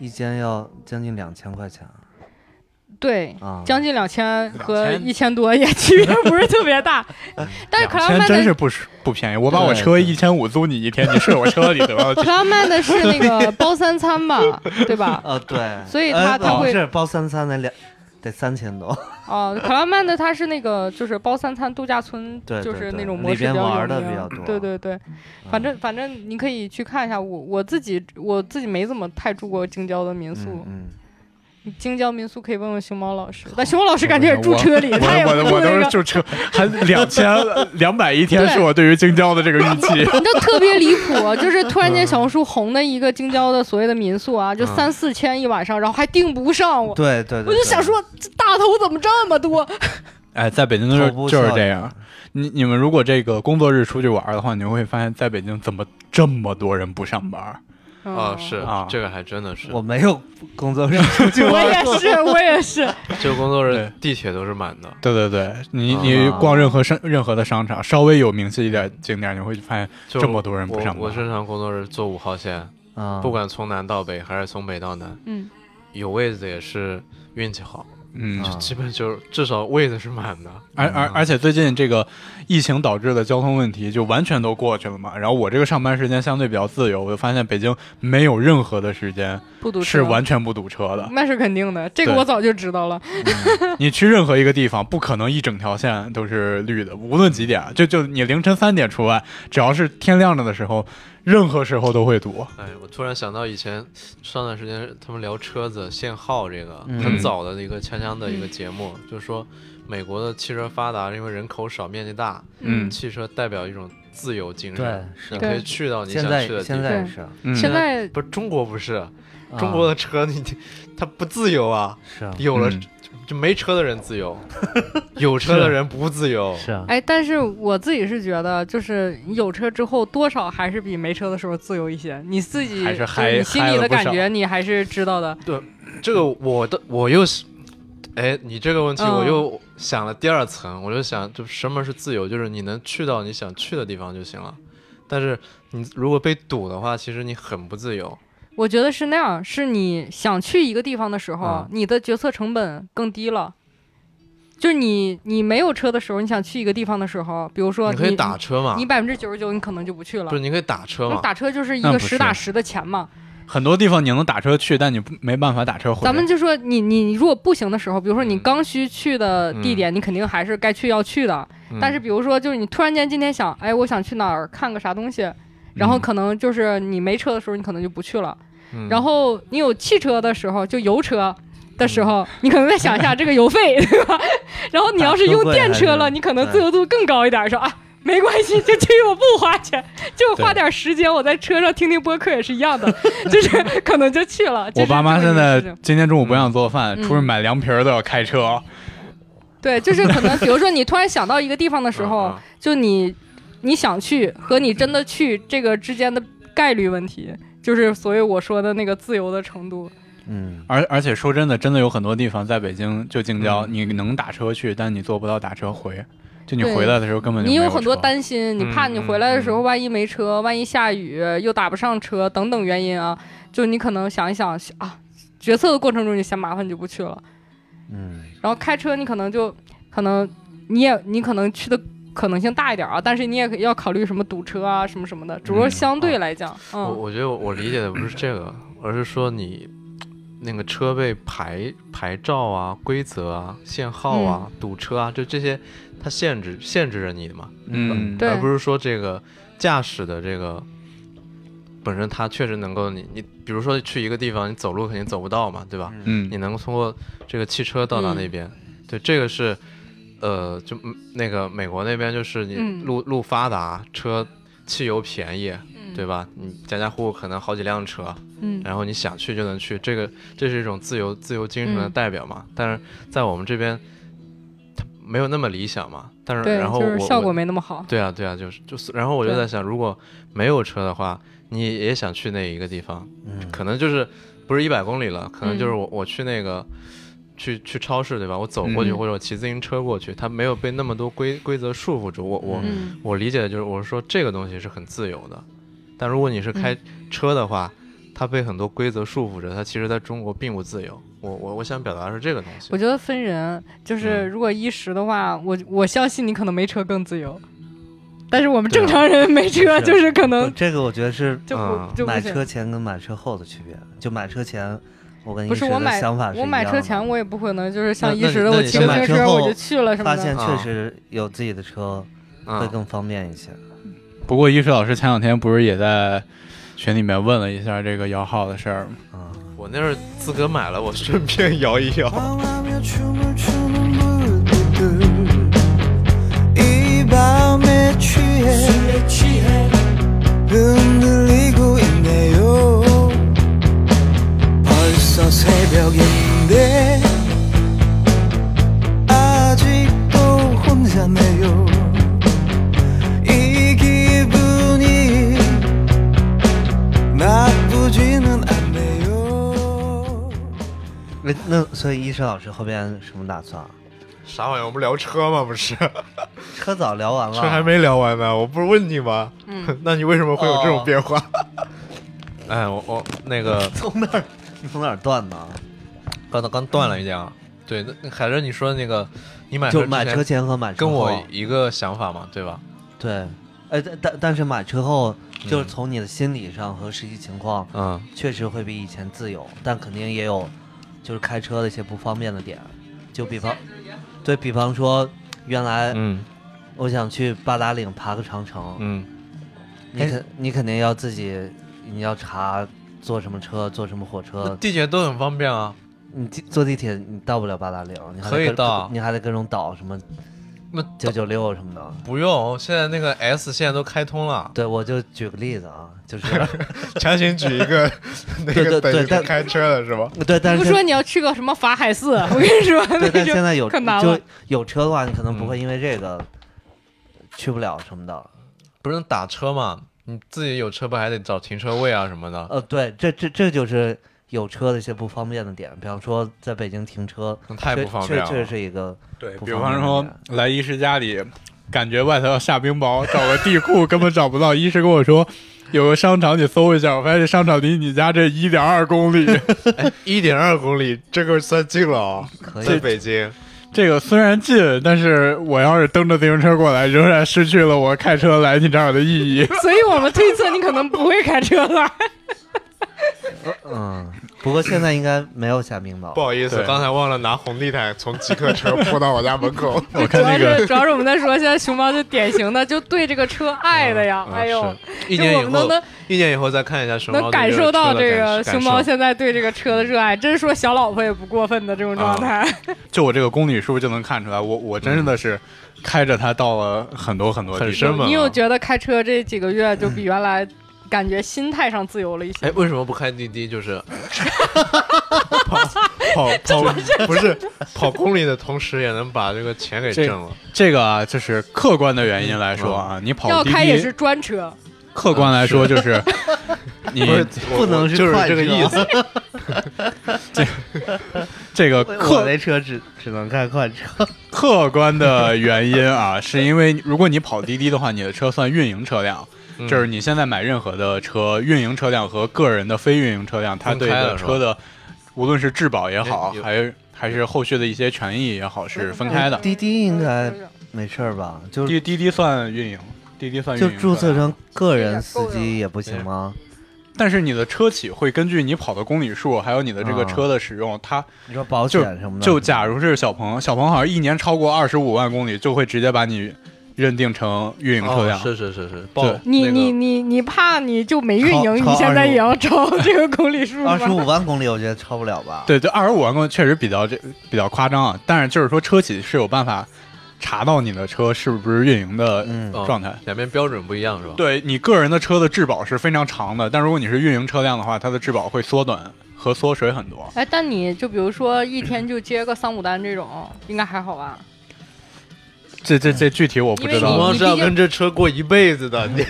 Speaker 4: 一间要将近两千块钱
Speaker 3: 对，
Speaker 4: 啊，
Speaker 3: 将近两千和
Speaker 2: 2000
Speaker 3: 一千多也 *laughs* 区别不是特别
Speaker 4: *laughs*
Speaker 3: 大，
Speaker 4: 哎
Speaker 3: 但是克拉
Speaker 2: 两千
Speaker 3: 曼
Speaker 2: 真
Speaker 3: 的
Speaker 2: 是不是不便宜。我把我
Speaker 4: 对
Speaker 2: 车
Speaker 4: 对
Speaker 2: 一千五租你一天，你睡我车里 *laughs* 对吧？
Speaker 3: 克拉曼的是那
Speaker 4: *laughs*
Speaker 3: 个包三餐吧，对吧？
Speaker 4: 呃对，
Speaker 3: 所以
Speaker 4: 呃
Speaker 3: 他他
Speaker 4: 不
Speaker 3: 会
Speaker 4: 是包三餐得两得三千多，
Speaker 3: 哦，克拉曼的它是那个就是包三餐度假村，
Speaker 4: 对对
Speaker 3: 就是那
Speaker 4: 对
Speaker 3: 种
Speaker 4: 里
Speaker 3: 模式比
Speaker 4: 边
Speaker 3: 较
Speaker 4: 玩
Speaker 3: 有
Speaker 4: 儿的
Speaker 3: 名
Speaker 4: 比较多嗯
Speaker 3: 对对对，反正反正你可以去看一下。我我自己我自己没怎么太住过京郊的民宿，
Speaker 4: 嗯
Speaker 3: 京郊民宿可以问问熊猫老师，但熊猫老师感觉也住车里，他也
Speaker 2: *laughs* 我
Speaker 3: 不
Speaker 2: 我
Speaker 3: 住
Speaker 2: 我都
Speaker 3: 那
Speaker 2: 是
Speaker 3: 个，
Speaker 2: 就车，还两 *laughs* 千两百一天
Speaker 3: 对
Speaker 2: 是我对于京郊的这个预期。
Speaker 3: 你知道特别离谱，就是突然间小红书红的一个京郊的所谓的民宿啊，就
Speaker 5: 嗯
Speaker 3: 三四千一晚上，然后还订不上
Speaker 4: 嗯
Speaker 3: 我。
Speaker 4: 对对
Speaker 3: 我
Speaker 4: 对，
Speaker 3: 就
Speaker 4: 对
Speaker 3: 想说，这大头怎么这么多？
Speaker 2: *laughs* 哎，在北京就
Speaker 4: 头
Speaker 2: 是
Speaker 4: 部
Speaker 2: 就是
Speaker 4: 效
Speaker 2: 这
Speaker 4: 应
Speaker 2: 样。你你们如果这个工作日出去玩的话，你会发现在北京怎么这么多人不上班？
Speaker 5: 哦，
Speaker 3: 嗯
Speaker 5: 是
Speaker 2: 啊
Speaker 5: 这个还真的是，
Speaker 4: 我没有工作日出去
Speaker 3: 我
Speaker 4: 玩
Speaker 3: 也是，我也是。
Speaker 5: 这个工作日
Speaker 2: 对
Speaker 5: 地铁都是满的。
Speaker 2: 对对对，你你
Speaker 4: 啊
Speaker 2: 逛任何商任何的商场，稍微有名气一点景点，你会发现
Speaker 5: 就
Speaker 2: 这么多人不上班
Speaker 5: 我我正常工作日坐五号线，
Speaker 4: 啊，
Speaker 5: 不管从南到北还是从北到南，
Speaker 3: 嗯，
Speaker 5: 有位子也是运气好，
Speaker 2: 嗯，
Speaker 4: 啊
Speaker 5: 基本就是至少位子是满的。
Speaker 2: 而而而且最近这个疫情导致的交通问题就完全都过去了嘛。然后我这个上班时间相对比较自由，我就发现北京没有任何的时间
Speaker 3: 不堵车
Speaker 2: 是完 *laughs* 全不堵车的。
Speaker 3: *laughs* 那是肯定的，这个
Speaker 2: 对
Speaker 3: 我早就知道了。
Speaker 2: 你去任何一个地方，不可能一整条线都是绿的，无论几点，啊就就你凌晨三点除外，只要是天亮着的时候，任何时候都会堵。
Speaker 5: 哎，我突然想到以前上段时间他们聊车子限号这个，
Speaker 4: 嗯
Speaker 5: 很早的一个锵锵的一个节目，就说美国的汽车发达，因为人口少、面积大，
Speaker 2: 嗯
Speaker 5: 汽车代表一种自由精
Speaker 4: 对
Speaker 5: 神，
Speaker 4: 是
Speaker 5: 你可
Speaker 3: 对
Speaker 5: 以去到你想
Speaker 4: 现在
Speaker 5: 去的地
Speaker 4: 现
Speaker 5: 方。
Speaker 4: 在
Speaker 3: 对
Speaker 4: 是
Speaker 2: 嗯
Speaker 3: 现在
Speaker 5: 不是中国不是 *laughs* 中
Speaker 4: 啊
Speaker 5: 国的车你，它不自由啊，
Speaker 4: 是啊
Speaker 5: 有了、
Speaker 2: 嗯
Speaker 5: 就没车的人自由，有车的人不自由。
Speaker 4: 是啊，
Speaker 3: 哎，但是我自己是觉得，就是有车之后，多少还是比没车的时候自由一些。你自己
Speaker 2: 还是
Speaker 3: 就
Speaker 2: 嗨
Speaker 3: 你心
Speaker 2: 嗨
Speaker 3: 里
Speaker 2: 了
Speaker 3: 的
Speaker 2: 不
Speaker 3: 感
Speaker 2: 少
Speaker 3: 觉，你还是知道的。
Speaker 5: 这个我的我又是，哎，你这个问题
Speaker 3: 嗯
Speaker 5: 我又想了第二层，我就想，就什么是自由？就是你能去到你想去的地方就行了。但是你如果被堵的话，其实你很不自由。
Speaker 3: 我觉得是那样，是你想去一个地方的时候，
Speaker 5: 嗯
Speaker 3: 你的决策成本更低了。就是你你没有车的时候，你想去一个地方的时候，比如说
Speaker 5: 你可以打车嘛
Speaker 3: 你，百分之九十九你可能就不去了
Speaker 5: 不是。你可以打车
Speaker 3: 那
Speaker 5: 嘛？
Speaker 3: 打车就是一
Speaker 2: 那
Speaker 3: 个
Speaker 2: 不是
Speaker 3: 实打实的钱嘛。
Speaker 2: 很多地方你能打车去，但你不没办法打车回来。
Speaker 3: 咱们就说你你你如果步行的时候，比如说你
Speaker 5: 嗯
Speaker 3: 刚需去的地点，你肯定还是该去要去的。
Speaker 5: 嗯
Speaker 3: 但是比如说，就是你突然间今天想，哎，我想去哪儿看个啥东西，然后可能就是你没车的时候，你可能就不去了。
Speaker 5: 嗯
Speaker 3: 然后你有汽车的时候，就油车的时候，你可能再想一下这个油费， *laughs* 对吧？然后你要是用电车了，你可能自由度更高一点，说啊。没关系，就去我不花钱， *laughs* 就花点时间，我在车上听听播客也是一样的，就是可能就去了。这
Speaker 2: 我
Speaker 3: 是
Speaker 2: 爸妈
Speaker 3: 这
Speaker 2: 现
Speaker 3: 么一个
Speaker 2: 在
Speaker 3: 事情
Speaker 2: 今天中午不想做饭，
Speaker 3: 嗯
Speaker 2: 出去买凉皮儿都要开车。
Speaker 3: 对，就是可能，比如说你突然想到一个地方的时候，
Speaker 5: *laughs* 嗯嗯
Speaker 3: 就你你想去和你真的去这个之间的概率问题，就是所以我说的那个自由的程度。
Speaker 4: 嗯，
Speaker 2: 而而且说真的，真的有很多地方在北京就近郊，你能打车去，但你做不到打车回。就你
Speaker 3: 嗯对
Speaker 2: 回来的时候根本就没
Speaker 3: 你
Speaker 2: 有
Speaker 3: 有很多
Speaker 2: 车
Speaker 3: 担心，你怕你回来的时候万一没车，万一下雨又打不上车等等原因啊，就你可能想一想啊，决策的过程中你嫌麻烦你就不去了，
Speaker 4: 嗯，
Speaker 3: 然后开车你可能就可能你也你可能去的。可能性大一点啊，但是你也要考虑什么堵车啊，什么什么的，只不过相对来讲，
Speaker 5: 我
Speaker 3: 嗯，
Speaker 5: 我觉得我我理解的不是这个，而是说你那个车被牌牌照啊、规则啊、限号啊、
Speaker 3: 嗯
Speaker 5: 堵车啊，就这些，它限制限制着你的嘛，
Speaker 2: 嗯，
Speaker 3: 对
Speaker 5: 而不是说这个驾驶的这个本身它确实能够你你比如说去一个地方，你走路肯定走不到嘛，对吧？
Speaker 2: 嗯
Speaker 5: 你能够通过这个汽车到达
Speaker 3: 嗯
Speaker 5: 那边。对，这个是，呃，就嗯那个美国那边就是你
Speaker 3: 嗯
Speaker 5: 路、路发达，车汽油便宜，
Speaker 3: 嗯
Speaker 5: 对吧？你家家户户可能好几辆车，
Speaker 3: 嗯
Speaker 5: 然后你想去就能去，这个这是一种自由自由精神的
Speaker 3: 嗯
Speaker 5: 代表嘛。但是在我们这边，它没有那么理想嘛。但是
Speaker 3: 对，
Speaker 5: 然后
Speaker 3: 就是
Speaker 5: 我
Speaker 3: 效果
Speaker 5: 我
Speaker 3: 没那么好。
Speaker 5: 对啊，对啊，就是就是，然后我就
Speaker 3: 对
Speaker 5: 在想，如果没有车的话，你也想去那一个地方，
Speaker 4: 嗯
Speaker 5: 可能就是不是一百公里了，可能就是
Speaker 3: 嗯
Speaker 5: 我、我去那个去去超市对吧？我走过去、
Speaker 2: 嗯
Speaker 5: 或者我骑自行车过去，它没有被那么多规规则束缚住。我我、
Speaker 3: 嗯
Speaker 5: 我理解的就是，我是说这个东西是很自由的，但如果你是开
Speaker 3: 嗯
Speaker 5: 车的话，它被很多规则束缚着，它其实在中国并不自由。我我我想表达的是这个东西
Speaker 3: 我。觉得分人，就是
Speaker 5: 嗯
Speaker 3: 如果衣食的话，我我相信你可能没车更自由，但是我们
Speaker 5: 对啊
Speaker 3: 正常人没车
Speaker 4: 是
Speaker 3: 就是可
Speaker 4: 不
Speaker 3: 能
Speaker 4: 呃这个我觉得是
Speaker 3: 就
Speaker 5: 嗯
Speaker 3: 不就不
Speaker 4: 买
Speaker 3: 行
Speaker 4: 车前跟买车后的区别。就买车前，我跟
Speaker 3: 不
Speaker 4: 医
Speaker 3: 是
Speaker 4: 生
Speaker 3: 我买
Speaker 4: 的想法是
Speaker 3: 我
Speaker 4: 一
Speaker 3: 买
Speaker 4: 样
Speaker 3: 车
Speaker 4: 的
Speaker 3: 前我也不可能就是像
Speaker 5: 那
Speaker 3: 一
Speaker 5: 那
Speaker 3: 时
Speaker 5: 你
Speaker 3: 的
Speaker 5: 那
Speaker 3: 我
Speaker 5: 你
Speaker 3: 骑
Speaker 5: 先
Speaker 3: 自
Speaker 5: 买
Speaker 3: 行
Speaker 4: 车
Speaker 3: 车
Speaker 4: 后
Speaker 3: 我就去了什么
Speaker 4: 发
Speaker 3: 的
Speaker 4: 现。
Speaker 5: 啊
Speaker 4: 确实有自己的车会
Speaker 5: 啊，
Speaker 4: 更方便一些。
Speaker 2: 不过，一石老师前两天不是也在群里面问了一下这个摇号的事儿吗？
Speaker 4: 啊，
Speaker 5: 我那是自个儿买了，我顺便 *laughs* 摇一摇。
Speaker 6: 이 밤에 취해 흔들리고 있네요 벌써 새벽인데 아직도 혼자네요 이 기분이 나쁘지는 않네요
Speaker 4: 那那所以医生老师后边什么打算啊？
Speaker 5: 啥玩意儿？我们聊车吗？不是，
Speaker 4: 车早聊完了，
Speaker 5: 车还没聊完呢。我不是问你吗？
Speaker 3: 嗯，
Speaker 5: *laughs* 那你为什么
Speaker 4: 会有这种
Speaker 5: 变化？ *laughs* 哎，我我那个
Speaker 4: 从哪儿从哪儿断呢？
Speaker 5: 刚才刚断了一点啊。对，那那海哲，你说那个你买
Speaker 4: 就
Speaker 5: 之
Speaker 4: 买
Speaker 5: 前
Speaker 4: 车前和买车
Speaker 5: 跟
Speaker 4: 后
Speaker 5: 我一个想法嘛，对吧？
Speaker 4: 对，哎，但但但是买车后，就是
Speaker 5: 嗯
Speaker 4: 从你的心理上和实际情况，
Speaker 5: 嗯，
Speaker 4: 确实会比以前自由，但肯定也有就是开车的一些不方便的点，就比方，对比方说，原来
Speaker 5: 嗯
Speaker 4: 我想去八达岭爬个长城，
Speaker 5: 嗯
Speaker 4: 你肯你肯定要自己你要查坐什么车，坐什么火
Speaker 5: 那
Speaker 4: 车，
Speaker 5: 地铁都很方便啊。
Speaker 4: 你地坐地铁你到不了八达岭，你还得
Speaker 5: 可以
Speaker 4: 各
Speaker 5: 到
Speaker 4: 你还得各种倒什么
Speaker 5: 那
Speaker 4: 九九六什么的。。
Speaker 5: 不用，现在那个 S 现在都开通了
Speaker 4: 对，我就举个例子啊，就是
Speaker 5: *laughs* 强行举一
Speaker 4: *laughs*
Speaker 5: 个那
Speaker 4: 对对对但
Speaker 5: 车了是吧？
Speaker 4: 对，但
Speaker 3: 不
Speaker 4: 是
Speaker 3: 说你要去个什么法海寺，我跟你说，
Speaker 4: *laughs* 对，
Speaker 3: *laughs* 那
Speaker 4: 但现
Speaker 3: 就
Speaker 4: 在有
Speaker 3: 可难
Speaker 4: 就
Speaker 3: 了
Speaker 4: 有车的话，你可能不
Speaker 5: 嗯
Speaker 4: 会因为这个去不了什么的。
Speaker 5: 不是打车嘛？你自己有车不还得找停车位啊什么的？
Speaker 4: 呃，对，这这这就是有车的一些不方便的点，比方说在北京停车，
Speaker 5: 那太不方便
Speaker 4: 确确确实
Speaker 5: 了。
Speaker 4: 是一个
Speaker 2: 对
Speaker 4: 不
Speaker 2: 比方
Speaker 4: 方便
Speaker 2: 说
Speaker 4: 的
Speaker 2: 来一石家里感觉外头要下冰雹，找个地库根本找不到。医师跟我说有个商场，你搜一下。我发现这商场离你家这一点二
Speaker 5: *laughs*
Speaker 2: 公里。
Speaker 5: 一点二公里，这个算近了啊、
Speaker 4: 可
Speaker 5: 在
Speaker 4: 以，
Speaker 5: 北京，
Speaker 2: 这个虽然近，但是我要是蹬着自行车过来，仍然失去了我开车来你这儿的意义。
Speaker 3: 所以我们推测你可能不会开车了。
Speaker 4: 嗯，不过现在应该没有下冰
Speaker 5: 不
Speaker 4: 雹，
Speaker 5: 好意思，
Speaker 2: 对
Speaker 5: 刚才忘了拿红地毯从极客 *laughs* 车铺到我家门口。
Speaker 2: *laughs* 我
Speaker 3: 主
Speaker 2: 看
Speaker 3: 要
Speaker 2: 那个
Speaker 3: 是主要是我们在说，现在熊猫就典型的就对这个车爱的呀，
Speaker 5: 嗯
Speaker 3: 哎呦，，
Speaker 5: 是 *laughs* 一
Speaker 3: 就
Speaker 5: 年
Speaker 3: 我
Speaker 5: 以
Speaker 3: 们都
Speaker 5: 后
Speaker 3: 能，
Speaker 5: 一年以后再看一下熊猫
Speaker 3: 能
Speaker 5: 的
Speaker 3: 感
Speaker 5: 个
Speaker 3: 受到
Speaker 5: 车的
Speaker 3: 这
Speaker 5: 感
Speaker 3: 个
Speaker 5: 感
Speaker 3: 熊猫
Speaker 5: 受
Speaker 3: 现在对这个车的热爱，真是说小老婆也不过分的这种
Speaker 5: 啊
Speaker 3: 状态。
Speaker 2: 就我这个公里数就能看出来，我我真的是开着它到了很多很多地
Speaker 5: 很
Speaker 2: 方
Speaker 5: 生。猛。
Speaker 3: 你有觉得开车这几个月就比原来感觉心态上自由了一些
Speaker 5: 嗯哎，？为什么不开滴滴？就是
Speaker 3: *laughs*
Speaker 5: 跑跑跑，不是 *laughs* 跑公里的同时也能把这个钱给
Speaker 2: 这
Speaker 5: 挣了。
Speaker 2: 这个啊，就是客观的原因来说啊，
Speaker 5: 嗯
Speaker 2: 你跑
Speaker 3: 要
Speaker 2: 滴
Speaker 3: 开也是
Speaker 2: 滴，
Speaker 3: 专车，
Speaker 2: 客观来说就是你
Speaker 5: 不是，
Speaker 4: 不能是
Speaker 5: 就是
Speaker 4: 快
Speaker 5: 这个
Speaker 4: 车
Speaker 5: 意思。
Speaker 2: 这个
Speaker 4: *laughs* 我
Speaker 2: 客
Speaker 4: 那车只只能开快车，
Speaker 2: 客观的原因
Speaker 5: *laughs*
Speaker 2: 啊，是因为如果你跑滴滴的话，你的车算运营车辆，
Speaker 5: 嗯
Speaker 2: 就是你现在买任何的车，运营车辆和个人的非运营车辆，它
Speaker 5: 分
Speaker 2: 对
Speaker 5: 开了
Speaker 2: 的
Speaker 5: 是
Speaker 2: 车的无论是质保也好
Speaker 5: 有，
Speaker 2: 还是还是后续的一些权益也好，是分开的。
Speaker 4: 滴滴应该没事儿吧？就是
Speaker 2: 滴滴滴算运营，滴滴算运
Speaker 4: 就
Speaker 2: 营车辆，
Speaker 4: 注册成
Speaker 5: 啊
Speaker 4: 个人司机也不行吗？
Speaker 2: 但是你的车企会根据你跑的公里数，还有你的这个
Speaker 4: 啊
Speaker 2: 车的使用，它
Speaker 4: 你说保险什么的，
Speaker 2: 就假如是小鹏，小鹏好像一年超过二十五万公里，就会直接把你认定成运营车
Speaker 5: 哦
Speaker 2: 辆。
Speaker 5: 是是是是，报
Speaker 3: 你
Speaker 5: 那个
Speaker 3: 你你你怕你就没运营，
Speaker 4: 超
Speaker 3: 你现在也要超这个公里数吗
Speaker 4: 二？十五万公里，我觉得超不了吧？
Speaker 2: 对，就二十五万公里确实比较这比较夸张啊。但是就是说，车企是有办法查到你的车是不是运营的
Speaker 4: 嗯
Speaker 5: 哦
Speaker 2: 状态。
Speaker 5: 两边标准不一样是吧？
Speaker 2: 对你个人的车的质保是非常长的，但如果你是运营车辆的话，它的质保会缩短和缩水很多。
Speaker 3: 哎，但你就比如说一天就接个三五单这种，应该还好吧？
Speaker 2: 这这这具体我不
Speaker 5: 熊
Speaker 2: 知
Speaker 3: 因为
Speaker 2: 道
Speaker 5: 猫
Speaker 3: 你。
Speaker 5: 是要跟这车过一辈子的，你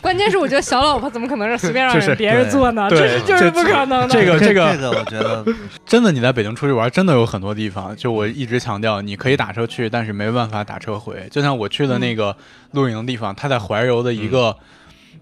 Speaker 3: 关键是我觉得小老婆怎么可能是随便让
Speaker 2: 就是
Speaker 3: 人别人坐呢？
Speaker 2: 对
Speaker 3: 这是
Speaker 2: 对
Speaker 3: 就是不可能的。
Speaker 2: 这个
Speaker 4: 这
Speaker 2: 这个
Speaker 4: 这个我觉得
Speaker 2: 真的，你在北京出去玩，真的有很多地方，就我一直强调，你可以打车去，但是没办法打车回。就像我去的那个露营地方，它在怀柔的一个，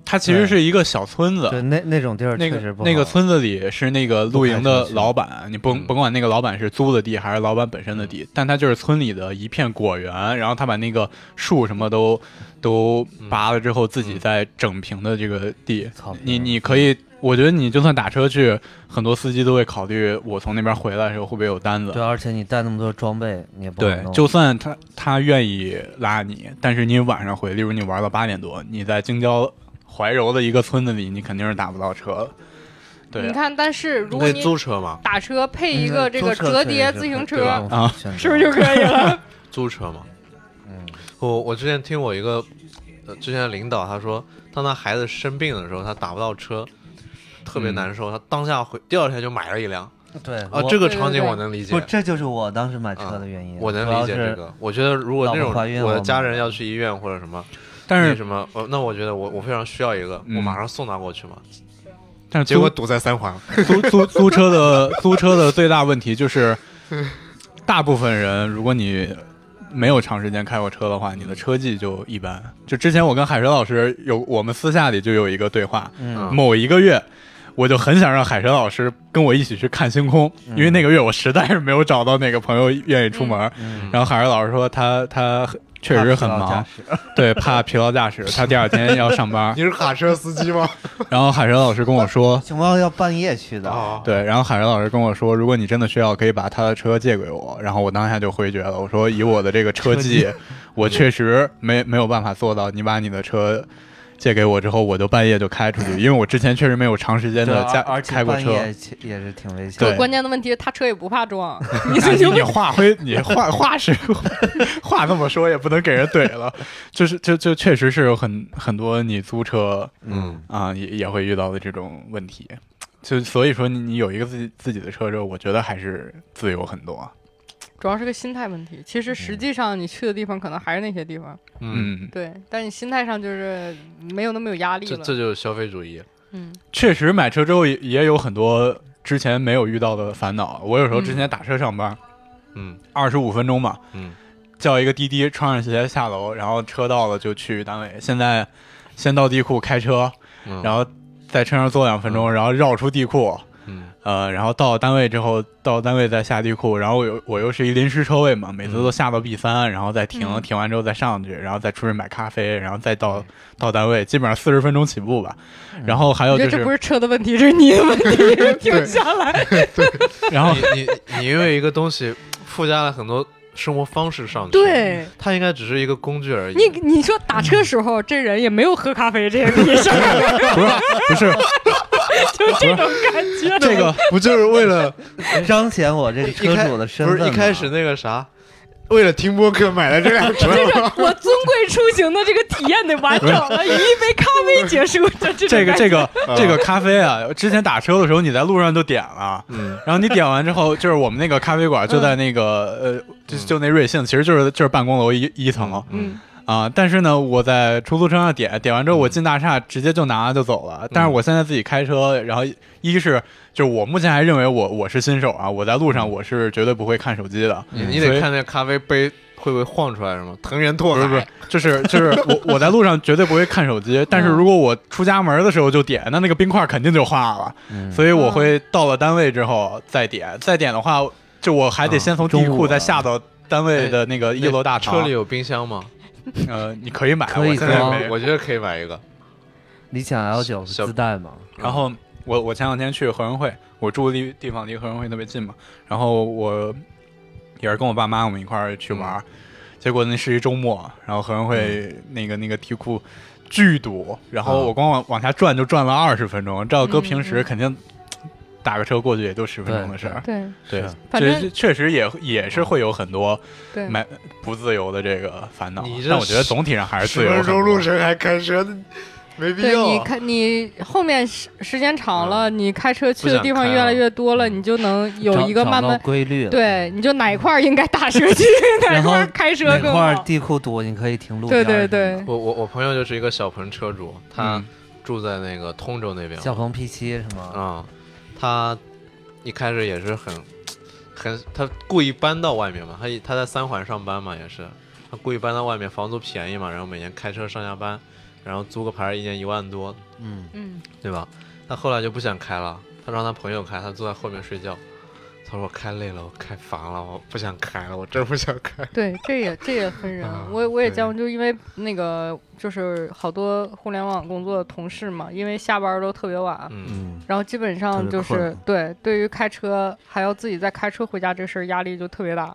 Speaker 2: 它其实是一个小村子，
Speaker 4: 对那那种地儿
Speaker 2: 那
Speaker 4: 确实
Speaker 2: 个
Speaker 4: 不好
Speaker 2: 那个村子里是那个露营的老板，你甭
Speaker 5: 嗯
Speaker 2: 甭管那个老板是租的地还是老板本
Speaker 4: 嗯
Speaker 2: 身的地，但他就是村里的一片果园，然后他把那个树什么都都
Speaker 4: 嗯
Speaker 2: 拔了之后，自己再整平的这个地
Speaker 4: 草坪，
Speaker 2: 你你可以。我觉得你就算打车去，很多司机都会考虑我从那边回来的时候会不会有单子。
Speaker 4: 对，而且你带那么多装备，你也不好
Speaker 2: 对
Speaker 4: 弄，
Speaker 2: 就算他他愿意拉你，但是你晚上回，例如你玩到八点多，你在京郊怀柔的一个村子里，你肯定是打不到车了。对
Speaker 3: 你看，但是如果
Speaker 5: 可以
Speaker 3: 你
Speaker 5: 租车嘛，
Speaker 3: 打车配
Speaker 4: 嗯
Speaker 3: 一个这个
Speaker 4: 租车
Speaker 3: 折
Speaker 4: 确
Speaker 3: 叠
Speaker 4: 实
Speaker 3: 自行
Speaker 4: 对
Speaker 3: 车
Speaker 4: 吧，
Speaker 2: 啊
Speaker 4: 选择
Speaker 3: 是不是就可以了？
Speaker 5: 租车嘛。
Speaker 4: 嗯
Speaker 5: 我我之前听我一个呃之前的领导他说，当他孩子生病的时候，他打不到车，特别
Speaker 2: 嗯
Speaker 5: 难受，他当下回第二天就买了一辆
Speaker 4: 对
Speaker 5: 啊，
Speaker 4: 我
Speaker 5: 这个
Speaker 3: 对对
Speaker 5: 场景
Speaker 3: 对
Speaker 5: 我能理解
Speaker 4: 不，这就是我当时买车的原因，
Speaker 5: 我能
Speaker 4: 主要
Speaker 5: 理解
Speaker 4: 是
Speaker 5: 这个。我觉得如果那
Speaker 4: 老
Speaker 5: 种
Speaker 4: 婆怀孕了
Speaker 5: 我的
Speaker 4: 嘛
Speaker 5: 家人要去医院或者什么，
Speaker 2: 但
Speaker 5: 那
Speaker 2: 是
Speaker 5: 什么，我那我觉得我我非常需要一个，
Speaker 2: 嗯
Speaker 5: 我马上送他过去嘛。
Speaker 2: 但是
Speaker 5: 结果堵在三环，
Speaker 2: 租租租车
Speaker 4: *laughs*
Speaker 2: 的租车的最大问题就是，大部分人如果你没有长时间开过车的话，你的车技就一般。就之前我跟海神老师有我们私下里就有一个对话，
Speaker 4: 嗯
Speaker 2: 某一个月。我就很想让海神老师跟我一起去看星空，因为那个月我实在是没有找到哪个朋友愿意出门。
Speaker 4: 嗯，
Speaker 2: 然后海神老师说他他确实很
Speaker 4: 怕疲劳
Speaker 2: 忙
Speaker 4: 驾，驶 *laughs*
Speaker 2: 对，怕疲劳驾驶，他第二天要上班
Speaker 5: 你。是卡车司机吗？
Speaker 2: 然后海神老师跟我说，
Speaker 4: 熊猫要半夜去的，
Speaker 5: 啊，
Speaker 2: 对，然后海神老师跟我说，如果你真的需要，可以把他的车借给我。然后我当下就回绝了，我说以我的这个车技，我确实没没有办法做到。你把你的车借给我之后，我就半夜就开出去，因为我之前确实没有长时间
Speaker 4: 对，
Speaker 2: 的驾
Speaker 4: 而而且
Speaker 2: 开过
Speaker 4: 半
Speaker 2: 车。
Speaker 4: 夜其也是挺危险
Speaker 2: 对哎
Speaker 4: 的。
Speaker 3: *laughs* 关键的问题是他车也不怕撞，
Speaker 2: 你你你话归你话话是 *laughs* 话这么说也不能给人怼了，就是就就确实是有很很多你租车
Speaker 5: *laughs* 嗯，
Speaker 2: 啊、也也会遇到的这种问题。就所以说你你有一个自己自己的车之后，我觉得还是自由很多。啊
Speaker 3: 主要是个心态问题。其实实际上你去的地方可能还是那些地方，
Speaker 5: 嗯，
Speaker 2: 嗯，
Speaker 3: 对，但你心态上就是没有那么有压力
Speaker 5: 这
Speaker 3: 了。
Speaker 5: 这就是消费主义。
Speaker 3: 嗯，
Speaker 2: 确实买车之后也也有很多之前没有遇到的烦恼。我有时候之前打车上班，
Speaker 5: 嗯
Speaker 2: 二十五分钟嘛，
Speaker 5: 嗯，
Speaker 2: 叫一个滴滴，穿上鞋下楼，然后车到了就去单位。现在先到地库开车，
Speaker 5: 嗯
Speaker 2: 然后在车上坐两分钟，然后绕出地库，
Speaker 5: 嗯
Speaker 2: 呃，然后到单位之后，到单位再下地库，然后我又我又是一临时车位
Speaker 5: 嗯
Speaker 2: 嘛，每次都下到 B 三，然后再停，
Speaker 3: 嗯
Speaker 2: 停完之后再上去，然后再出去买咖啡，然后再到、
Speaker 5: 嗯
Speaker 2: 到单位，基本上四十分钟起步吧。然后还有
Speaker 3: 我
Speaker 2: 哦
Speaker 3: 觉
Speaker 2: 就
Speaker 3: 得这不
Speaker 2: 是，
Speaker 3: 是车的问题，这是你的
Speaker 2: *laughs*
Speaker 3: 问题，停下来。
Speaker 2: 然后
Speaker 5: 你你你因为一个东西附加了很多生活方式上去，，
Speaker 3: 对
Speaker 5: 它应该只是一个工具而已。
Speaker 3: 你，你说打车时候这人也没有喝咖啡这个意识，
Speaker 2: 不是不
Speaker 5: *laughs*
Speaker 2: 是
Speaker 3: *laughs* 就这种感觉。
Speaker 2: 这个
Speaker 5: 不就是为了
Speaker 4: 彰显我这
Speaker 5: *laughs*
Speaker 4: 个
Speaker 5: 一
Speaker 4: 车
Speaker 5: 开
Speaker 4: 主的身
Speaker 5: 不
Speaker 4: 份
Speaker 5: 是一
Speaker 4: 吗
Speaker 5: 开始那个啥，为了听播客买了这辆车
Speaker 3: 这
Speaker 5: 吗
Speaker 3: 个我尊贵出行的这个体验得完整了，以一杯咖啡结束。就
Speaker 2: 这
Speaker 3: 这种
Speaker 2: 个
Speaker 3: 感觉
Speaker 2: 这个
Speaker 5: 嗯
Speaker 2: 这个咖啡啊，之前打车的时候你在路上就点了，
Speaker 5: 嗯，
Speaker 2: 然后你点完之后，就是我们那个咖啡馆就在那个、呃，就就那瑞幸，其实就是就是办公楼一一层啊、
Speaker 3: 嗯
Speaker 2: 但是呢，我在出租车上点点完之后，我进大厦直接就拿就走
Speaker 5: 嗯
Speaker 2: 了。但是我现在自己开车，然后一是就是我目前还认为我我是新手啊，我在路上我是绝对不会看手机的。
Speaker 5: 嗯你你
Speaker 2: 嗯所
Speaker 5: 得
Speaker 2: 以
Speaker 5: 看那咖啡杯会不会晃出来，是吗？藤原拓
Speaker 2: 不是不是
Speaker 5: 海，，
Speaker 2: 就是就是我我在路上绝对不会看手机，但是
Speaker 5: 嗯
Speaker 2: 如果我出家门的时候就点，那那个冰块肯定就化了，
Speaker 5: 嗯
Speaker 2: 所以我会到了单位之后再点，再点的话，就我还
Speaker 5: 嗯
Speaker 2: 得先从地库再下到单位的那个一楼大
Speaker 5: 啊车
Speaker 2: 堂
Speaker 5: 里，有冰箱吗？
Speaker 2: 呃，你可以买，
Speaker 4: 可以
Speaker 2: 我现在
Speaker 4: 装
Speaker 2: 没有。
Speaker 5: 我觉得可以买一个。
Speaker 4: 理想 L 九是
Speaker 5: 小
Speaker 4: 自带吗？
Speaker 2: 然后我我前两天去合生汇，我住的地地方离合生汇特别近嘛，然后我也是跟我爸妈我们一块儿去玩儿，结果那是一周末，然后合生汇那个、那个地库巨堵，然后我光往往下转就转了二十分钟，这要搁平
Speaker 3: 嗯
Speaker 2: 时肯定打个车过去也就十分钟的事儿。
Speaker 3: 对
Speaker 2: 对
Speaker 5: 是，
Speaker 3: 反正嗯
Speaker 2: 这确实也也是会有很多
Speaker 3: 对，
Speaker 2: 买不自由的这个烦恼
Speaker 5: 你，这
Speaker 2: 但我觉得总体上还是自由很多。
Speaker 5: 程还开车，没必啊
Speaker 3: 对你看你后面时时间长了，
Speaker 2: 嗯
Speaker 3: 你开车去的地方越来越多了，你就能有
Speaker 4: 找
Speaker 3: 一个
Speaker 4: 找
Speaker 3: 慢
Speaker 4: 到
Speaker 3: 慢。
Speaker 4: 规律了。
Speaker 3: 对，你就哪一块儿应该打车去，哪一
Speaker 4: 然后
Speaker 3: 块儿开车
Speaker 4: 哪
Speaker 3: 更
Speaker 4: 块儿
Speaker 3: 好。
Speaker 4: 地库堵，你可以停路边
Speaker 3: 对
Speaker 4: 儿
Speaker 3: 对
Speaker 4: 什么的。
Speaker 3: 对，
Speaker 5: 我我我朋友就是一个小鹏车主，他
Speaker 2: 嗯
Speaker 5: 住在那个通州那边嘛，
Speaker 4: 小鹏 P 七是吗？
Speaker 5: 啊、他一开始也是很很，他故意搬到外面嘛，他一他在三环上班嘛，也是他故意搬到外面，房租便宜嘛，然后每天开车上下班，然后租个牌儿一年一万多，
Speaker 4: 嗯，
Speaker 3: 嗯，
Speaker 5: 对吧？他后来就不想开了，他让他朋友开，他坐在后面睡觉。他说我开累了，我开烦了，我不想开了，我真不想开。
Speaker 3: 对，这也这也分人
Speaker 5: 啊。
Speaker 3: 我我也
Speaker 5: 对
Speaker 3: 见过，就因为那个就是好多互联网工作的同事嘛，因为下班儿都特别晚，
Speaker 5: 嗯，
Speaker 4: 嗯，
Speaker 3: 然后基本上就
Speaker 4: 特别
Speaker 3: 是
Speaker 4: 困
Speaker 3: 对，对于开车还要自己再开车回家这事儿压力就特别大。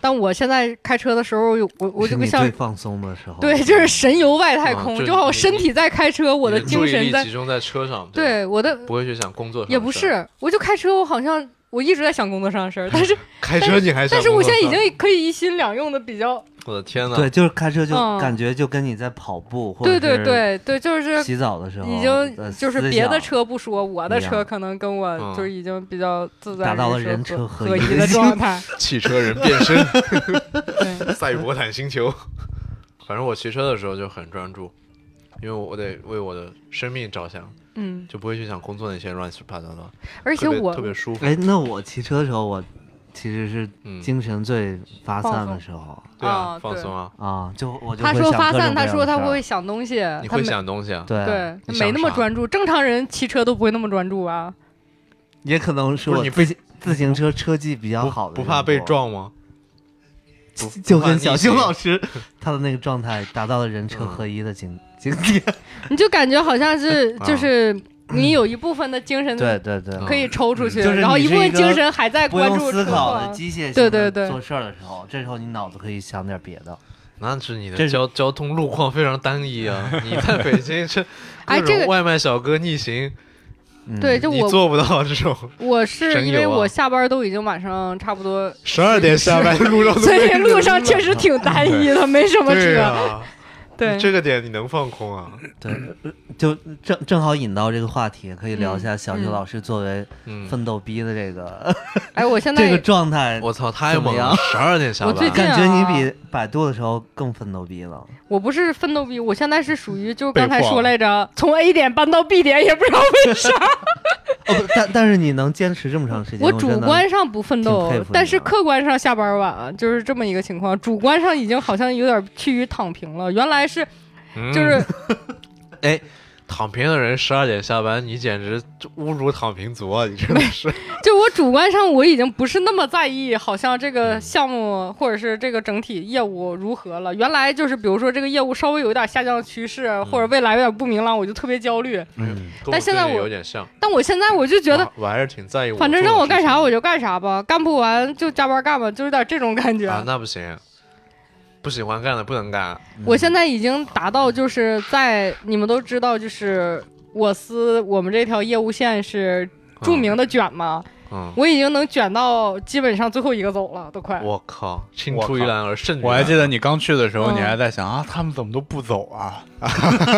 Speaker 3: 但我现在开车的时候，有我我
Speaker 4: 是
Speaker 3: 就
Speaker 4: 你
Speaker 3: 像
Speaker 4: 最哦放松的时候。
Speaker 3: 对，就是神游外太
Speaker 5: 嗯
Speaker 3: 空，
Speaker 5: 就是
Speaker 3: 就好像
Speaker 5: 你
Speaker 3: 身体在开车，我的
Speaker 5: 你
Speaker 3: 精
Speaker 5: 注意
Speaker 3: 神
Speaker 5: 力
Speaker 3: 在
Speaker 5: 集中在车上，吧，
Speaker 3: 对我的
Speaker 5: 不会去想工作上的事儿。
Speaker 3: 也不是，我就开车，我好像我一直在想工作上的
Speaker 5: *laughs*
Speaker 3: 事儿，但是
Speaker 5: 开车，你还想
Speaker 3: 但是
Speaker 5: 工
Speaker 3: 我
Speaker 5: 作
Speaker 3: 现在已
Speaker 5: 上
Speaker 3: 经可以一心两用的比较，
Speaker 5: 我的天呐，
Speaker 4: 对，就是开车就
Speaker 3: 嗯
Speaker 4: 感觉就跟你在跑步，或
Speaker 3: 对
Speaker 4: 者
Speaker 3: 对
Speaker 4: 是
Speaker 3: 对对，就是
Speaker 4: 洗澡的时候
Speaker 3: 已
Speaker 4: 的
Speaker 3: 经就是
Speaker 4: 思
Speaker 3: 别的
Speaker 4: 想
Speaker 3: 车不说，我的
Speaker 4: 一样
Speaker 3: 车可能跟我
Speaker 5: 嗯
Speaker 3: 就是已经比较自在
Speaker 4: 达到了
Speaker 3: 人
Speaker 4: 人
Speaker 3: 车
Speaker 4: 车
Speaker 3: 合
Speaker 4: 合
Speaker 3: 合
Speaker 4: 一
Speaker 3: 一
Speaker 4: 的
Speaker 3: 的状态，
Speaker 5: 汽车人变身。
Speaker 3: 对。
Speaker 5: *laughs* 赛博坦星球。反正我骑车的时候就很专注，因为我得为我的生命着想， *laughs*
Speaker 3: 嗯，
Speaker 5: 就不会去想工作那些乱七八糟的，
Speaker 3: 而且
Speaker 5: 特别
Speaker 3: 我
Speaker 5: 特别舒服。
Speaker 4: 哎，那我骑车的时候，我其实是
Speaker 5: 嗯，
Speaker 4: 精神最发
Speaker 3: 放
Speaker 4: 散
Speaker 3: 松
Speaker 4: 的时候
Speaker 5: 对啊，
Speaker 3: 啊
Speaker 5: 放
Speaker 3: 对
Speaker 5: 松啊，
Speaker 4: 啊，就我就
Speaker 3: 他
Speaker 4: 会
Speaker 3: 说
Speaker 4: 想
Speaker 3: 发
Speaker 4: 各
Speaker 3: 散，
Speaker 4: 种
Speaker 3: 他
Speaker 4: 各样
Speaker 3: 说
Speaker 4: 的
Speaker 3: 他
Speaker 4: 事儿
Speaker 3: 会想东西，
Speaker 5: 你
Speaker 3: 他
Speaker 5: 会
Speaker 3: 没
Speaker 5: 想东西啊。
Speaker 4: 对
Speaker 3: 对，
Speaker 5: 你
Speaker 3: 他没
Speaker 5: 想
Speaker 3: 那么
Speaker 5: 啥
Speaker 3: 专注，正常人骑车都不会那么专注啊。
Speaker 4: 也可能是
Speaker 5: 不是
Speaker 4: 我
Speaker 5: 你
Speaker 4: 自己自行车车技比较好的
Speaker 5: 不
Speaker 4: 人
Speaker 5: 怕被
Speaker 4: 我，
Speaker 5: 撞吗？不
Speaker 4: *laughs* 就
Speaker 5: 不怕
Speaker 4: 跟小
Speaker 5: 逆
Speaker 4: 熊
Speaker 5: 行
Speaker 4: 老师他的那个状态达到了人车
Speaker 5: 嗯
Speaker 4: 合一的境境界。
Speaker 3: 你就感觉好像是就是
Speaker 5: 啊
Speaker 3: 你有一部分的精神
Speaker 4: *laughs* 对对
Speaker 5: 嗯
Speaker 4: 对，
Speaker 3: 可以抽出去，
Speaker 4: 嗯就是
Speaker 3: 然后
Speaker 4: 你
Speaker 3: 一
Speaker 4: 是
Speaker 3: 部分
Speaker 4: 一个
Speaker 3: 精神还在
Speaker 4: 不
Speaker 3: 关
Speaker 4: 用
Speaker 3: 注啊
Speaker 4: 思
Speaker 3: 车
Speaker 4: 考的
Speaker 3: 况
Speaker 4: 机械性
Speaker 3: 对
Speaker 4: 地
Speaker 3: 对对
Speaker 4: 做事儿的时候，这时候你脑子可以想点别的。
Speaker 5: 那是你
Speaker 4: 这
Speaker 5: 的
Speaker 4: 是
Speaker 5: 交交通路况非常单一
Speaker 4: *laughs*
Speaker 5: 啊！你在北京这
Speaker 3: *laughs* 哎
Speaker 5: 各
Speaker 3: 这个
Speaker 5: 种外卖小哥逆行，
Speaker 4: 嗯
Speaker 3: 对，，就
Speaker 5: 你
Speaker 3: 我
Speaker 5: 做不到这
Speaker 3: *laughs*
Speaker 5: 种。
Speaker 3: 我是
Speaker 5: 神
Speaker 3: 因为
Speaker 5: 游啊
Speaker 3: 我下班都已经晚上差不
Speaker 4: *laughs*
Speaker 3: 多，
Speaker 5: 十二点下班路上都
Speaker 3: 所
Speaker 5: 没
Speaker 3: 以
Speaker 5: 人
Speaker 3: 路上确实挺单一的，没什么
Speaker 5: 对
Speaker 3: 车。
Speaker 5: 啊，
Speaker 3: 对
Speaker 5: 你这个点你能放空啊？
Speaker 4: 对，呃就正正好引到这个话题，可以聊一下小
Speaker 3: 嗯
Speaker 4: 牛
Speaker 3: 嗯
Speaker 4: 老师作为
Speaker 5: 嗯，
Speaker 4: 奋斗逼的这 *laughs* 个
Speaker 3: 哎，我现
Speaker 4: 这个
Speaker 3: 在
Speaker 4: 状态，
Speaker 5: 我操，太
Speaker 4: 怎么
Speaker 5: 猛了！
Speaker 4: 样
Speaker 5: 十二点下
Speaker 3: 我
Speaker 5: 班，
Speaker 3: 最近
Speaker 4: 感觉
Speaker 3: 啊
Speaker 4: 你比百度的时候更奋斗逼了。哦
Speaker 3: 我不是奋斗逼，我现在是属于就是
Speaker 2: 被
Speaker 3: 刚才
Speaker 2: 晃
Speaker 4: *laughs*
Speaker 3: 说来着，从 A 点搬到 B 点也不知道为啥。
Speaker 4: 哦，不但但是你能坚持这么长时间，
Speaker 3: 我
Speaker 4: 我
Speaker 3: 主
Speaker 4: 哎真的
Speaker 3: 观上不奋斗
Speaker 4: 挺佩服你的，
Speaker 3: 但是客观上下班晚，就是这么一个情况。主观上已经好像有点趋于躺平了，原来是
Speaker 4: 嗯
Speaker 3: 就是、
Speaker 5: 嗯躺平的人十二点下班，你简直就侮辱躺平族啊！你真的
Speaker 3: *laughs*
Speaker 5: 是，
Speaker 3: 就我主观上我已经不是那么在意，好像这个项目或者是这个整体业务如何了。原来就是比如说这个业务稍微有一点下降的趋
Speaker 5: 嗯
Speaker 3: 势，或者未来有点不明朗，我就特别焦虑。
Speaker 4: 嗯，
Speaker 5: 跟我
Speaker 3: 但现在
Speaker 5: 最近
Speaker 3: 我
Speaker 5: 有点像，
Speaker 3: 但我现在我就觉得
Speaker 5: 啊我，我还是挺在意我做
Speaker 3: 反
Speaker 5: 的事情。
Speaker 3: 正让我干啥我就干啥吧，干不完就加班干吧，就有点这种感觉。
Speaker 5: 啊，那不行，不喜欢干的不能干。
Speaker 3: 我现在已经达到，就是在你们都知道，就是我司我们这条业务线是著名的卷嘛，
Speaker 5: 嗯，
Speaker 3: 我已经能卷到基本上最后一个走了，都快。
Speaker 5: 我靠，青
Speaker 2: 我
Speaker 5: 出于
Speaker 2: 靠
Speaker 5: 蓝而胜于
Speaker 2: 我还
Speaker 5: 蓝
Speaker 2: 记得你刚去的时候，
Speaker 3: 啊嗯
Speaker 2: 你还在想啊，他们怎么都不走啊？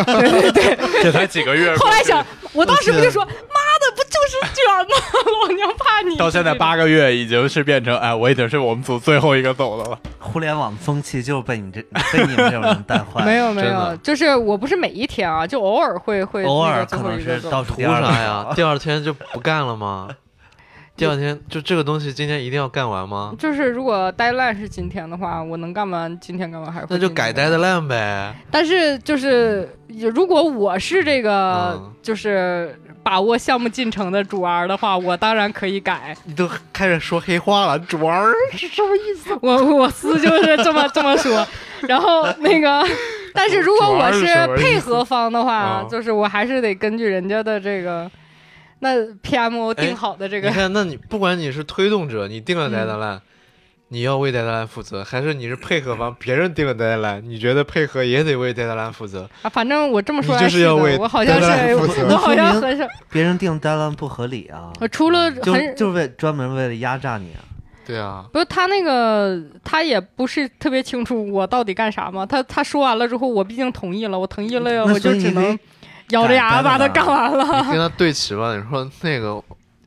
Speaker 3: 对对对，
Speaker 2: *laughs* 这才几个月，
Speaker 3: *laughs* 后来想，我当时不就说，妈的，不就是卷吗？ *laughs* 老娘怕你！
Speaker 2: 到现在八个月已经是变成哎，我已经是我们组最后一个走的了。
Speaker 4: 互联网风气就是被你这被你们这种人带坏
Speaker 3: *laughs*
Speaker 4: 了，
Speaker 3: 没有没
Speaker 5: 真
Speaker 3: 有
Speaker 5: 的，
Speaker 3: 就是我不是每一天啊，就偶尔会会
Speaker 4: 偶
Speaker 3: 那
Speaker 4: 尔
Speaker 3: 个最
Speaker 4: 可
Speaker 3: 后
Speaker 4: 能
Speaker 3: 一个
Speaker 4: 是
Speaker 3: 走
Speaker 4: 倒数
Speaker 5: 图
Speaker 4: 第二
Speaker 5: 啥
Speaker 4: 条
Speaker 5: 呀？第二天就不干了
Speaker 3: *laughs*
Speaker 5: 吗？第二天就这个东西今天一定要干完吗？
Speaker 3: 就是如果 deadline 是今天的话，我能干完今天干完还是会
Speaker 5: 那就
Speaker 3: 今天
Speaker 5: 改
Speaker 3: 干完
Speaker 5: deadline 呗。
Speaker 3: 但是就是，如果我是这个、
Speaker 5: 嗯
Speaker 3: 就是把握项目进程的主儿的话，我当然可以改。
Speaker 5: 你都开始说黑话了，主儿是什么意思？
Speaker 3: 我我司就是这么这么
Speaker 5: *laughs*
Speaker 3: 说。然后那个，但是如果我是配合方的话，
Speaker 5: 嗯
Speaker 3: 就是我还是得根据人家的这个那 PMO
Speaker 5: 哎
Speaker 3: 定好的这
Speaker 5: 你
Speaker 3: 个。
Speaker 5: 看，那你不管你是推动者，你定了
Speaker 3: 嗯
Speaker 5: deadline，、你要为 deadline 负责，还是你是配合方，别人定了 deadline，你觉得配合也得为 deadline 负责？
Speaker 3: 啊，反正我这么说
Speaker 5: 你
Speaker 3: 来
Speaker 5: 就是要
Speaker 3: 的
Speaker 5: 为
Speaker 3: 我好像是
Speaker 5: deadline 负责
Speaker 3: 我好像很少，
Speaker 4: *laughs* 别人定 deadline 不合理啊，
Speaker 3: 我除了
Speaker 4: 就
Speaker 3: 很
Speaker 4: 就是为专门为了压榨你啊。
Speaker 5: 对
Speaker 3: *laughs*
Speaker 5: 啊，
Speaker 3: 不是他那个，他也不是特别清楚我到底干啥嘛。他他说完了之后，我毕竟同意了，我同意了，
Speaker 4: 那
Speaker 3: 我
Speaker 4: 所
Speaker 3: 就
Speaker 4: 以你
Speaker 3: 只能
Speaker 4: 得
Speaker 3: 咬着牙把
Speaker 5: 啊
Speaker 3: 它干完了。
Speaker 5: 你跟他对齐吧。你说那个，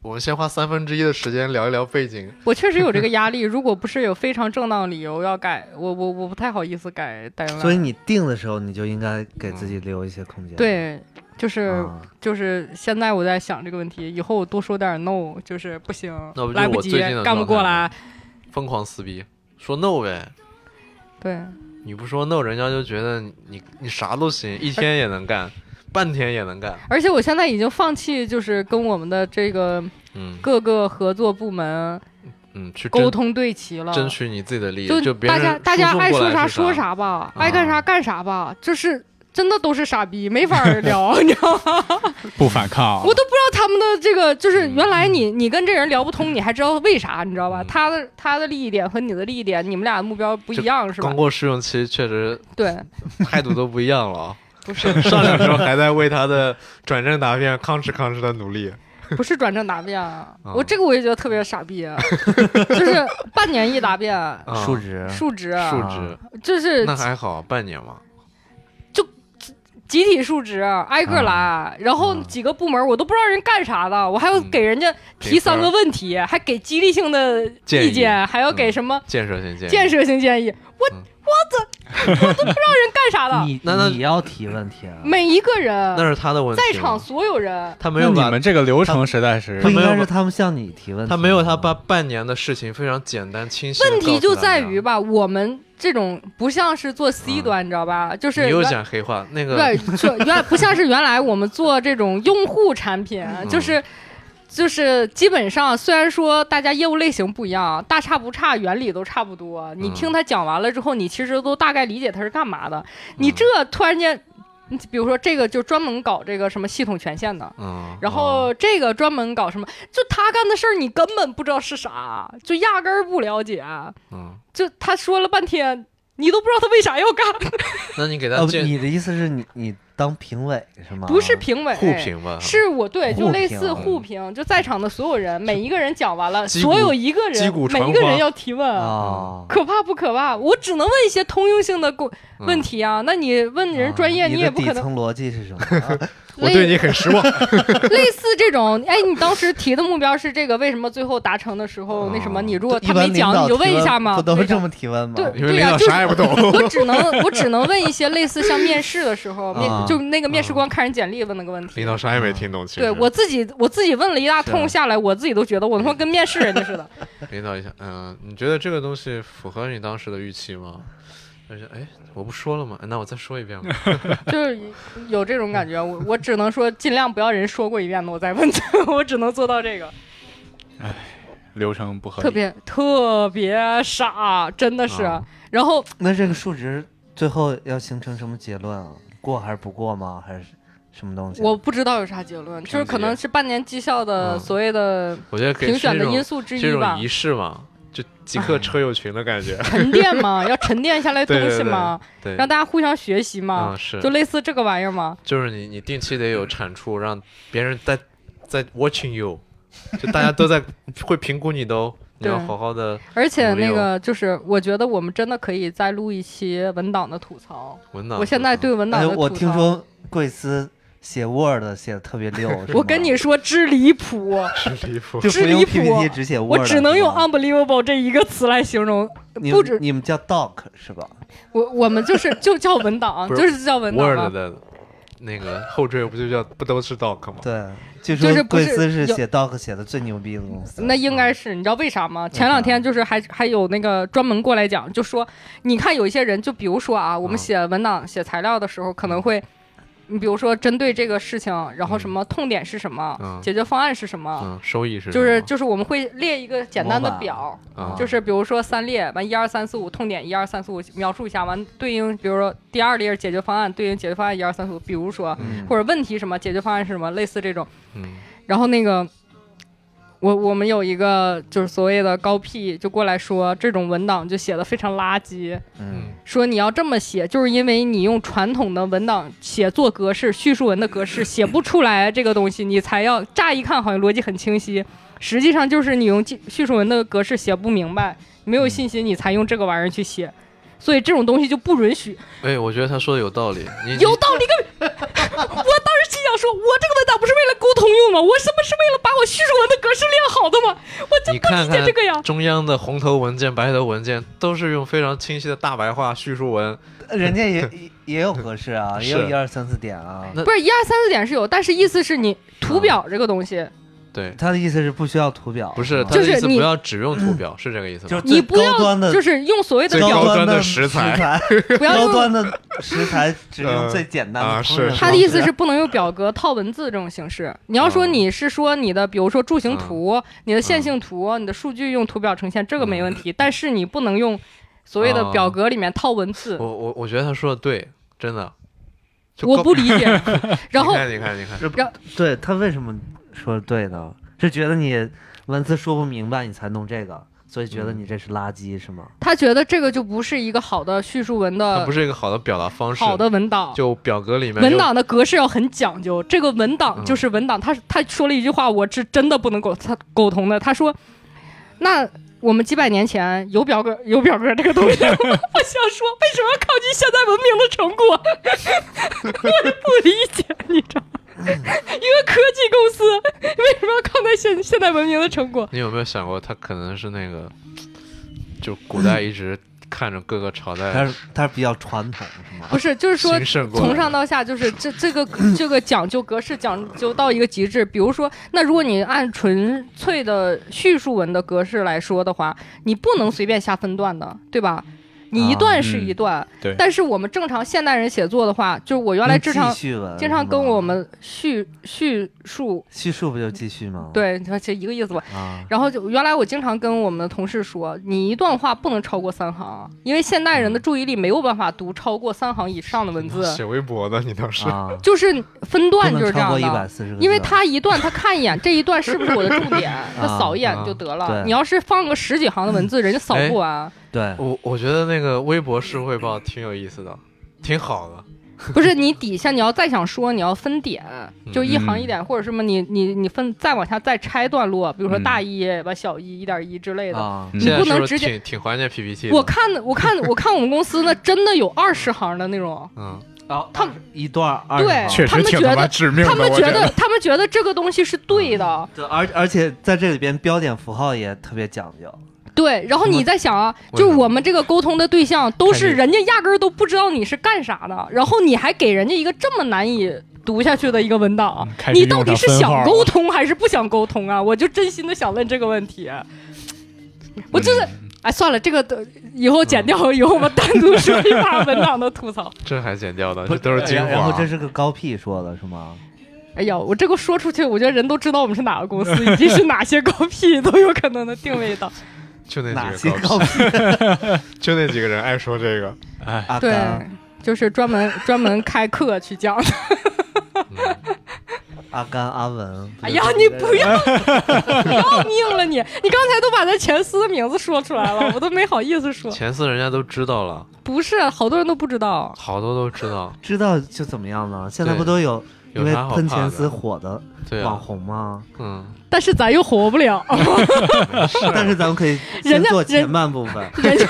Speaker 5: 我们先花三分之一的时间聊一聊背景，
Speaker 3: 我确实有这个压力，如果不是有非常正当理由要改，我我我不太好意思改代用
Speaker 4: 所以你定的时候，你就应该给自己留一些空间。
Speaker 3: 对，就是
Speaker 4: 啊，
Speaker 3: 就是现在我在想这个问题，以后我多说点 no 就是不行
Speaker 5: 那不，就是
Speaker 3: 来
Speaker 5: 我
Speaker 3: 及
Speaker 5: 最近的，
Speaker 3: 干不
Speaker 5: 状
Speaker 3: 过
Speaker 5: 态
Speaker 3: 来
Speaker 5: 吗。疯狂撕逼，说 no 呗。
Speaker 3: 对，
Speaker 5: 你不说 no，人家就觉得你你你啥都行，一天也能干，半天也能干。
Speaker 3: 而且我现在已经放弃，就是跟我们的这个
Speaker 5: 嗯
Speaker 3: 各个合作部门
Speaker 5: 嗯，去
Speaker 3: 沟
Speaker 5: 争
Speaker 3: 通对齐了，
Speaker 5: 争取你自己的利益，
Speaker 3: 就
Speaker 5: 就别
Speaker 3: 大家
Speaker 5: 人
Speaker 3: 大
Speaker 5: 输
Speaker 3: 家
Speaker 5: 送
Speaker 3: 爱
Speaker 5: 过
Speaker 3: 说
Speaker 5: 来
Speaker 3: 啥
Speaker 5: 是
Speaker 3: 说
Speaker 5: 啥。啊
Speaker 3: 啥吧，爱干啥干啥吧，就是真的都是傻逼，没法儿
Speaker 5: *laughs*
Speaker 3: 聊，你知道吗？
Speaker 2: 不反
Speaker 5: 啊
Speaker 2: 抗啊
Speaker 3: 我都不知道他们的这个，就是原来你你跟这人聊不通，你还知道为啥，你知道吧？
Speaker 5: 嗯
Speaker 3: 他的他的利益点和你的利益点，你们俩的目标不一样是吧
Speaker 5: 刚？过试用期，确实
Speaker 3: 对，
Speaker 5: *laughs* 态度都不一样了啊。
Speaker 3: *laughs* 不是
Speaker 5: 上两周还在为他的转正答辩吭哧吭哧的努力。
Speaker 3: 不是转正答辩啊，
Speaker 5: 啊
Speaker 3: 我这个我也觉得特别傻
Speaker 5: *laughs*
Speaker 3: 逼，啊就是半年一答辩，
Speaker 5: 啊
Speaker 4: 数值
Speaker 3: 数值
Speaker 5: 数值
Speaker 4: 啊，
Speaker 3: 就是
Speaker 5: 那还好，半年嘛。
Speaker 3: 集体述职，挨个来，
Speaker 5: 嗯
Speaker 3: 然后几个部门我都不知道人干啥的，我还要给人家提三个问题，还给激励性的
Speaker 5: 建
Speaker 3: 意见，
Speaker 5: 议
Speaker 3: 还要给什么
Speaker 5: 建设性建议。
Speaker 3: 建设性建议，我
Speaker 5: 嗯
Speaker 3: *laughs* 干啥的？
Speaker 4: 你
Speaker 5: 那那
Speaker 4: 你要提问题啊，
Speaker 3: 每一个人
Speaker 5: 那是他的问题。
Speaker 3: 在场，所有人，
Speaker 5: 他没
Speaker 2: 那
Speaker 5: 有
Speaker 2: 你
Speaker 5: 把
Speaker 2: 们这个流程实在是
Speaker 4: 不应
Speaker 5: 没有
Speaker 4: 该是
Speaker 5: 把
Speaker 4: 他们向你提问题吗。
Speaker 5: 他没有他把半年的事情非常简单清晰。
Speaker 3: 问题就在于，吧，我们这种不像是做 C
Speaker 5: 嗯
Speaker 3: 端，你知道吧？就是
Speaker 5: 你又
Speaker 3: 原
Speaker 5: 讲黑话，那个
Speaker 3: 对，就原不像是原来我们做这种用户产品，
Speaker 5: 嗯
Speaker 3: 就是。就是基本上，虽然说大家业务类型不一样，大差不差，原理都差不多。你
Speaker 5: 嗯嗯
Speaker 3: 听他讲完了之后，你其实都大概理解他是干嘛的。你这突然间，你比如说这个就专门搞这个什么系统权限的，
Speaker 5: 嗯，
Speaker 3: 然后这个专门搞什么，就他干的事儿你根本不知道是啥，就压根儿不了解。
Speaker 5: 嗯，
Speaker 3: 就他说了半天，你都不知道他为啥要干，
Speaker 5: 那你给
Speaker 4: 呃，
Speaker 2: 啊
Speaker 5: 他
Speaker 4: 不
Speaker 5: 建
Speaker 4: 你的意思是你你当评委是吗？
Speaker 3: *laughs* 不是评委，
Speaker 5: 互评吧，
Speaker 3: 是我对，
Speaker 4: 互
Speaker 3: 就类
Speaker 4: 评
Speaker 3: 似互评，就在场的所有人，每一个人讲完了，
Speaker 5: 击
Speaker 3: 所
Speaker 5: 鼓
Speaker 3: 有一个
Speaker 5: 击
Speaker 3: 人
Speaker 5: 鼓，
Speaker 3: 每
Speaker 5: 传
Speaker 3: 一个
Speaker 5: 花
Speaker 3: 人要提问，
Speaker 4: 啊，
Speaker 3: 可怕不可怕？我只能问一些通用性的公
Speaker 5: 嗯
Speaker 3: 问。题啊。那你问人专业，
Speaker 4: 啊
Speaker 3: 你
Speaker 4: 的
Speaker 3: 也不
Speaker 4: 底
Speaker 3: 可能
Speaker 4: 层逻辑是什么？
Speaker 5: 我对
Speaker 3: 类
Speaker 5: 你很失望。
Speaker 3: 类似这种。哎，你当时提的目标是这个，为什么最后达成的时候那什么？
Speaker 5: 嗯
Speaker 3: 你如果
Speaker 4: 啊 *laughs* 一
Speaker 3: 他
Speaker 4: 般
Speaker 3: 没
Speaker 4: 领导
Speaker 3: 讲，你就问一
Speaker 4: 提
Speaker 3: 下
Speaker 4: 问
Speaker 3: 嘛。
Speaker 4: 不都
Speaker 3: 为
Speaker 4: 是这
Speaker 3: 啥
Speaker 4: 么提问吗？
Speaker 3: 对
Speaker 5: 因为
Speaker 3: 对
Speaker 5: 领
Speaker 3: 呀
Speaker 5: 导
Speaker 3: 就是
Speaker 5: 啥也不懂，
Speaker 4: *laughs*
Speaker 3: 我只能我只能问一些类似像面试的时候，面
Speaker 4: 啊
Speaker 3: 就那个面试官看人简历问那个问题。
Speaker 5: 领导啥也没听懂，其实
Speaker 3: 对我自己，我自己问了一大
Speaker 4: 是啊
Speaker 3: 通下来，我自己都觉得我他妈跟面试人家
Speaker 5: *laughs*
Speaker 3: 似的。
Speaker 5: 领导一下，嗯，你觉得这个东西符合你当时的预期吗？而且，哎，我不说了吗？那我再说一遍吧。
Speaker 3: 就是有这种感觉，我我只能说尽量不要人说过一遍的，我再问他， *laughs* 我只能做到这个。
Speaker 2: 流程不合理，
Speaker 3: 特别特别傻，真的是。
Speaker 5: 啊
Speaker 3: 然后
Speaker 4: *laughs* 那这个数值最后要形成什么结论啊？过还是不过吗？还是什么东西？
Speaker 3: 我不知道有啥结论，就是可能是半年绩效的
Speaker 5: 嗯
Speaker 3: 所谓的
Speaker 5: 我觉得给
Speaker 3: 评
Speaker 5: 是这
Speaker 3: 选的
Speaker 5: 种
Speaker 3: 因素之
Speaker 5: 这
Speaker 3: 一吧
Speaker 5: 种仪。式嘛，就极客车友群的感
Speaker 3: *laughs*
Speaker 5: 觉。
Speaker 3: 沉淀嘛，要沉淀下来东
Speaker 5: 对对
Speaker 3: 西嘛，
Speaker 5: 对，
Speaker 3: 让大家互相学习嘛
Speaker 5: 嗯，是
Speaker 3: 就类似这个玩意儿嘛。
Speaker 5: 就是你你定期得有产出，让别人在在 watching
Speaker 3: *laughs*
Speaker 5: you，就大家都在会评估你的哦。你要
Speaker 3: 对
Speaker 5: 好好的
Speaker 3: 而且那
Speaker 5: 没有
Speaker 3: 个就是，我觉得我们真的可以再录一期文档的吐槽。
Speaker 5: 文档。
Speaker 3: 我现在对文档
Speaker 4: 哎
Speaker 3: 的
Speaker 4: 呦
Speaker 3: 吐槽，
Speaker 4: 我听说贵司写 Word 写的特别溜，是
Speaker 3: 我
Speaker 4: 吗
Speaker 3: 跟你说之离谱。
Speaker 5: 是离谱， *laughs*
Speaker 4: 就
Speaker 3: 之
Speaker 4: 不用
Speaker 3: 离谱
Speaker 4: PPT 只写 Word，
Speaker 3: 我只能用
Speaker 4: 是吗
Speaker 3: unbelievable 这一个词来形容，
Speaker 4: 你
Speaker 3: 不
Speaker 4: 们
Speaker 3: 止
Speaker 4: 你们叫 doc 是吧？
Speaker 3: 我我们就是就叫文档，
Speaker 5: 不
Speaker 3: 就是是叫文档啊嘛
Speaker 5: Word 的那个后缀不就叫不都是 doc 吗？
Speaker 4: 对，据
Speaker 3: 就是
Speaker 4: 说
Speaker 3: 不
Speaker 4: 贵
Speaker 3: 是
Speaker 4: 司是
Speaker 3: 有
Speaker 4: 写 doc 写的最牛逼的公司。
Speaker 3: 那应该是，你知道为啥吗？前两天就是还还有那个专门过来讲，就说你看有一些人，就比如说啊，我们写文档、写材料的时候，可能会，你比如说针对这个事情，然后什么痛点是什么
Speaker 5: 嗯，
Speaker 3: 解决方案是什么，
Speaker 5: 嗯，收益是
Speaker 3: 就
Speaker 5: 什
Speaker 3: 是
Speaker 5: 么
Speaker 3: 就是我们会列一个简单的
Speaker 4: 模板
Speaker 3: 表，
Speaker 5: 啊，
Speaker 3: 就是比如说三列，完一二三四五痛点一二三四五描述一下，完对应比如说第二列是解决方案，对应解决方案一二三四五，比如说
Speaker 5: 嗯
Speaker 3: 或者问题什么，解决方案是什么，类似这种。
Speaker 5: 嗯
Speaker 3: 然后那个我我们有一个就是所谓的高 P 就过来说这种文档就写的非常垃圾，
Speaker 4: 嗯，
Speaker 3: 说你要这么写，就是因为你用传统的文档写作格式、叙述文的格式写不出来这个东西，你才要乍一看好像逻辑很清晰，实际上就是你用记叙述文的格式写不明白，没有信心你才用这个玩意儿去写。所以这种东西就不允许。
Speaker 5: 哎，我觉得他说的有道理，你
Speaker 3: 有道理
Speaker 5: *laughs*
Speaker 3: 个，我当时心想说，我这个文档不是为了沟通用吗？我什么是为了把我叙述文的格式练好的吗？我就
Speaker 5: 你
Speaker 3: 不
Speaker 5: 看
Speaker 3: 理解
Speaker 5: 看
Speaker 3: 这个呀。
Speaker 5: 中央的红头文件、白头文件都是用非常清晰的大白话叙述文，
Speaker 4: 人家也 *laughs* 也也有格式啊，也有
Speaker 5: 嗯是哎
Speaker 4: 一二三四点啊。
Speaker 5: 那
Speaker 3: 不是一二三四点是有，但是意思是你图表这个东西，
Speaker 5: 嗯对，
Speaker 4: 他的意思是不需要图表，
Speaker 5: 不是
Speaker 4: 吗
Speaker 5: 他的
Speaker 3: 就是
Speaker 5: 意思，不
Speaker 3: 你
Speaker 5: 要只用图表，是这个意思吗？
Speaker 4: 就是
Speaker 3: 你
Speaker 4: 最
Speaker 3: 不要
Speaker 4: 高端的，
Speaker 3: 就是用所谓的
Speaker 5: 最
Speaker 4: 高
Speaker 3: 表，
Speaker 5: 端
Speaker 4: 的
Speaker 5: 的食材
Speaker 4: 材，
Speaker 5: *laughs*
Speaker 3: 不要
Speaker 4: 高
Speaker 3: 用。
Speaker 4: 端的食材只用
Speaker 5: 嗯
Speaker 4: 最简单
Speaker 5: 啊
Speaker 4: 的烹饪方式。
Speaker 5: 是
Speaker 3: 他的意思是不能用表格套文字这种形式。你要说
Speaker 5: 嗯
Speaker 3: 你是说你的，比如说柱形图、你的线性图、
Speaker 5: 嗯
Speaker 3: 你的数据用图表呈现，这个没问题。但是你不能用所谓的
Speaker 5: 哦
Speaker 3: 表格里面套文字，
Speaker 5: 我我我觉得他说的对，真的。就
Speaker 3: 我
Speaker 5: 高
Speaker 3: 不理解。 *laughs* 然后
Speaker 5: 你看，你看，你看，
Speaker 4: 对他为什么说对呢？是觉得你文字说不明白，你才弄这个，所以觉
Speaker 5: 嗯
Speaker 4: 得你这是垃圾是吗？
Speaker 3: 他觉得这个就不是一个好的叙述文
Speaker 5: 它
Speaker 3: 的
Speaker 5: 不是一个好的表达方式。
Speaker 3: 好的文档。
Speaker 5: 就表格里面
Speaker 3: 文
Speaker 5: 有
Speaker 3: 档的格式要很讲究，这个文档
Speaker 5: 嗯
Speaker 3: 就是文档。他他说了一句话，我是真的不能苟他苟同的。他说：“那我们几百年前有表格有表格这个东西，我想说为什么要抗拒现代文明的成果？ *laughs* 我是不理解，你知道吗？一个科技公司为什么要抗拒现现代文明的成果？
Speaker 5: 你有没有想过，他可能是那个，就古
Speaker 3: *laughs*
Speaker 5: 代一直看着各个朝
Speaker 4: 他
Speaker 5: 代
Speaker 4: 是他是比较传统是吗？
Speaker 3: 不是，就是说
Speaker 5: 兴盛过来
Speaker 3: 从上到下就是这这个这个讲究格式讲究到一个极致。比如说，那如果你按纯粹的叙述文的格式来说的话，你不能随便下分段的，对吧？你一段是一段，
Speaker 2: 对
Speaker 3: 但是我们正常现代人写作的话，就是我原来经常
Speaker 4: 跟记叙文
Speaker 3: 经常跟
Speaker 4: 是吗
Speaker 3: 我们叙叙述，
Speaker 4: 叙述不就继续吗？
Speaker 3: 对，其实一个意思吧。
Speaker 4: 啊，
Speaker 3: 然后就原来我经常跟我们的同事说，你一段话不能超过三行，啊因为现代人的注意力没有办法读超过三行以上的文字。
Speaker 5: 写微博的，你当时
Speaker 4: 啊，
Speaker 3: 就是分段
Speaker 4: 不
Speaker 3: 就是这
Speaker 4: 能超过
Speaker 3: 样
Speaker 4: 一百
Speaker 3: 的。
Speaker 4: 四十个字，
Speaker 3: 因为他一段，他看一眼这一段是不是我的重
Speaker 4: *laughs*
Speaker 3: 点，他扫一眼就得了。
Speaker 4: 啊对哎
Speaker 3: 你要是放个十几行的文字，人家扫不完。
Speaker 4: 对
Speaker 5: 我我觉得那个微博是汇报挺有意思的，挺好的。
Speaker 3: 不是你底下你要再想说，你要分点，
Speaker 4: 嗯
Speaker 3: 就一行一点，或者什么你你你分再往下再拆段落，比如说
Speaker 2: 嗯
Speaker 3: 大一完小一一点一之类的。
Speaker 4: 啊，
Speaker 2: 嗯
Speaker 5: 现在
Speaker 3: 不
Speaker 5: 是
Speaker 3: 能
Speaker 5: 不是
Speaker 3: 直接
Speaker 5: 挺挺怀念 PPT 的？
Speaker 3: 我看我看我看我们公司那真的有二十行的那种，
Speaker 5: 嗯，
Speaker 4: 哦
Speaker 3: 他
Speaker 4: 一段二
Speaker 3: 对
Speaker 2: 确
Speaker 3: 他
Speaker 2: 实
Speaker 3: 们
Speaker 2: 挺
Speaker 3: 觉
Speaker 2: 他妈
Speaker 3: 得
Speaker 2: 致命的，
Speaker 3: 他们
Speaker 2: 我
Speaker 3: 觉
Speaker 2: 得
Speaker 3: 得他们觉
Speaker 4: 啊
Speaker 3: 得这个东西是对的，
Speaker 4: 对，而而且在这里边标点符号也特别讲究，
Speaker 3: 对，然后你再想啊，
Speaker 5: 我
Speaker 3: 就是我们这个沟通的对象都是
Speaker 5: 看
Speaker 3: 人家压根儿都不知道你是干啥的，然后你还给人家一个这么难以读下去的一个文档
Speaker 2: 嗯，开始
Speaker 3: 你到底是
Speaker 2: 用上分号了
Speaker 3: 想沟通还是不想沟通啊？我就真心的想问这个问题，我就是。
Speaker 2: 嗯
Speaker 3: 哎，算了，这个等以后剪掉，以后我们单独说一把文档的
Speaker 2: *laughs*
Speaker 3: 吐槽。
Speaker 5: 这还剪掉的，这都是精华。
Speaker 4: 哎然后这是个高 P 说的是吗？
Speaker 3: 哎呀，我这个说出去，我觉得人都知道我们是哪个公司，以及是哪些高 P 都有可能能定位
Speaker 2: *laughs*
Speaker 3: 到。
Speaker 5: 就那
Speaker 4: 哪
Speaker 5: 几
Speaker 4: 些
Speaker 5: 个高，
Speaker 4: 高 P
Speaker 5: *laughs* 就那几个人爱说这
Speaker 4: *laughs*
Speaker 5: 个。
Speaker 2: 哎，
Speaker 4: 啊？
Speaker 3: 对
Speaker 4: 甘，
Speaker 3: 就是专门专门开课去讲
Speaker 5: 嗯
Speaker 4: 阿甘、阿文。
Speaker 3: 哎呀，你不要 *laughs* 不要命了你！你刚才都把咱前司的名字说出来
Speaker 5: *laughs*
Speaker 3: 了，我都没好意思说。
Speaker 5: 前四人家都知道了，
Speaker 3: 不是，好多人都不
Speaker 5: *laughs*
Speaker 3: 知道。
Speaker 5: 好多都知道，
Speaker 4: 知道就怎么样呢？现在
Speaker 5: 对
Speaker 4: 不都有因
Speaker 5: 有
Speaker 4: 为
Speaker 5: 啥好
Speaker 4: 喷
Speaker 5: 怕
Speaker 4: 钱
Speaker 5: 的
Speaker 4: 丝火的
Speaker 5: 对
Speaker 4: 网
Speaker 5: 啊，
Speaker 4: 红吗？
Speaker 5: 嗯，
Speaker 3: 但是咱又火不了，
Speaker 4: *laughs*
Speaker 5: 啊
Speaker 4: 但是咱们可以
Speaker 3: 人
Speaker 4: 先
Speaker 3: 家
Speaker 4: 做前
Speaker 3: 人
Speaker 4: 半
Speaker 3: *laughs*
Speaker 4: 部分，
Speaker 3: 人家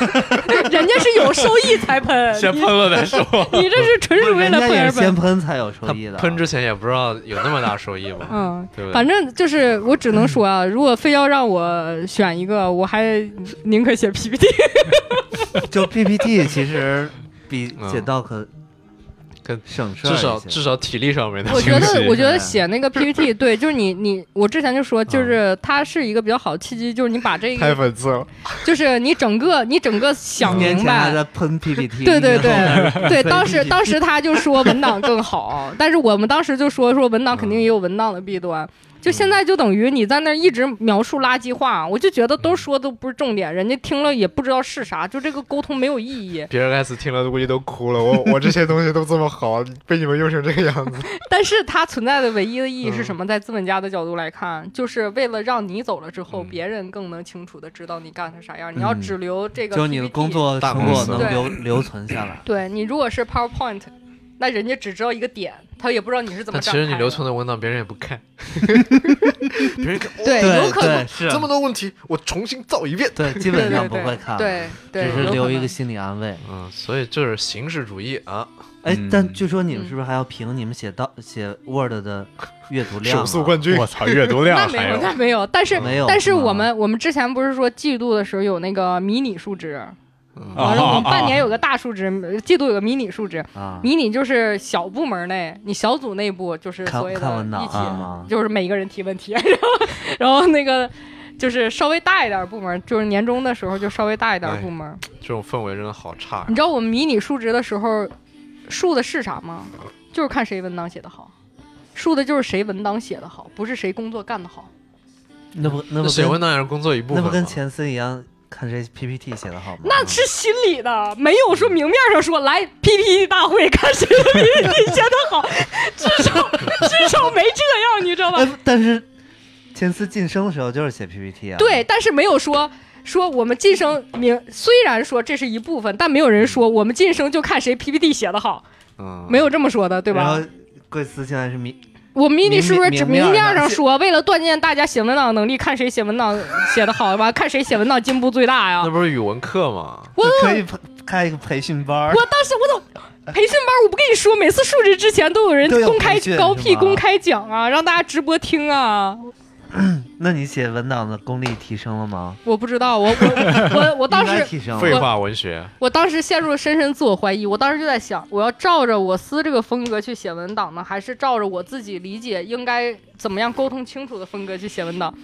Speaker 3: 人家是有收益才喷，你
Speaker 5: 了再说。
Speaker 3: 你这是纯属为
Speaker 4: 人
Speaker 3: 了
Speaker 4: 家
Speaker 3: 喷
Speaker 4: 也
Speaker 3: 而
Speaker 4: 是先
Speaker 3: 喷。
Speaker 4: 喷才有收
Speaker 5: 他
Speaker 4: 益的。
Speaker 5: 喷之前也不知道有那么大收益吧？
Speaker 3: 嗯，
Speaker 5: 对不对？
Speaker 3: 反正就是我只能说啊，如果非要让我选一个，我还宁可写 PPT。
Speaker 4: 就 PPT 其实比
Speaker 5: 嗯
Speaker 4: 写 doc
Speaker 5: 跟
Speaker 4: 省事儿
Speaker 5: 至少
Speaker 4: 一些
Speaker 5: 至少体力上没那
Speaker 3: 我觉
Speaker 5: 清晰 *laughs*
Speaker 3: 得，我觉得
Speaker 4: 对
Speaker 3: 写那个 PPT，对，就是你你，我之前就说，就是它是一个比较好的契机，就是你把这
Speaker 5: 嗯 *laughs*
Speaker 3: 个
Speaker 5: 太粉刺了。
Speaker 3: 就是你整个你整个想
Speaker 4: 一年
Speaker 3: 明
Speaker 4: 前还在
Speaker 3: 白。
Speaker 4: 喷 PPT，
Speaker 3: 对对
Speaker 4: 一年后
Speaker 3: 对
Speaker 4: *laughs*
Speaker 3: 对，当时当时他就说文档更
Speaker 5: *laughs*
Speaker 3: 好，但是我们当时就说说文档
Speaker 5: 嗯
Speaker 3: 肯定也有文档的弊端。就现在就等于你在那儿一直描述垃圾话，我就觉得
Speaker 5: 嗯
Speaker 3: 都说都不是重点，人家听了也不知道是啥，就这个沟通没有意义。
Speaker 5: 比尔盖茨听了估计都哭了，我我这些东西都这么好，被你们用成这个样子，
Speaker 3: 但是它存在的唯一的意义是
Speaker 4: 嗯
Speaker 3: 什么？在资本家的角度来看，就是为了让你走了之后，
Speaker 5: 嗯
Speaker 3: 别人更能清楚的知道你干成啥样。你要
Speaker 4: 嗯
Speaker 3: 只留这个，
Speaker 4: 就是你的工。作
Speaker 5: 大
Speaker 4: 成
Speaker 5: 公
Speaker 4: 果
Speaker 5: 司
Speaker 4: 能
Speaker 3: 对
Speaker 4: 留留存下来。
Speaker 3: 对你如果是 PowerPoint，那人家只知道一个点，他也不知道你是怎
Speaker 5: 但
Speaker 3: 么
Speaker 5: 其
Speaker 3: 展开的。
Speaker 5: 实你留存的文档别人也不
Speaker 4: *laughs*
Speaker 5: 看，别人看哦
Speaker 3: 对，有
Speaker 4: 对
Speaker 3: 可能
Speaker 4: 对是，
Speaker 5: 这么多问题，我重新造一遍。
Speaker 4: 对基
Speaker 3: 对
Speaker 4: 本
Speaker 3: 对
Speaker 4: 上不
Speaker 3: 对
Speaker 4: 会看，，
Speaker 3: 对
Speaker 4: 只
Speaker 3: 对，
Speaker 4: 是
Speaker 3: 有
Speaker 4: 留
Speaker 3: 可
Speaker 4: 一
Speaker 3: 能
Speaker 4: 个心理安慰。
Speaker 5: 嗯，所以就是形式主义啊，
Speaker 4: 哎
Speaker 2: 嗯，
Speaker 4: 但据说你们是不是还要评你们写到写 Word 的阅读量啊？
Speaker 5: 手速冠军
Speaker 2: 我。操，阅读
Speaker 3: 那
Speaker 2: 量
Speaker 3: 没
Speaker 2: 还
Speaker 3: 有，那
Speaker 2: 有，
Speaker 3: 没有，但是
Speaker 4: 没有
Speaker 3: 但是
Speaker 4: 吗
Speaker 3: 我们我们之前不是说季度的时候有那个迷你数值，
Speaker 4: 啊
Speaker 5: 嗯
Speaker 3: 完了我们半年
Speaker 2: 有
Speaker 3: 有个大数值，嗯季度有个迷你数值，
Speaker 4: 啊，
Speaker 3: 迷你就是小部门内，你小组内部就是
Speaker 4: 看
Speaker 3: 所谓
Speaker 4: 看
Speaker 3: 的
Speaker 4: 文档
Speaker 3: 一起，
Speaker 4: 啊吗
Speaker 3: 就是每一个人提问题，然 *laughs* 后然后那个就是稍微大一点部门，就是年终的时候就稍微大一点部门。
Speaker 5: 这种氛围真的好差啊
Speaker 3: 你，知道我们迷你述职的时候数的是啥吗？就是看谁文档写的好，数的就是谁文档写的好，不是谁工作干的好。
Speaker 4: 那不那
Speaker 5: 那
Speaker 4: 不
Speaker 5: 写文
Speaker 4: 跟
Speaker 5: 档也是工作一部
Speaker 4: 那
Speaker 5: 分
Speaker 4: 不
Speaker 5: 嘛。
Speaker 4: 跟前司一样，看谁 PPT 写的好吗？
Speaker 3: 那是心里的，没有说明面上说来 PPT 大会看谁的 PPT 写的好，至少至少没这样，你知道吧？
Speaker 4: 哎，但是前司晋升的时候就是写 PPT 啊。
Speaker 3: 对，，但是没有说说我们晋升名，虽然说这是一部分，但没有人说我们晋升就看谁 PPT 写的好，
Speaker 5: 嗯，
Speaker 3: 没有这么说的，对
Speaker 4: 然
Speaker 3: 吧
Speaker 4: 后？贵司现在是迷，
Speaker 3: 我们 mini 是不是只
Speaker 4: 明面
Speaker 3: 明面
Speaker 4: 上
Speaker 3: 上
Speaker 4: 是
Speaker 3: 说，为了锻炼大家写文档能力，看谁写文档写的好吧，看谁写文档进步最大呀
Speaker 5: 那？不是语文课吗？
Speaker 3: 我
Speaker 4: 可以 *laughs* 培开一个培训班儿
Speaker 3: 我当时我怎么培训班？我不跟你说，每次述职之前都有人
Speaker 4: 都有
Speaker 3: 公开
Speaker 4: 培训
Speaker 3: 高
Speaker 4: 是
Speaker 3: P
Speaker 4: 吗
Speaker 3: 公开讲啊，让大家直播听啊。
Speaker 4: 那你写文档的功力提升了吗？
Speaker 3: 我不知道，我我我我当
Speaker 4: 应该
Speaker 3: 时
Speaker 4: 提升
Speaker 5: 废
Speaker 4: 了。
Speaker 5: 话文学，
Speaker 3: 我当时陷入了深深自我怀疑，我当时就在想，我要照着我司这个风格去写文档呢，还是照着我自己理解应该怎么样沟通清楚的风格去写文档？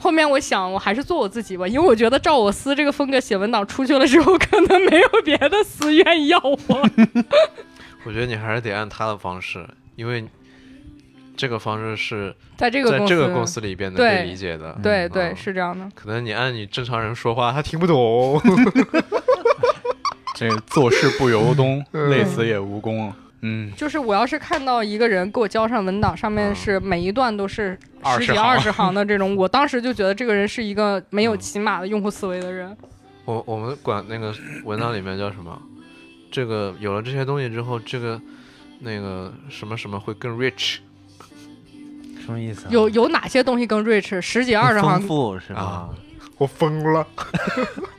Speaker 3: 后面我想，我还是做我自己吧，因为我觉得照我司这个风格写文档出去了之后，可能没有别的司愿意要我。
Speaker 5: 我觉得你还是得按他的方式，因为这个方式是
Speaker 3: *laughs* 在这个
Speaker 5: 在
Speaker 3: 公司，
Speaker 5: 这个公司里边能
Speaker 3: 对
Speaker 5: 被理解的。
Speaker 3: 对
Speaker 5: 嗯
Speaker 3: 对、
Speaker 5: 嗯
Speaker 3: 是这样的。
Speaker 5: 可能你按你正常人说话，他听不懂。
Speaker 2: 这做事不由
Speaker 3: *laughs*
Speaker 2: 东，
Speaker 3: 嗯
Speaker 2: 累死也无功啊。嗯，
Speaker 3: 就是我要是看到一个人给我交上文档，上面
Speaker 5: 嗯
Speaker 3: 是每一段都是
Speaker 2: 20
Speaker 3: 十几
Speaker 2: 行
Speaker 3: 二十行的
Speaker 5: *laughs*
Speaker 3: 这种，我当时就觉得这个人是一个没
Speaker 5: 嗯
Speaker 3: 有起码的用户思维的人。
Speaker 5: 我我们管那个文档里面叫什么？这个有了这些东西之后，这个那个什么什么会更 rich
Speaker 4: 什么意思啊？
Speaker 3: 有有哪些东西更 rich？十几二十
Speaker 4: 丰
Speaker 3: 行，
Speaker 4: 富是吧
Speaker 5: 啊？我疯了，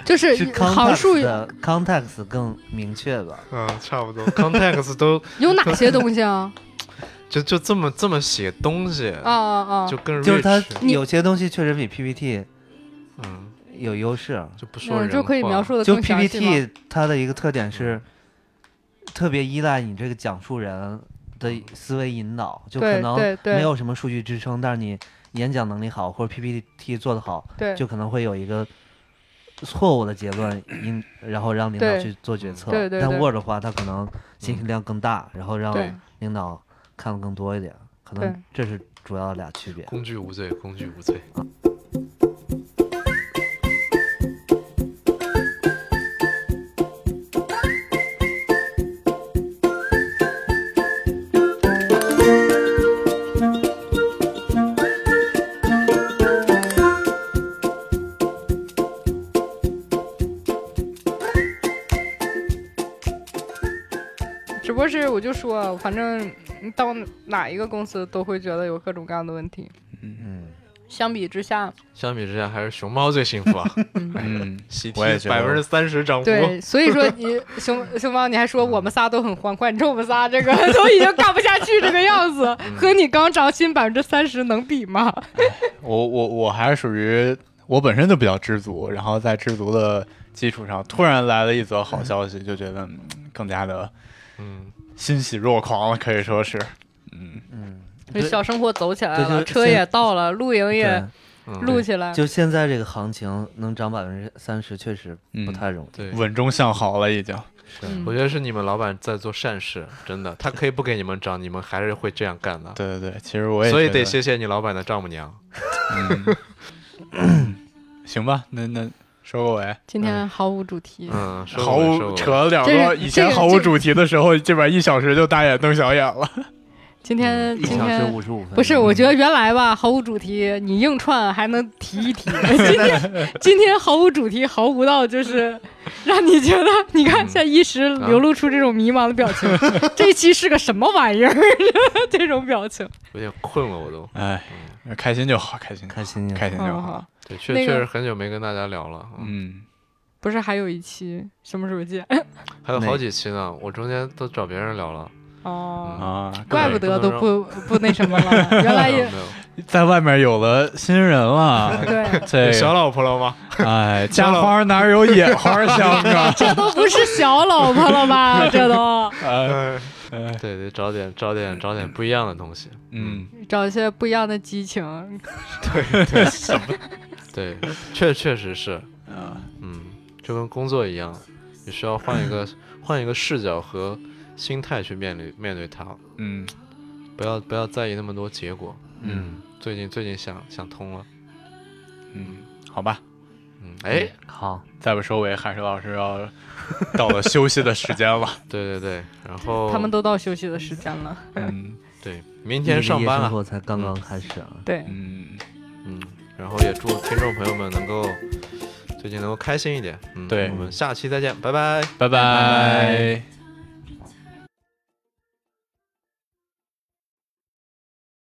Speaker 3: 就是
Speaker 4: 是
Speaker 3: 行数
Speaker 4: context 的 context 更明确吧？
Speaker 5: 嗯，差不多。context *laughs* 都
Speaker 3: 有哪些东西
Speaker 4: *laughs*
Speaker 3: 啊？
Speaker 5: 就就这么这么写东西，
Speaker 3: 啊啊啊！
Speaker 5: 就更 rich，
Speaker 4: 就是它
Speaker 3: 你
Speaker 4: 有些东西确实比 PPT
Speaker 5: 嗯，
Speaker 4: 有优势。啊
Speaker 5: 就不说人
Speaker 3: 嗯，
Speaker 5: 话，
Speaker 3: 就可以描述的
Speaker 4: 就
Speaker 3: 更详细吗
Speaker 4: PPT 它的一个特点是，特别依赖你这个讲述人的思维引导，就可
Speaker 3: 对
Speaker 4: 能
Speaker 3: 对对
Speaker 4: 没有什么数据支撑，但是你演讲能力好或者 PPT 做得好，
Speaker 3: 对
Speaker 4: 就可能会有一个错误的结论引，然后让领导
Speaker 3: 对
Speaker 4: 去做决策。
Speaker 3: 对对
Speaker 4: 但
Speaker 3: 对
Speaker 4: Word 的话，它可能信息
Speaker 5: 嗯
Speaker 4: 量更大，然后让
Speaker 3: 对
Speaker 4: 领导看得更多一点，可
Speaker 3: 对
Speaker 4: 能这是主要的俩区别。
Speaker 5: 工具无罪，工具无罪。
Speaker 3: 只不过是我就说，反正你到哪一个公司都会觉得有各种各样的问题。
Speaker 4: 嗯，
Speaker 3: 相比之下，
Speaker 4: 哦
Speaker 5: 相比之下，还是熊猫最幸
Speaker 3: *laughs*
Speaker 5: 福啊！
Speaker 2: 嗯，
Speaker 5: 喜提
Speaker 2: 我也觉得
Speaker 5: 百分之三十涨幅，
Speaker 3: 对，所以
Speaker 4: *laughs*
Speaker 3: 说你熊熊猫，你还说
Speaker 4: 嗯
Speaker 3: 我们仨都很欢快，你说我们仨这个 *laughs* 都已经干不下去这个样子，
Speaker 4: 嗯
Speaker 3: 和你刚涨薪百分之三十能比吗？
Speaker 2: 我我我还是属于我本身就比较知足，然后在知足的基础上，突然来了一则好消息，就觉得嗯更加的
Speaker 5: 嗯，
Speaker 2: 欣喜若狂了，可以说是，嗯，
Speaker 4: 对
Speaker 3: 小生活走起来
Speaker 4: 对
Speaker 3: 了，
Speaker 4: 就
Speaker 3: 车
Speaker 4: 现
Speaker 3: 也到了，露营
Speaker 4: 对
Speaker 3: 也，
Speaker 5: 嗯
Speaker 3: 录起来，
Speaker 4: 就现在这个行情能涨百分之三十，确实不
Speaker 2: 嗯
Speaker 4: 太容易。
Speaker 5: 对，
Speaker 2: 稳中向好了已经。
Speaker 3: 嗯
Speaker 5: 我觉得是你们老板在做善事，真的，他可以不给你们涨，你们还是会这样干的。
Speaker 2: 对对对，其实我也
Speaker 5: 所以
Speaker 2: 觉得
Speaker 5: 得谢谢你老板的丈母娘。
Speaker 2: 嗯 *coughs* 行吧，那那收个尾。
Speaker 3: 今天毫无主题。
Speaker 5: 嗯，收
Speaker 2: 毫
Speaker 5: 尾
Speaker 2: 无
Speaker 5: 收尾
Speaker 2: 扯了两
Speaker 3: 这
Speaker 2: 个
Speaker 3: 个
Speaker 2: 以
Speaker 3: 这
Speaker 2: 前
Speaker 3: 个
Speaker 2: 毫
Speaker 3: 这
Speaker 2: 无
Speaker 3: 个
Speaker 2: 主题的时候，基本上一小时就大眼瞪小眼了。
Speaker 3: 今天
Speaker 4: 嗯一
Speaker 3: 今
Speaker 4: 小时
Speaker 3: 天
Speaker 4: 五十五分钟。嗯
Speaker 3: 不是，我觉得原来吧毫无主题，你硬串还能提一
Speaker 4: *laughs*
Speaker 3: 提。今天今天毫无主题，毫无到
Speaker 4: *laughs*
Speaker 3: 就是让你觉得，你看
Speaker 5: 嗯
Speaker 3: 现在一时
Speaker 5: 啊
Speaker 3: 流露出这种迷茫的表
Speaker 4: *laughs*
Speaker 3: 情，这期是个什么玩意儿？ *laughs* 这种表情。
Speaker 5: 有点困了，我都。
Speaker 2: 哎，开心就好，开心就好
Speaker 4: 开心就好
Speaker 2: 开心就
Speaker 3: 好好
Speaker 2: 好。
Speaker 3: 哦好，
Speaker 5: 对，确
Speaker 3: 那个
Speaker 5: 确实很久没跟大家聊了。嗯，
Speaker 2: 嗯，
Speaker 3: 不是还有一期什么时候见？ *laughs*
Speaker 5: 还有
Speaker 4: 那
Speaker 5: 好几期呢，我中间都找别人聊了。
Speaker 4: 嗯
Speaker 3: 哦。
Speaker 2: 啊，
Speaker 3: 怪不得都不不那什么了， *laughs* 原来
Speaker 5: 没有
Speaker 3: 也
Speaker 4: *laughs*
Speaker 2: *laughs*
Speaker 5: 没有
Speaker 2: 在外面有了新人
Speaker 5: *laughs*
Speaker 2: 了，
Speaker 3: 对，
Speaker 2: 这
Speaker 5: 小老婆了吗？
Speaker 2: 哎，家
Speaker 5: 老
Speaker 2: 花哪有野花香啊？
Speaker 3: 这都不是小老婆了
Speaker 4: *laughs*
Speaker 3: 吧？这都
Speaker 2: *laughs*
Speaker 5: *laughs*
Speaker 2: 哎哎
Speaker 5: 对，得找点找点找点不一样的东西。
Speaker 2: 嗯，
Speaker 3: 找一些不一样的激情，
Speaker 5: 对，确确实是，
Speaker 2: 啊
Speaker 5: 嗯，就跟工作一样，你需要换一个
Speaker 2: 嗯
Speaker 5: 换一个视角和心态去面对面对它，
Speaker 2: 嗯
Speaker 5: 不要不要在意那么多结果。
Speaker 2: 嗯，
Speaker 5: 最近最近想想通了，
Speaker 2: 嗯，好吧，
Speaker 5: 嗯，哎，
Speaker 4: 好，
Speaker 2: 再不收尾，海水老师要到了休息的时间了。
Speaker 5: 对对对，然后
Speaker 3: 他们都到休息的时间了。
Speaker 2: 嗯
Speaker 5: 对，明天上班
Speaker 4: 生
Speaker 5: 了，
Speaker 4: 活才刚刚开始啊。
Speaker 3: 对，
Speaker 2: 嗯，
Speaker 5: 嗯，然后也祝听众朋友们能够最近能够开心一点，嗯，
Speaker 2: 对
Speaker 5: 我们下期再见，拜拜。
Speaker 2: 拜拜。